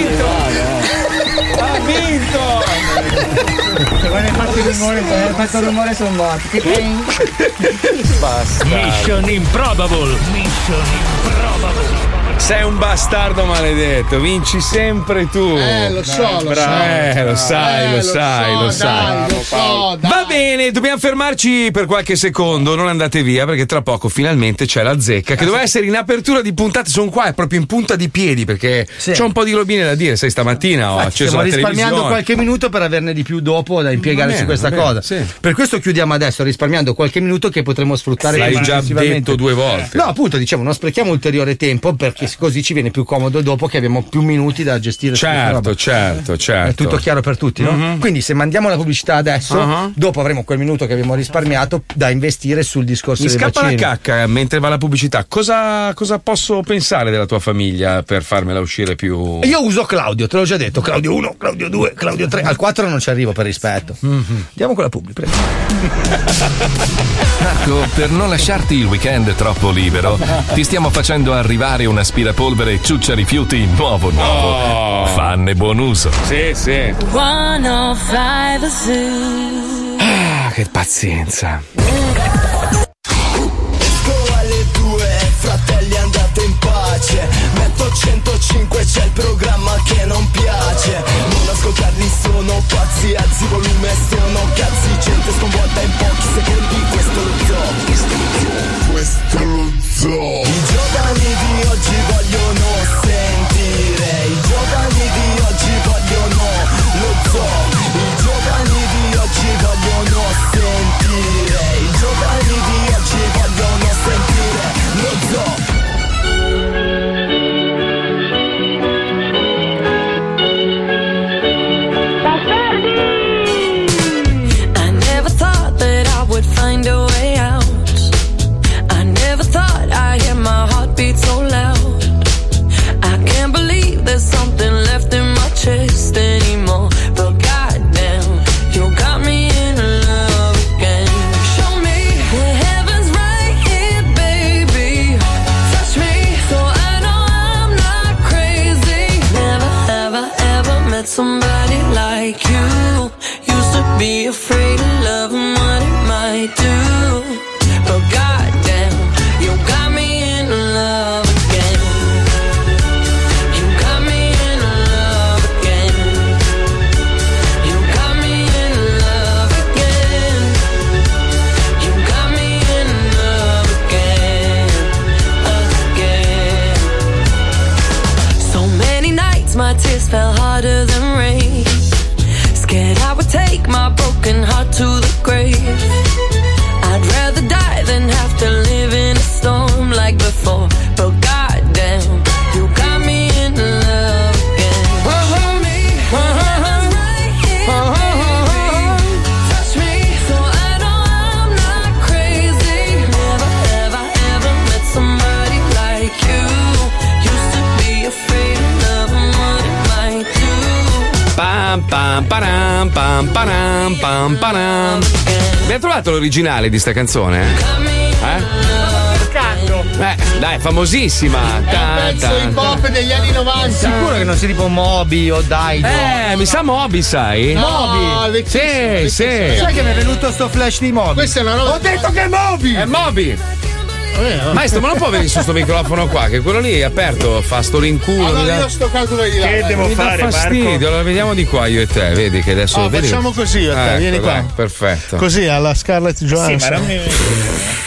S28: vinto. Ha vinto.
S5: Se vuoi ne fatti il rumore, se hai fatto il rumore sono morti. Che ping.
S6: Basta.
S29: Mission Improbable. Mission Improbable.
S6: Sei un bastardo maledetto, vinci sempre tu.
S29: Eh, lo so,
S6: Dai,
S29: lo
S6: bravo.
S29: so.
S6: Eh, lo sai,
S29: Eh,
S6: lo sai,
S29: lo so,
S6: lo
S29: dai,
S6: sai.
S29: lo so,
S6: Va bene, dobbiamo fermarci per qualche secondo, non andate via perché tra poco finalmente c'è la zecca che doveva essere in apertura di puntate, sono qua, è proprio in punta di piedi perché c'è un po' di robine da dire, sai stamattina ho acceso
S2: Stiamo
S6: la
S2: risparmiando
S6: televisione.
S2: qualche minuto per averne di più dopo da impiegare
S6: Va
S2: su
S6: bene,
S2: questa
S6: va bene,
S2: cosa. Per questo chiudiamo adesso, risparmiando qualche minuto che potremo sfruttare
S6: L'hai
S2: più
S6: già
S2: intensivamente.
S6: detto due volte. Eh.
S2: No, appunto, diciamo, non sprechiamo ulteriore tempo perché così ci viene più comodo dopo che abbiamo più minuti da gestire. su questa roba.
S6: Certo, certo, certo.
S2: È tutto chiaro per tutti, no?
S6: Mhm.
S2: Quindi se mandiamo la pubblicità adesso,
S6: Ah.
S2: dopo avremo quel minuto che abbiamo risparmiato da investire sul discorso
S6: Mi
S2: dei
S6: scappa la
S2: vaccini.
S6: cacca eh, mentre va la pubblicità. Cosa, cosa posso pensare della tua famiglia per farmela uscire più.
S2: Io uso Claudio, te l'ho già detto, Claudio 1, Claudio 2, Claudio 3, al 4 non ci arrivo per rispetto.
S6: Mhm.
S2: Andiamo con la pubblica.
S1: Marco, per non lasciarti il weekend troppo libero, ti stiamo facendo arrivare un aspirapolvere ciuccia rifiuti nuovo nuovo. Fanne buon uso.
S6: Oh. Sì, sì.
S28: 105 The Zoo.
S6: Ah, che pazienza.
S12: alle due, fratelli andate in pace Metto 105, c'è il programma che non piace Non ascoltarli sono pazzi, alzi volume, sono cazzi Gente sconvolta in pochi secondi, questo è lo zoo Questo è lo zoo, questo è lo zoo I giovani di oggi vogliono sentire I giovani di oggi vogliono lo zoo I giovani di oggi vogliono sentire I giovani di oggi vogliono sentire lo zoo
S28: I never thought that I would find a way out. I never thought I'd hear my heartbeat so loud. I can't believe there's something left in my chest anymore. But goddamn, you got me in love again. Show me that heaven's right here, baby. Touch me so I know I'm not crazy. Never, ever, ever met somebody like you. Used to be afraid of love and what it might do. But goddamn, you got me in love again. You got me in love again. You got me in love again. You got me in love again. Again. So many nights my tears fell harder than rain. Scared I would take my broken heart to the grave. I'd rather die than have to live in a storm like before. But goddamn, you got me in love again. Show me, I'm right here, baby.
S6: Pam param, pam param, pam param. Abbiamo trovato l'originale di sta canzone? Eh?
S3: Cercando.
S6: Eh, dai, famosissima.
S3: È un pezzo hip hop degli anni 90.
S9: Sicuro che non sia tipo Moby o Daido?
S6: Eh, mi sa Moby, sai?
S9: Moby?
S6: Moby? Sì, sì.
S9: Eh. Sai che mi è venuto sto flash di Moby? Questa
S7: è una roba.
S9: Ho detto che è Moby! Eh,
S6: È Moby! Maestro, ma non può venire su sto microfono qua, che quello lì è aperto, fa sto rinculo. mi
S7: Allora
S6: dà-
S7: io sto caldo di là.
S8: Che
S7: dai.
S8: devo
S6: mi dà fastidio, allora vediamo di qua io e te, vedi che adesso
S7: Oh,
S6: vedi-
S7: facciamo così io e te, vieni qua.
S6: dai, perfetto.
S7: Così alla Scarlett Johansson.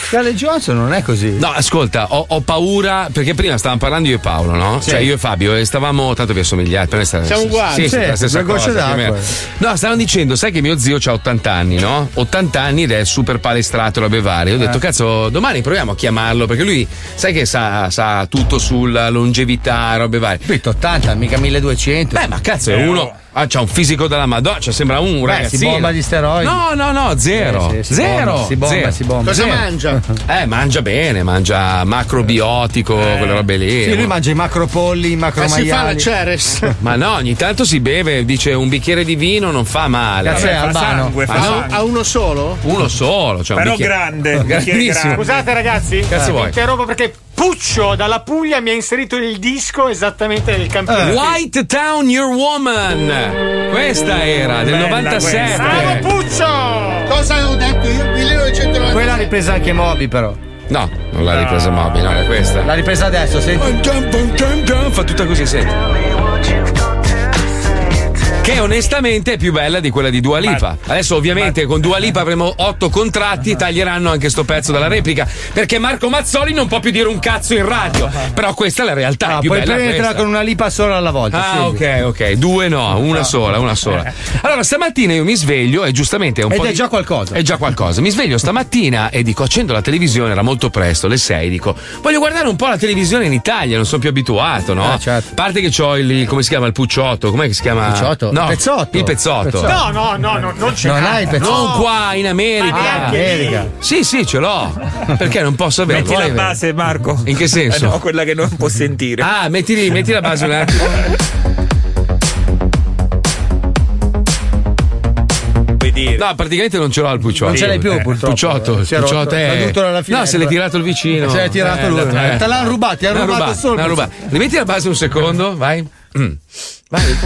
S9: Scarlett Johansson non è così.
S6: No, ascolta, ho, ho paura perché prima stavamo parlando io e Paolo, no?
S9: Sì.
S6: Cioè io e Fabio e stavamo, tanto vi assomigliate. per me sta-
S9: Siamo uguali.
S6: Sì,
S9: Sì,
S6: sì, la stessa
S9: due gocce
S6: cosa, più o
S9: d'acqua.
S6: meno. No, stavano dicendo, sai che mio zio ha 80 anni, no? 80 anni ed è super palestrato la Bevare. Ho
S9: Eh.
S6: detto, cazzo, domani proviamo a chiamarlo perché lui, sai che sa, sa tutto sulla longevità, robe varie.
S9: Capito, 80, mica 1200.
S6: Beh, ma cazzo, è uno. Ah, c'ha un fisico della Madonna, cioè sembra un
S9: Beh,
S6: ragazzino.
S9: si bomba di steroidi. Eh,
S6: No, no, no, zero.
S9: Sì, sì, si
S6: zero.
S9: bomba, si bomba,
S6: zero.
S9: si bomba. Cosa mangia?
S6: <laughs> Eh, mangia bene, mangia macrobiotico, quelle robe lì.
S9: Sì, lui mangia i macropolli, i
S6: Eh, si
S9: macromaiali.
S6: fa
S9: <laughs>
S6: la
S9: Ceres.
S6: Ma no, ogni tanto si beve, dice un bicchiere di vino non fa male.
S9: Cazzo, è
S6: Vabbè, fa
S9: Albano.
S6: sangue, fa
S7: Ah,
S6: sangue.
S7: a uno solo?
S6: Uno solo, cioè un
S7: Però
S6: bicchiere-
S7: grande, un bicchiere
S6: grandissimo.
S3: Scusate ragazzi,
S6: Cazzo
S3: eh,
S6: vuoi?
S3: interrompo perché Puccio dalla Puglia mi ha inserito il disco esattamente del
S9: Eh.
S3: campione.
S6: eh. White Town Your Woman. Questa era del
S3: Bella
S6: 97.
S3: questa. Bravo Puccio! Cosa ho detto io? 1990.
S9: Quella l'ha ripresa anche Moby, però.
S6: No, non l'ha ripresa Moby, no, era questa.
S9: L'ha ripresa adesso, senti.
S6: Fa tutta così, senti. Che onestamente è più bella di quella di Dua Lipa. Adesso, ovviamente, con Dua Lipa avremo otto contratti e taglieranno anche sto pezzo dalla replica. Perché Marco Mazzoli non può più dire un cazzo in radio. Però questa è la realtà. è più
S9: Ah, Puoi
S6: bella
S9: prendertela
S6: questa.
S9: con una lipa sola alla volta. Eh.
S6: Ah, ok, ok. Due no, una sola, una sola. Allora, stamattina io mi sveglio e giustamente è un
S9: Ed
S6: po'.
S9: è
S6: di-
S9: già qualcosa.
S6: È già qualcosa. Mi sveglio stamattina e dico: accendo la televisione, era molto presto, le 6. Dico: voglio guardare un po' la televisione in Italia, non sono più abituato, no?
S9: Ah,
S6: A parte che ho il, il- come si chiama? Il pucciotto, com'è che si chiama?
S9: certo. Pucciotto?
S6: No,
S9: Pezzotto.
S6: Il pezzotto.
S3: No, no, no, no, non c'è.
S6: Non
S3: cazzo.
S6: hai il pezzo. Non qua, in America.
S3: Ma
S9: Ah,
S3: neanche lì.
S6: Sì, sì, ce l'ho. Perché non posso averlo?
S8: Metti la base,
S6: Marco. In che senso?
S8: Eh no, quella che non può sentire.
S6: Ah, metti, lì, metti
S8: <laughs>
S6: la base un attimo. No, praticamente non ce l'ho il pucciotto. Eh,
S9: Non ce l'hai più, purtroppo.
S6: Pucciotto,
S9: Si è rotto.
S6: pucciotto è-
S9: L'ha dovuto alla fine.
S6: No, se l'è tirato il vicino. Eh,
S9: Se l'è tirato lui. Te l'hanno rubato, ti hanno
S6: L'hanno
S9: rubato solo
S6: l'hanno
S9: il
S6: rubato. Rimetti la base un secondo, vai. Mm. Vai.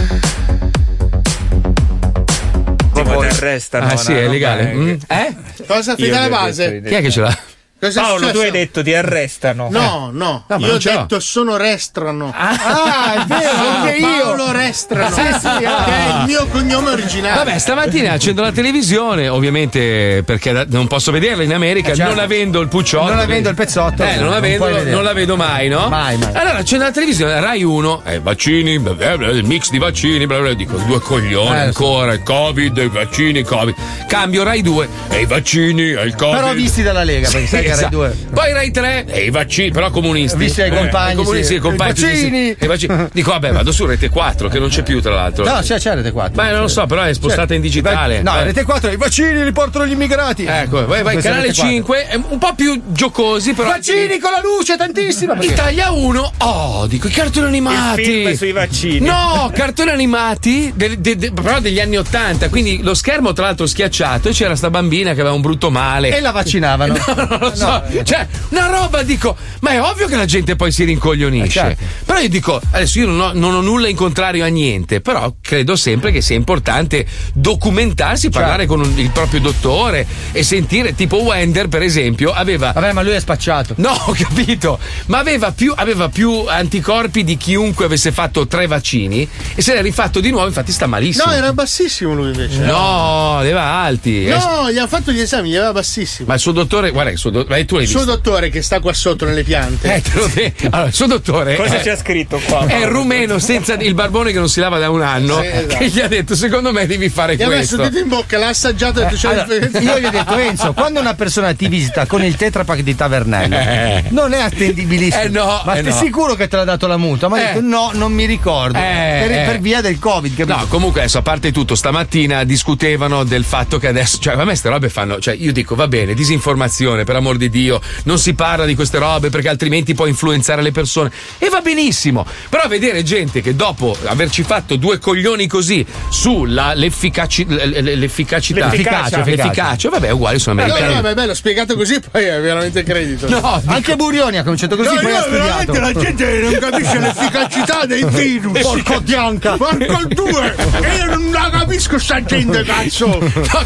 S8: Tipo, ti arrestano.
S6: Ah, sì, è legale. Mm. Eh?
S7: Cosa
S8: Io
S7: fino alla
S8: gli ho
S7: base?
S8: detto di
S6: Chi è che ce l'ha? Eh.
S7: Cosa è
S8: Paolo,
S7: successo?
S8: tu hai detto ti arrestano.
S7: No, no,
S8: No, ma
S7: io ho
S8: non ce l'ho.
S7: detto sono restrano.
S8: Ah,
S7: è
S8: vero,
S7: anche io. Paolo
S8: Restrano.
S7: Restrano. che è il mio cognome originale.
S6: Vabbè, stamattina accendo la televisione, ovviamente perché da- non posso vederla in America,
S9: Eh, certo.
S6: non avendo il pucciotto.
S9: Non avendo il pezzotto,
S6: Eh, non,
S9: non
S6: avendo-
S9: puoi vedere.
S6: non la vedo mai, no?
S9: Mai, mai.
S6: Allora accendo la televisione, Rai 1, eh, vaccini, bla bla bla, il mix di vaccini, bla bla, dico due coglioni
S9: Eh,
S6: ancora, il Covid, i vaccini, Covid. Cambio Rai 2, e i vaccini, e il Covid.
S9: Però visti dalla Lega, perché sai che Rai
S6: esatto.
S9: 2.
S6: Poi Rai 3, e Eh, i vaccini, però comunisti.
S9: Visti ai
S6: Eh,
S9: compagni,
S6: i comunisti,
S9: sì.
S6: i compagni,
S9: I
S6: tutti sì.
S9: vaccini.
S6: E i vaccini. Dico, vabbè, vado su Rete 4, che non c'è più, tra l'altro.
S9: No, c'è, c'è Rete 4.
S6: Beh, non lo so, però è spostata in digitale.
S9: No,
S6: Eh.
S9: Rete 4, i vaccini li portano gli immigrati.
S6: Ecco, vai, vai,
S9: Questa è
S6: canale
S9: Rete 4.
S6: 5, è un po' più giocosi, però.
S9: Vaccini con la luce, tantissima. perché-
S6: Italia 1, oh, dico i cartoni animati.
S8: Il film sui vaccini.
S6: No, cartoni animati, del- de- de- però degli anni 80, quindi lo schermo tra l'altro schiacciato e c'era sta bambina che aveva un brutto male.
S9: E la vaccinavano.
S6: <laughs> No, non lo so. Cioè, una roba dico, ma è ovvio che la gente poi si rincoglionisce. Però io dico, adesso io non ho, non ho nulla in contrario a niente, però credo sempre che sia importante documentarsi, parlare con un- il proprio dottore e sentire, tipo Wender per esempio, aveva...
S9: Vabbè, ma lui è spacciato.
S6: No, <laughs> ho capito, ma aveva più, aveva più anticorpi di chiunque avesse fatto tre vaccini e se l'è rifatto di nuovo, infatti sta malissimo.
S7: No, era bassissimo lui invece.
S6: No, aveva alti. Eh,
S7: No, gli hanno fatto gli esami, gli aveva bassissimo.
S6: Ma il suo dottore, guarda, il suo dottore, tu l'hai
S7: Il suo
S6: visto.
S7: dottore che sta qua sotto nelle piante.
S6: Eh, te lo detto. Allora, il suo dottore.
S7: Cosa
S6: eh,
S7: c'è scritto qua?
S6: È rumeno senza il barbone che non si lava da un anno.
S7: Sì, esatto.
S6: Che gli ha detto: Secondo me devi fare
S7: Gli ha messo
S6: questo.
S7: il dito in bocca, l'ha assaggiato e ha detto,
S9: Eh,
S7: "C'è la
S6: <laughs>
S9: allora,
S7: differenza".
S9: io gli ho detto Enzo quando una persona ti visita con il tetrapack di tavernello
S6: Eh.
S9: non è attendibilissimo
S6: Eh no,
S9: ma
S6: eh
S9: sei
S6: no.
S9: sicuro che te l'ha dato la multa ma ha
S6: Eh.
S9: detto no non mi ricordo
S6: Eh,
S9: per,
S6: eh.
S9: per via del covid capito?
S6: No, comunque adesso, a parte tutto, stamattina discutevano del fatto che adesso, cioè, a me queste robe fanno, cioè, io dico, va bene, disinformazione, per amor di Dio, non si parla di queste robe perché altrimenti può influenzare le persone. E va benissimo. Però vedere gente che dopo averci fatto due coglioni così sull'efficacità, l'efficacità,
S7: L'efficacia.
S6: efficacia, vabbè, è uguale sono
S7: Allora,
S6: americani.
S7: no, ma è bello, spiegato così poi è veramente credito.
S6: No,
S7: anche Burioni ha cominciato
S2: così, poi ha spiegato.
S7: veramente la gente non capisce l'efficacità
S6: <laughs>
S7: dei virus.
S2: Porco
S7: bianca. Porco il due. E io non la capisco sta gente, cazzo.
S29: <laughs>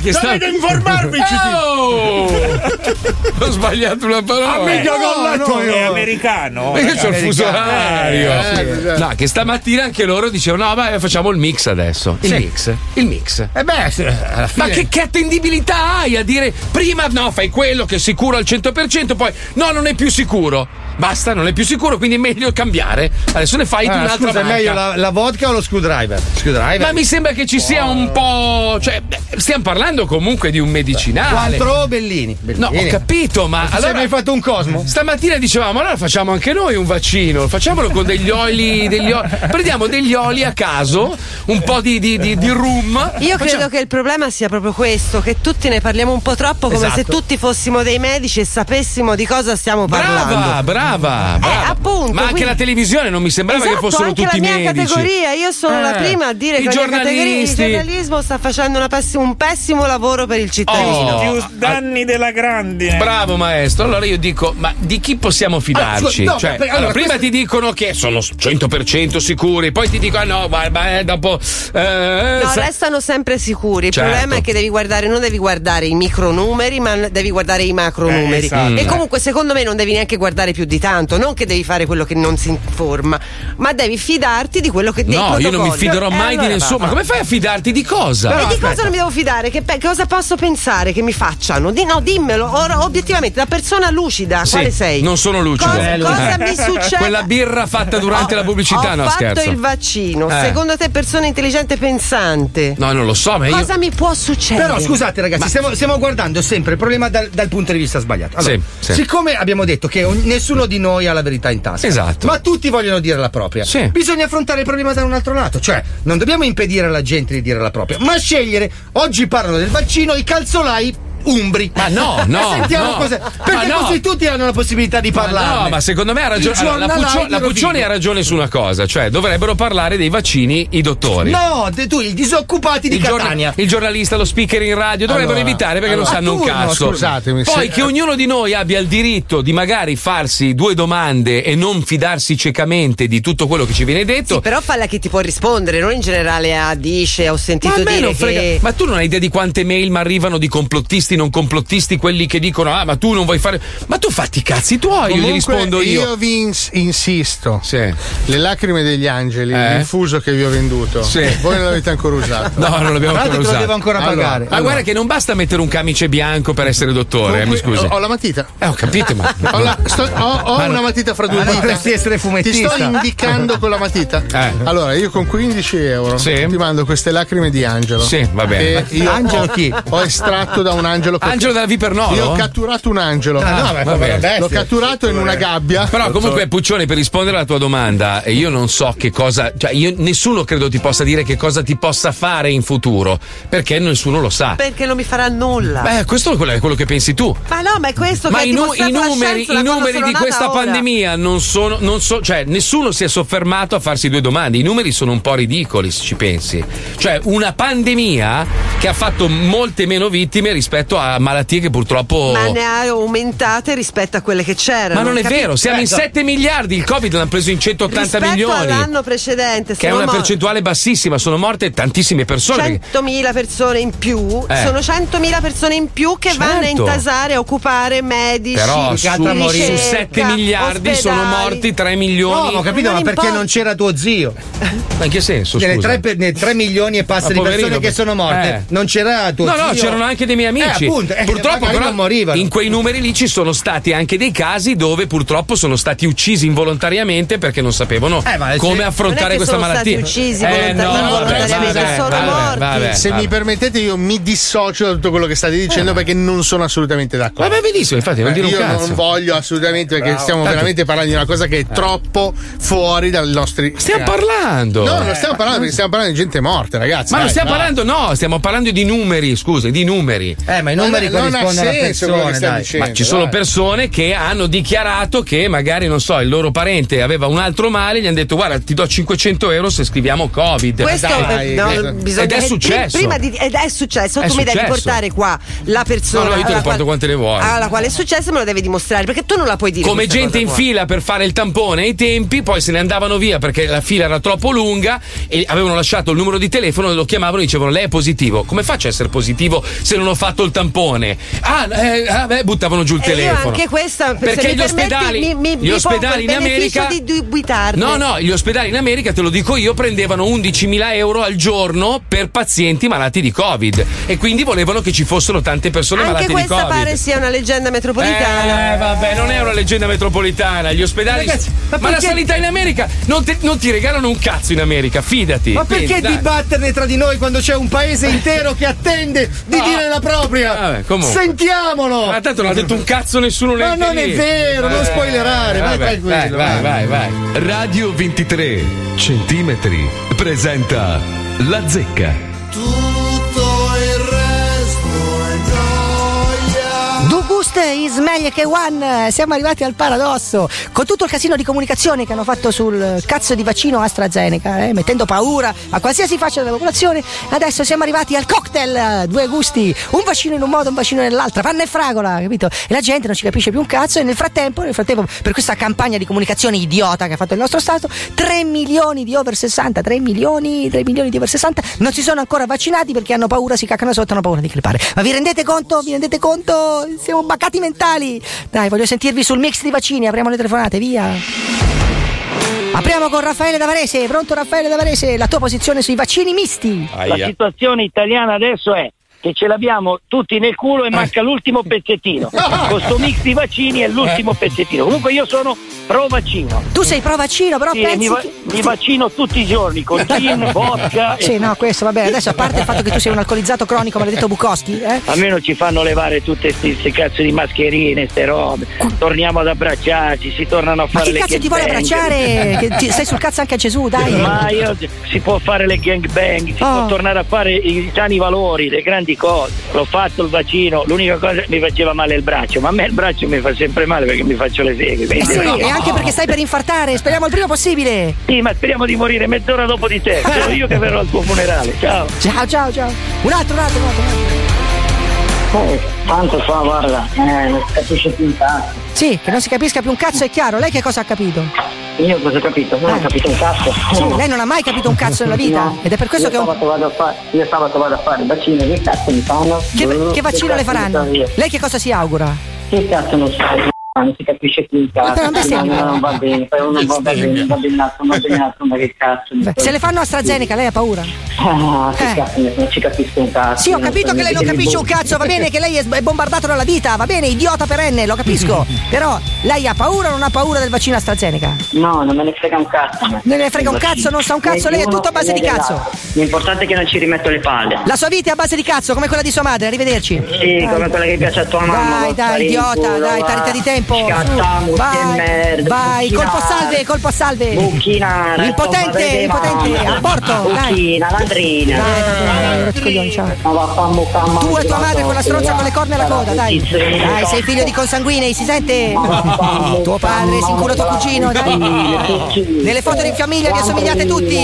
S6: che sta-
S7: Dovete informarvi.
S6: Oh! Ho sbagliato una parola.
S7: Ah,
S9: eh.
S7: mica che ho letto io.
S8: Eh, è americano.
S6: Ma io c'ho il fuso orario.
S8: Eh,
S6: no, che stamattina anche loro dicevano: No, ma facciamo il mix adesso. Il
S8: Sì.
S6: mix. Il mix.
S9: Eh beh, sì, alla
S6: Ma
S9: fine-
S6: che, che attendibilità hai a dire prima no, fai quello che è sicuro al 100%, poi no, non è più sicuro. Basta, non è più sicuro, quindi è meglio cambiare. Adesso ne fai di
S9: Ah,
S6: un'altra
S9: scusa, è
S6: marca.
S9: meglio la, la vodka o lo screwdriver? Screwdriver.
S6: Ma mi sembra che ci sia un po'. Cioè, beh, stiamo parlando comunque di un medicinale.
S9: Quattro bellini.
S6: No, ho capito, ma
S9: allora...
S6: allora-
S9: Sei mai fatto un cosmo?
S6: Stamattina dicevamo, allora facciamo anche noi un vaccino, facciamolo con degli oli, degli oli- prendiamo degli oli a caso, un po' di, di, di, di rum.
S10: Io credo
S6: Facciamo-
S10: che il problema sia proprio questo, che tutti ne parliamo un po' troppo come
S6: Esatto.
S10: se tutti fossimo dei medici e sapessimo di cosa stiamo parlando.
S6: Brava, brava, brava.
S10: Eh, appunto,
S6: Ma anche
S10: quindi-
S6: la televisione non mi sembrava
S10: Esatto,
S6: che fossero
S10: anche
S6: tutti
S10: la mia
S6: medici.
S10: categoria, io sono
S6: Eh,
S10: la prima a dire
S6: i
S10: che la mia categoria, il
S6: giornalisti.
S10: giornalismo sta facendo una pessi- un pessimo lavoro per il cittadino.
S6: Oh, Più
S8: danni della eh. grande.
S6: Bravo maestro, allora io dico, ma di chi possiamo fidarci?
S8: Ah, scusa, no,
S6: Cioè,
S8: perché-
S6: allora,
S8: allora,
S6: prima ti dicono che sono 100% sicuri, poi ti dicono, ah no, guarda, eh, dopo... eh,
S10: No,
S6: sa-
S10: restano sempre sicuri. Il
S6: Certo.
S10: problema è che devi guardare, non devi guardare i micronumeri, ma devi guardare i macronumeri.
S6: Eh, esatto.
S10: E
S6: Mm.
S10: comunque, secondo me, non devi neanche guardare più di tanto. Non che devi fare quello che non si informa, ma devi fidarti di quello che dei
S6: No, io non mi
S10: protocolli.
S6: fiderò
S10: Eh,
S6: mai
S10: allora
S6: di nessuno.
S10: va.
S6: Ma come fai a fidarti di cosa?
S10: e di cosa non mi devo fidare? Che pe- cosa posso pensare che mi facciano? Di- no, dimmelo, ora, obiettivamente, da persona lucida,
S6: Sì,
S10: quale sei?
S6: Non sono lucido.
S10: Cosa, cosa mi succede?
S6: Eh. Quella birra fatta durante la pubblicità,
S10: Ho
S6: no,
S10: fatto
S6: scherzo.
S10: il vaccino.
S6: Eh.
S10: Secondo te, persona intelligente pensante?
S6: No, non lo so, Oh, ma io.
S10: Cosa mi può succedere?
S9: Però scusate ragazzi, stiamo, stiamo guardando sempre il problema dal, dal punto di vista sbagliato. Allora,
S6: Sì, sì.
S9: Siccome abbiamo detto che ogn- nessuno di noi ha la verità in tasca,
S6: Esatto.
S9: ma tutti vogliono dire la propria, bisogna affrontare il problema da un altro lato. Cioè, non dobbiamo impedire alla gente di dire la propria, ma scegliere. Oggi parlano del vaccino i calzolai umbri. Ma <laughs>
S6: no, no,
S9: Sentiamo
S6: no.
S9: cos'è. Perché
S6: Ma no.
S9: così tutti hanno la possibilità di parlare.
S6: No, ma secondo me ha ragione. allora, la, Puccio- la Puccioni ha ragione su una cosa, cioè dovrebbero parlare dei vaccini i dottori.
S9: No, de- tu, i disoccupati di
S6: il, giorna-
S9: Catania.
S6: il giornalista, lo speaker in radio dovrebbero
S9: Allora,
S6: evitare perché
S9: allora.
S6: non sanno un
S9: Ma tu, no,
S6: cazzo.
S9: scusatemi,
S6: Poi
S9: se-
S6: che ognuno di noi abbia il diritto di magari farsi due domande e non fidarsi ciecamente di tutto quello che ci viene detto.
S10: Sì, però falla chi ti può rispondere, non in generale a dice, ho
S6: Ma,
S10: sentito
S6: a me
S10: dire
S6: non frega-
S10: che.
S6: ma tu non hai idea di quante mail mi arrivano di complottisti, non complottisti, quelli che dicono ah ma tu non vuoi fare... Ma tu fatti i cazzi tuoi, io gli
S7: Comunque,
S6: rispondo io.
S7: Io vi ins- insisto: le lacrime degli angeli,
S6: Eh?
S7: l'infuso che vi ho venduto,
S6: Sì.
S7: voi non l'avete ancora usato.
S6: No, non l'abbiamo ancora usato. Allora,
S7: Allora,
S6: Ma guarda che non basta mettere un camice bianco per essere dottore, eh, mi
S7: Comunque,
S6: scusi.
S7: Ho, ho la matita.
S6: Eh, ho capito, ma-
S7: <laughs> Ho, la- sto- ho- ho
S6: Ma-
S7: una matita fra due
S6: Ma non
S7: dita.
S6: dovresti essere
S7: Ti
S6: fumettista.
S7: sto indicando con la matita.
S6: <laughs> Eh.
S7: Allora, io con 15 euro ti mando queste lacrime di angelo.
S6: Sì, va bene.
S7: Che io
S6: Angelo
S7: ho,
S6: chi?
S7: Ho estratto da un angelo. perché-
S6: Angelo della Vipernolo?
S7: Io ho catturato un angelo.
S6: Ah, no, ma
S7: Va bene.
S6: una bestia.
S7: L'ho catturato in una gabbia.
S6: Però comunque Puccione per rispondere alla tua domanda, eh, io non so che cosa, cioè io nessuno credo ti possa dire che cosa ti possa fare in futuro, perché nessuno lo sa.
S10: Perché non mi farà nulla.
S6: Beh, questo è quello- è quello che pensi tu.
S10: ma no, ma è questo
S6: Ma
S10: che
S6: i,
S10: ha
S6: nu-
S10: dimostrato
S6: i
S10: la
S6: numeri,
S10: scienza
S6: i
S10: da quando
S6: numeri
S10: sono
S6: di
S10: nata
S6: questa
S10: ora.
S6: pandemia non sono, non so, cioè nessuno si è soffermato a farsi due domande. I numeri sono un po' ridicoli se ci pensi. Cioè una pandemia che ha fatto molte meno vittime rispetto a malattie che purtroppo...
S10: Ma ne ha aumentate rispetto a quelle che c'erano.
S6: Ma non è
S10: capi-
S6: vero, siamo in
S10: Certo.
S6: 7 miliardi, il Covid l'hanno preso in 180
S10: rispetto
S6: milioni.
S10: all'anno precedente,
S6: Che è
S10: sono
S6: una
S10: morte
S6: percentuale bassissima, sono morte tantissime persone. perché-
S10: 100.000 persone in più,
S6: Eh. Certo.
S10: sono 100.000 persone in più che vanno a intasare, a occupare medici,
S6: Però su,
S10: ricerca,
S6: su 7 miliardi sono
S10: ospedali.
S6: morti 3 milioni.
S9: No, ma ho capito, ma perché non c'era tuo zio? Cioè,
S6: Ma in che senso?
S9: Nelle
S6: scusa?
S9: 3, milioni e passa
S6: Ma
S9: di persone
S6: poverino,
S9: che sono morte,
S6: eh.
S9: non c'era tuo
S6: No,
S9: zio.
S6: no, c'erano anche dei miei amici.
S9: Eh, appunto, eh,
S6: purtroppo
S9: magari
S6: però,
S9: non morivano.
S6: in quei numeri lì ci sono stati anche dei casi dove purtroppo sono stati uccisi involontariamente perché non sapevano
S7: Eh, ma se-
S6: come
S7: non è
S6: affrontare
S7: che
S6: questa
S7: sono stati
S6: malattia.
S7: uccisi
S6: eh, no,
S7: volontari-
S6: vabbè,
S7: involontariamente,
S6: vabbè,
S7: sono
S6: vabbè,
S7: morti.
S6: vabbè,
S7: Se mi
S6: vabbè.
S7: permettete, io mi dissocio da tutto quello che state dicendo perché non sono assolutamente d'accordo.
S6: Ma va benissimo, infatti, non
S7: Eh,
S6: dire un
S7: io
S6: cazzo.
S7: non voglio assolutamente perché
S6: Bravo.
S7: Cioè, stiamo
S6: Tanto-
S7: veramente parlando di una cosa che è troppo fuori dai nostri. Eh.
S6: Stiamo parlando.
S7: No, non
S6: Eh,
S7: stiamo parlando perché stiamo parlando di gente morta, ragazzi.
S6: Ma non
S7: dai,
S6: stiamo
S7: no.
S6: parlando, no, stiamo parlando di numeri, scusa, di numeri.
S7: ma
S9: ma i numeri
S2: non
S9: corrispondono
S2: ha
S9: alla
S2: senso quello che
S9: persona,
S2: stai
S9: dai.
S2: dicendo,
S6: Ma ci sono persone che hanno dichiarato che magari, non so, il loro parente aveva un altro male, gli hanno detto guarda ti do 500 euro se scriviamo Covid.
S10: Questo
S6: Dai,
S10: eh, no,
S6: questo-
S10: bisogna-
S6: Ed è
S10: pri-
S6: successo.
S10: prima di- ed è successo.
S6: È
S10: tu mi devi
S6: successo.
S10: portare qua la persona
S6: No, no, io te
S10: alla
S6: ne porto
S10: quale-
S6: quante ne vuoi.
S10: alla quale è successo e me lo devi dimostrare perché tu non la puoi dire.
S6: Come
S10: questa
S6: gente
S10: cosa
S6: in
S10: qua.
S6: fila per fare il tampone ai tempi, poi se ne andavano via perché la fila era troppo lunga e avevano lasciato il numero di telefono, lo chiamavano e dicevano lei è positivo. Come faccio a essere positivo se non ho fatto il tampone? Ah, eh, ah, beh, buttavano giù il
S10: E io
S6: telefono.
S10: anche questa
S6: Perché
S10: se mi
S6: gli
S10: permetti,
S6: ospedali-
S10: mi, mi,
S6: gli
S10: mi pongo
S6: ospedali
S10: il
S6: in
S10: beneficio
S6: America-
S10: di dubitarne.
S6: No, no, gli ospedali in America, te lo dico io, prendevano 11.000 euro al giorno per pazienti malati di Covid e quindi volevano che ci fossero tante persone
S10: Anche
S6: malate di
S10: questa
S6: Covid.
S10: pare sia una leggenda metropolitana.
S6: Eh, vabbè, non è una leggenda metropolitana. Gli ospedali.
S10: Ragazzi,
S6: ma
S10: ma
S6: la
S10: perché-
S6: sanità in America non, te- non ti regalano un cazzo in America, fidati.
S9: Ma perché
S6: Quindi, dai.
S9: dibatterne tra di noi quando c'è un paese intero che attende di dire la propria?
S6: Vabbè, comunque.
S9: Sentiamolo!
S6: Ma Ah, tanto non ha detto un cazzo nessuno
S9: Ma
S6: neanche
S9: non è
S6: lì.
S9: vero, non
S6: Eh,
S9: spoilerare, vai
S6: vabbè,
S9: tranquillo,
S6: dai, Vai, vai, vai.
S22: Radio 23 centimetri presenta La Zecca.
S4: Tutto il resto è gioia.
S34: <laughs> Du Gust is meglio che one, siamo arrivati al paradosso. Con tutto il casino di comunicazione che hanno fatto sul cazzo di vaccino AstraZeneca, eh, mettendo paura a qualsiasi faccia della popolazione, adesso siamo arrivati al cocktail, eh, due gusti, un vaccino in un modo, un vaccino nell'altra, panna e fragola, capito? E la gente non ci capisce più un cazzo e nel frattempo, nel frattempo per questa campagna di comunicazione idiota che ha fatto il nostro Stato, 3 milioni di over 60, 3 milioni, 3 milioni di over 60 non si sono ancora vaccinati perché hanno paura, si caccano sotto, hanno paura di crepare. Ma vi rendete conto? Vi rendete conto? Siamo baccati mentali. Dai, voglio sentirvi sul mix di vaccini, apriamo le telefonate, via. Apriamo con Raffaele Davarese, pronto Raffaele Davarese, la tua posizione sui vaccini misti.
S15: La situazione italiana adesso è che ce l'abbiamo tutti nel culo e manca l'ultimo pezzettino. Questo mix di vaccini è l'ultimo pezzettino. Comunque io sono pro vaccino.
S34: Tu sei pro vaccino, però
S15: Sì,
S34: pensi
S15: mi, va-
S34: che-
S15: mi vaccino tutti i giorni
S34: <laughs>
S15: con gin, vodka e
S34: Sì, no, questo vabbè, adesso a parte il fatto che tu sei un alcolizzato cronico, maledetto Bukowski, eh?
S15: Almeno ci fanno levare tutte queste cazzo di mascherine, ste robe. Torniamo ad abbracciarci, si tornano a
S34: Ma
S15: fare
S34: chi
S15: le
S34: cazzo ti vuole
S15: gangbang.
S34: abbracciare? Che ti- stai sul cazzo anche a Gesù, dai.
S15: Ma io, si può fare le gangbang, si
S34: Oh.
S15: può tornare a fare i sani valori, le grandi cose. L'ho fatto il vaccino, l'unica cosa che mi faceva male è il braccio, ma a me il braccio mi fa sempre male perché mi faccio le seghe.
S34: Eh
S15: quindi
S34: sì,
S15: no.
S34: e anche perché stai per infartare, speriamo il prima possibile.
S15: Sì, ma <laughs> speriamo di morire mezz'ora dopo di te. Sono io che verrò al tuo funerale. Ciao.
S34: Ciao, ciao, ciao. Un altro, un altro, un altro. un altro.
S15: Oh, tanto fa, guarda, eh, non capisce più un cazzo.
S34: Sì, che non si capisca più un cazzo è chiaro. Lei che cosa ha capito?
S15: Io cosa ho capito?
S32: Eh.
S15: Non ho capito un cazzo.
S34: Sì, lei non ha mai capito un cazzo nella vita.
S15: No.
S34: Ed è per questo
S15: io
S34: che...
S15: sabato vado a fare, io sabato vado a fare il vaccino, che cazzo mi fanno? Mm,
S34: Che, che vaccino
S15: cazzo
S34: le
S15: mi
S34: faranno?
S15: fanno io?
S34: Lei che cosa si augura?
S15: Che cazzo non so, non si capisce più un
S34: Ma però non
S15: cazzo,
S34: bestemmi.
S15: no, non va bene, poi uno va bene, va bene, l'altro va bene, l'altro, ma che cazzo mi
S34: Se le fanno AstraZeneca, lei ha paura?
S15: Ah, che cazzo, non ci capisco un cazzo.
S34: Sì, ho
S15: io
S34: capito
S15: so
S34: che lei non
S15: neanche
S34: capisce un
S15: boh.
S34: cazzo, va bene che lei è s- è bombardato dalla vita, va bene, idiota perenne, lo capisco. Però lei ha paura o non ha paura del vaccino AstraZeneca?
S15: No, non me ne frega un cazzo. Non
S34: Ne frega un cazzo, non sa un cazzo, lei è tutto a base di cazzo.
S15: L'importante è che non ci rimetto le palle.
S34: La sua vita è a base di cazzo, come quella di sua madre, arrivederci.
S15: Sì, come quella che piace a tua mamma.
S34: Dai, dai, idiota, dai, tarita di tempo. Su, vai, vai, colpo a salve, colpo a salve.
S15: Buchinara,
S34: Impotente, impotente, aborto, Oh, dai. Eh.
S15: Buchina, ladrina.
S34: Dai, dai, dai, coglioni, ciao. Tu e tua madre con la stronza con le corna e la coda, dai. Dai, sei figlio di consanguinei, si sente? Tuo padre, si incula tuo cugino, dai. Nelle foto di famiglia vi assomigliate tutti.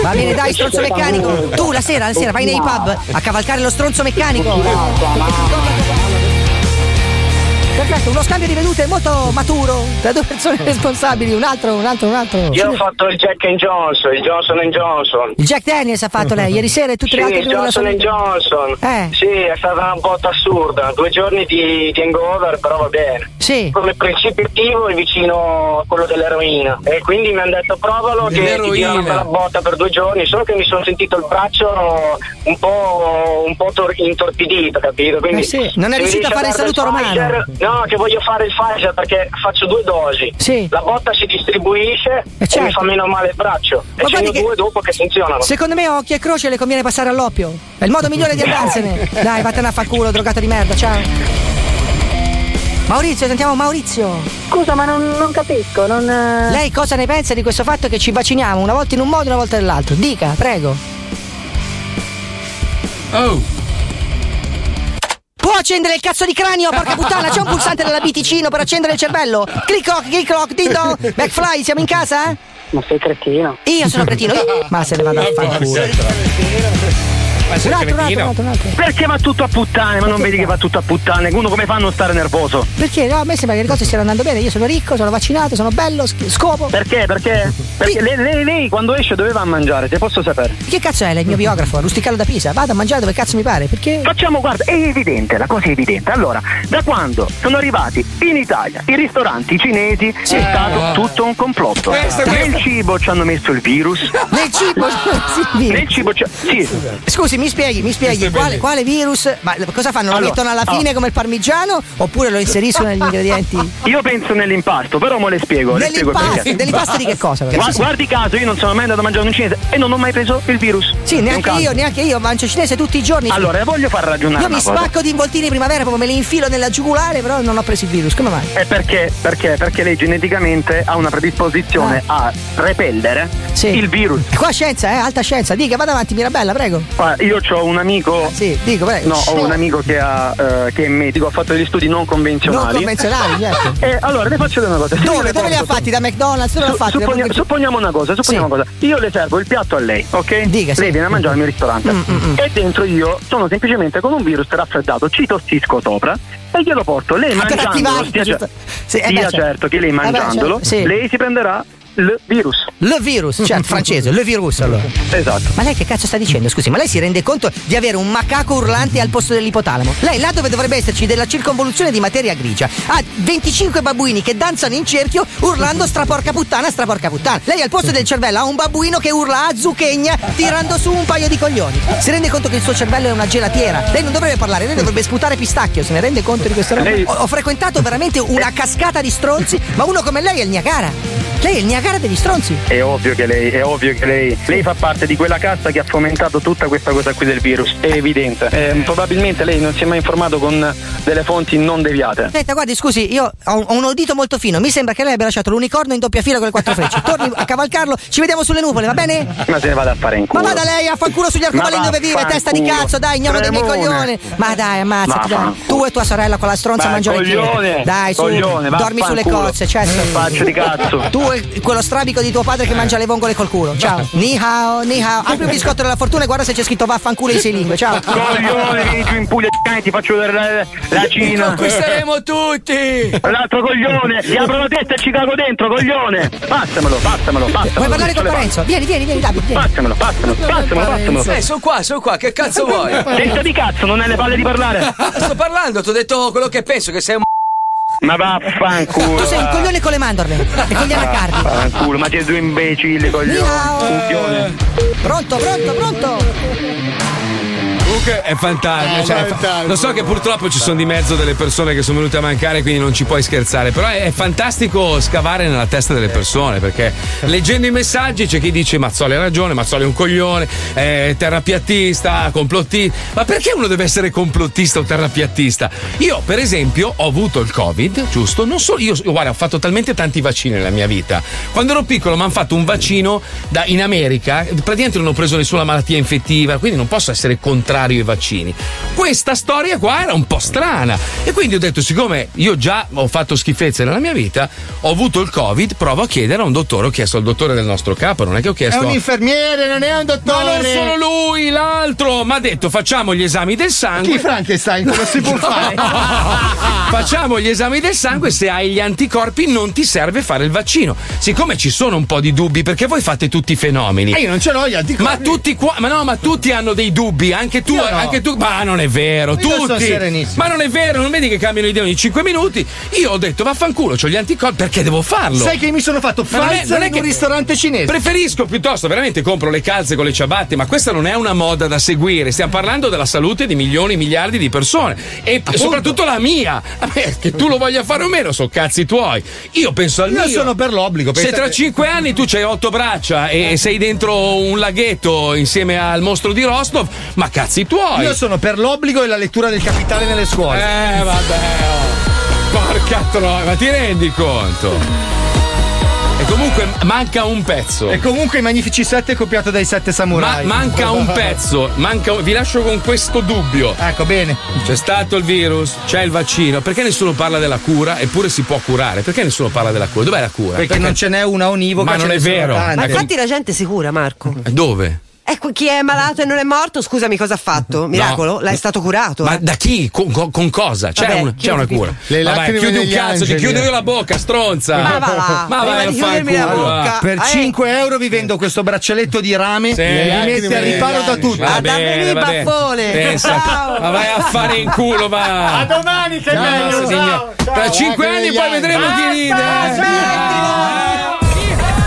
S34: Va bene, dai, stronzo meccanico. Tu la sera, la sera, vai nei pub a cavalcare lo stronzo meccanico. Perfetto, uno scambio di vedute molto maturo tra due persone responsabili, un altro, un altro, un altro.
S15: Io ho fatto il Jack and Johnson, il Johnson and Johnson.
S34: Il Jack Daniels ha fatto lei ieri sera e tutte
S15: Sì,
S34: le altre
S15: il
S34: prima della sua
S15: Johnson and
S34: vita.
S15: Johnson.
S34: Eh.
S15: Sì, è stata una botta assurda. Due giorni di, di hangover, però va bene.
S34: Sì.
S15: Come principio attivo è vicino a quello dell'eroina. E quindi mi hanno detto provalo che ti dia
S6: Dell'eroina.
S15: una bella botta per due giorni. Solo che mi sono sentito il braccio un po', un po' tor- intorpidito, capito? Quindi,
S34: Eh sì, non è
S15: se mi
S34: riuscito
S15: riesci
S34: a fare il
S15: dare
S34: saluto
S15: del
S34: romano.
S15: Pfizer- no, che voglio fare il Pfizer perché faccio due dosi. La botta si distribuisce e, mi fa meno male il braccio.
S34: Eh, certo. Ma
S15: e ce
S34: guardi
S15: ne ho
S34: che-
S15: due dopo che funzionano.
S34: Secondo me occhi e croce le conviene passare all'oppio. È il modo migliore di andarsene. Dai, vattene a far culo, drogato di merda, ciao. Maurizio, sentiamo Maurizio.
S36: Scusa, ma non, non capisco, non. eh,
S34: Lei cosa ne pensa di questo fatto che ci vacciniamo una volta in un modo e una volta nell'altro? Dica, prego.
S6: Oh.
S34: Può può accendere il cazzo di cranio, porca puttana, c'è un pulsante della Biticino per accendere il cervello. Click clock, click clock, ding dong.
S36: <laughs>
S34: McFly, siamo in casa? eh?
S36: Ma sei cretino.
S34: Io sono cretino.
S36: <laughs>
S34: Ma se ne vado a fare culo.
S36: Ah, Un altro, un altro, un altro, un altro. Perché va tutto a puttane? Ma non vedi che va tutto a puttane? Uno come fa a non stare nervoso?
S34: Perché no, a me sembra che le cose stiano andando bene, io sono ricco, sono vaccinato, sono bello, sch- scopo.
S36: Perché? Perché? Perché lei, lei- lei quando esce dove va a mangiare? Se posso sapere.
S34: Che cazzo è lei, il mio biografo? Rusticalo da Pisa, vado a mangiare dove cazzo mi pare, perché.
S36: Facciamo, guarda, è evidente, la cosa è evidente. Allora, da quando sono arrivati in Italia i ristoranti cinesi è stato tutto un complotto.
S4: Questo-
S36: Nel cibo ci hanno messo il virus.
S34: Nel
S36: <laughs>
S34: cibo?
S36: Nel cibo ci Sì.
S34: Scusi, mi spieghi, mi spieghi quale, quale virus? Ma l- cosa fanno? Lo
S36: Allora, ah.
S34: mettono alla fine
S36: allora.
S34: come il parmigiano oppure lo inseriscono negli ingredienti?
S36: Io penso nell'impasto, però mo le spiego. Le spiego
S34: Nell'impasto,
S36: perché.
S34: nell'impasto di che cosa, però?
S36: Gua- guardi caso, io non sono mai andato a mangiare un cinese e non ho mai preso il virus.
S34: Sì, neanche io, neanche io mangio cinese tutti i giorni.
S36: Allora, voglio far ragionare
S34: Io
S36: una
S34: mi
S36: cosa.
S34: spacco di involtini primavera, proprio me li infilo nella giugulare, però non ho preso il virus. Come mai?
S36: E perché? Perché? Perché lei geneticamente ha una
S34: Eh.
S36: predisposizione a repellere il virus.
S34: Qua scienza, eh, alta scienza. Dica, vada avanti, Mirabella, prego.
S36: Guarda, Io ho un amico.
S34: Sì, dico, prego.
S36: No, ho un amico che, ha, eh, che è medico, ha fatto degli studi non convenzionali.
S34: Non convenzionali, certo.
S36: E Eh, allora le faccio una cosa. Se io
S34: Dove?
S36: le
S34: Dove li ha
S36: porto-
S34: fatti? Da McDonald's? Dove li ha
S36: Su-
S34: fatti? Da
S36: supponiamo,
S34: qualche-
S36: supponiamo una cosa, supponiamo una cosa. Io le servo il piatto a lei, ok? Lei viene a mangiare al mio ristorante.
S34: Mm,
S36: E dentro io sono semplicemente con un virus raffreddato, ci tossisco sopra e glielo porto. Lei
S34: Ah, per
S36: mangiandolo,
S34: attivarti,
S36: stia,
S34: giusto. Sì, eh beh,
S36: stia
S34: certo.
S36: certo che lei
S34: Eh beh,
S36: mangiandolo,
S34: certo, sì.
S36: lei si prenderà il virus.
S34: Le virus, certo, francese, le virus allora.
S36: Esatto.
S34: Ma lei che cazzo sta dicendo? Scusi, ma lei si rende conto di avere un macaco urlante al posto dell'ipotalamo? Lei là dove dovrebbe esserci della circonvoluzione di materia grigia ha 25 babbuini che danzano in cerchio urlando straporca puttana, straporca Ah, puttana. Lei al posto del cervello ha un babbuino che urla a zucchegna tirando su un paio di coglioni. Si rende conto che il suo cervello è una gelatiera? Lei non dovrebbe parlare, lei dovrebbe sputare pistacchio, se ne rende conto di questa roba?
S36: Lei-
S34: Ho, ho frequentato veramente una cascata di stronzi, ma uno come lei è il Niagara. Lei è il Niagara degli stronzi.
S36: È ovvio che lei, è ovvio che lei, lei fa parte di quella casta che ha fomentato tutta questa cosa qui del virus. È evidente. Eh, probabilmente lei non si è mai informato con delle fonti non deviate.
S34: Aspetta, guardi, scusi, io ho un, ho un udito molto fino. Mi sembra che lei abbia lasciato l'unicorno in doppia fila con le quattro frecce. Torni a cavalcarlo, ci vediamo sulle nuvole, va bene?
S36: Ma se ne vada a fare in
S34: Ma
S36: culo.
S34: vada lei a far culo sugli arcobaleni
S36: Ma
S34: dove vive, testa di
S36: vaffanculo.
S34: cazzo, dai, gnomo dei miei
S36: Cremone.
S34: coglioni. Ma dai, ammazzati, dai.
S36: Vaffanculo.
S34: Tu e tua sorella con la stronza
S36: Ma
S34: mangiano il
S36: coglione,
S34: chilo. Dai, su,
S36: coglione,
S34: dormi sulle
S36: vaffanculo. Mm,
S34: cozze, certo.
S36: Faccio di cazzo.
S34: <laughs> Tu e quello strabico di tuo padre che mangia le vongole col culo. Ciao. Ni hao, ni hao. Apri un biscotto della fortuna e guarda se c'è scritto vaffanculo in sei lingue. Ciao.
S36: Coglione, vieni giù in Puglia e ti faccio vedere la, la Cina. <laughs>
S4: Conquisteremo
S36: tutti. L'altro coglione, gli apro la testa e ci cago dentro, coglione. Passamelo, passamelo, passamelo.
S34: Vuoi parlare con Lorenzo? Vieni, vieni, vieni, Davide. vieni.
S36: Passamelo, passamelo, passamelo, passamelo.
S32: Eh, sono qua, sono qua, che cazzo vuoi?
S36: Testa di cazzo, non hai le palle di parlare.
S32: <laughs> Sto parlando, ti ho detto quello che penso, che sei un
S36: <laughs> Ma vaffanculo.
S34: Tu sei un coglione con le mandorle e con gli anacardi.
S36: Vaffanculo, ma siete due imbecilli, Ah, coglione. Coglione.
S34: Pronto, pronto, pronto.
S6: Comunque è fantasma.
S4: Eh,
S6: cioè,
S4: fantasma.
S6: Lo so che purtroppo ci sono di mezzo delle persone che sono venute a mancare, quindi non ci puoi scherzare. Però è, è fantastico scavare nella testa delle persone, perché leggendo i messaggi c'è chi dice Mazzoli ha ragione, Mazzoli è un coglione, è terrapiattista, complottista. Ma perché uno deve essere complottista o terrapiattista? Io, per esempio, ho avuto il Covid, giusto? Non so, io guarda, ho fatto talmente tanti vaccini nella mia vita. Quando ero piccolo mi hanno fatto un vaccino da- in America, praticamente non ho preso nessuna malattia infettiva, quindi non posso essere contrario ai vaccini. Questa storia qua era un po' strana e quindi ho detto, siccome io già ho fatto schifezze nella mia vita, ho avuto il Covid, provo a chiedere a un dottore, ho chiesto al dottore del nostro capo, non è che ho
S9: È
S6: chiesto...
S9: un infermiere, non è un dottore.
S6: Ma non solo lui, l'altro! Ma ha detto facciamo gli esami del sangue.
S9: Chi Frankenstein? Cosa
S6: <laughs>
S9: si può fare?
S6: Facciamo gli esami del sangue, se hai gli anticorpi non ti serve fare il vaccino. Siccome ci sono un po' di dubbi, perché voi fate tutti i fenomeni.
S2: Ah,
S9: E Eh, io non ce l'ho gli anticorpi.
S6: Ma tutti qua, ma no, ma tutti hanno dei dubbi, anche tu,
S9: Io no.
S6: anche tu. Ma non è vero,
S9: Io sono
S6: tutti.
S9: serenissimo.
S6: ma non è vero, non vedi che cambiano idea ogni 5 minuti. Io ho detto vaffanculo, ho gli anticorpi, perché devo farlo?
S9: Sai che mi sono fatto
S6: Ma non è-
S9: Pfizer
S6: non è
S9: in
S6: che-
S9: un ristorante cinese.
S6: Preferisco piuttosto, veramente compro le calze con le ciabatte, ma questa non è una moda da seguire. Stiamo parlando della salute di milioni, miliardi di persone e p- soprattutto la mia. <laughs> A me, Che tu lo voglia fare o meno, sono cazzi tuoi. Io penso al
S9: Io
S6: mio.
S9: sono per l'obbligo,
S6: Se
S9: pensa
S6: tra
S9: che-
S6: cinque anni tu c'hai otto braccia e
S9: Eh.
S6: e sei dentro un laghetto insieme al mostro di Rostov, ma cazzi tuoi.
S9: Io sono per l'obbligo e la lettura del capitale nelle scuole.
S6: Eh, vabbè. oh. Porca troia, ma ti rendi conto? E comunque manca un pezzo.
S2: E comunque i Magnifici 7 è copiato dai 7
S6: Ma-
S2: Samurai. <laughs>
S6: manca un pezzo, manca un- vi lascio con questo dubbio.
S2: Ecco, bene.
S6: C'è stato il virus, c'è il vaccino, perché nessuno parla della cura? Eppure si può curare, perché nessuno parla della cura? Dov'è la cura?
S2: Perché, non ce n'è una univoca.
S6: Ma
S2: ce
S6: non
S2: ne
S6: è
S2: sono
S6: vero.
S2: tante.
S10: Ma infatti la gente si cura, Marco.
S6: Dove?
S10: Ecco, chi è malato e non è morto, scusami, cosa ha fatto? Miracolo?
S6: No.
S10: L'è stato curato.
S6: Ma
S10: eh.
S6: da chi? Con, con- con cosa? C'è,
S10: Vabbè,
S6: una, c'è una
S10: chiudi.
S6: cura.
S10: Le
S6: Vabbè,
S10: lacrime
S6: chiudi un
S10: degli
S6: cazzo, ti
S10: angeli.
S6: chiudo io la bocca, stronza.
S10: Ma va là,
S6: Ma
S10: prima
S6: vai,
S10: di
S6: a fare
S10: chiudermi la
S6: culo,
S10: bocca. eh.
S6: va.
S2: Per 5 euro vi vendo questo braccialetto di rame
S6: Sì, eh,
S2: e
S6: anche
S2: mi mette
S6: me.
S2: al riparo da tutto.
S6: Va bene, va bene. Pensa.
S2: <laughs>
S6: Ah. Ma vai a fare in culo, va.
S12: A domani, che
S6: Ciao,
S12: bello.
S6: signor.
S12: ciao, ciao.
S6: Tra 5
S12: Guarda che
S6: anni
S12: degli
S6: poi
S12: anni.
S6: vedremo chi eh.
S12: Basta,
S6: ride.
S12: smettila.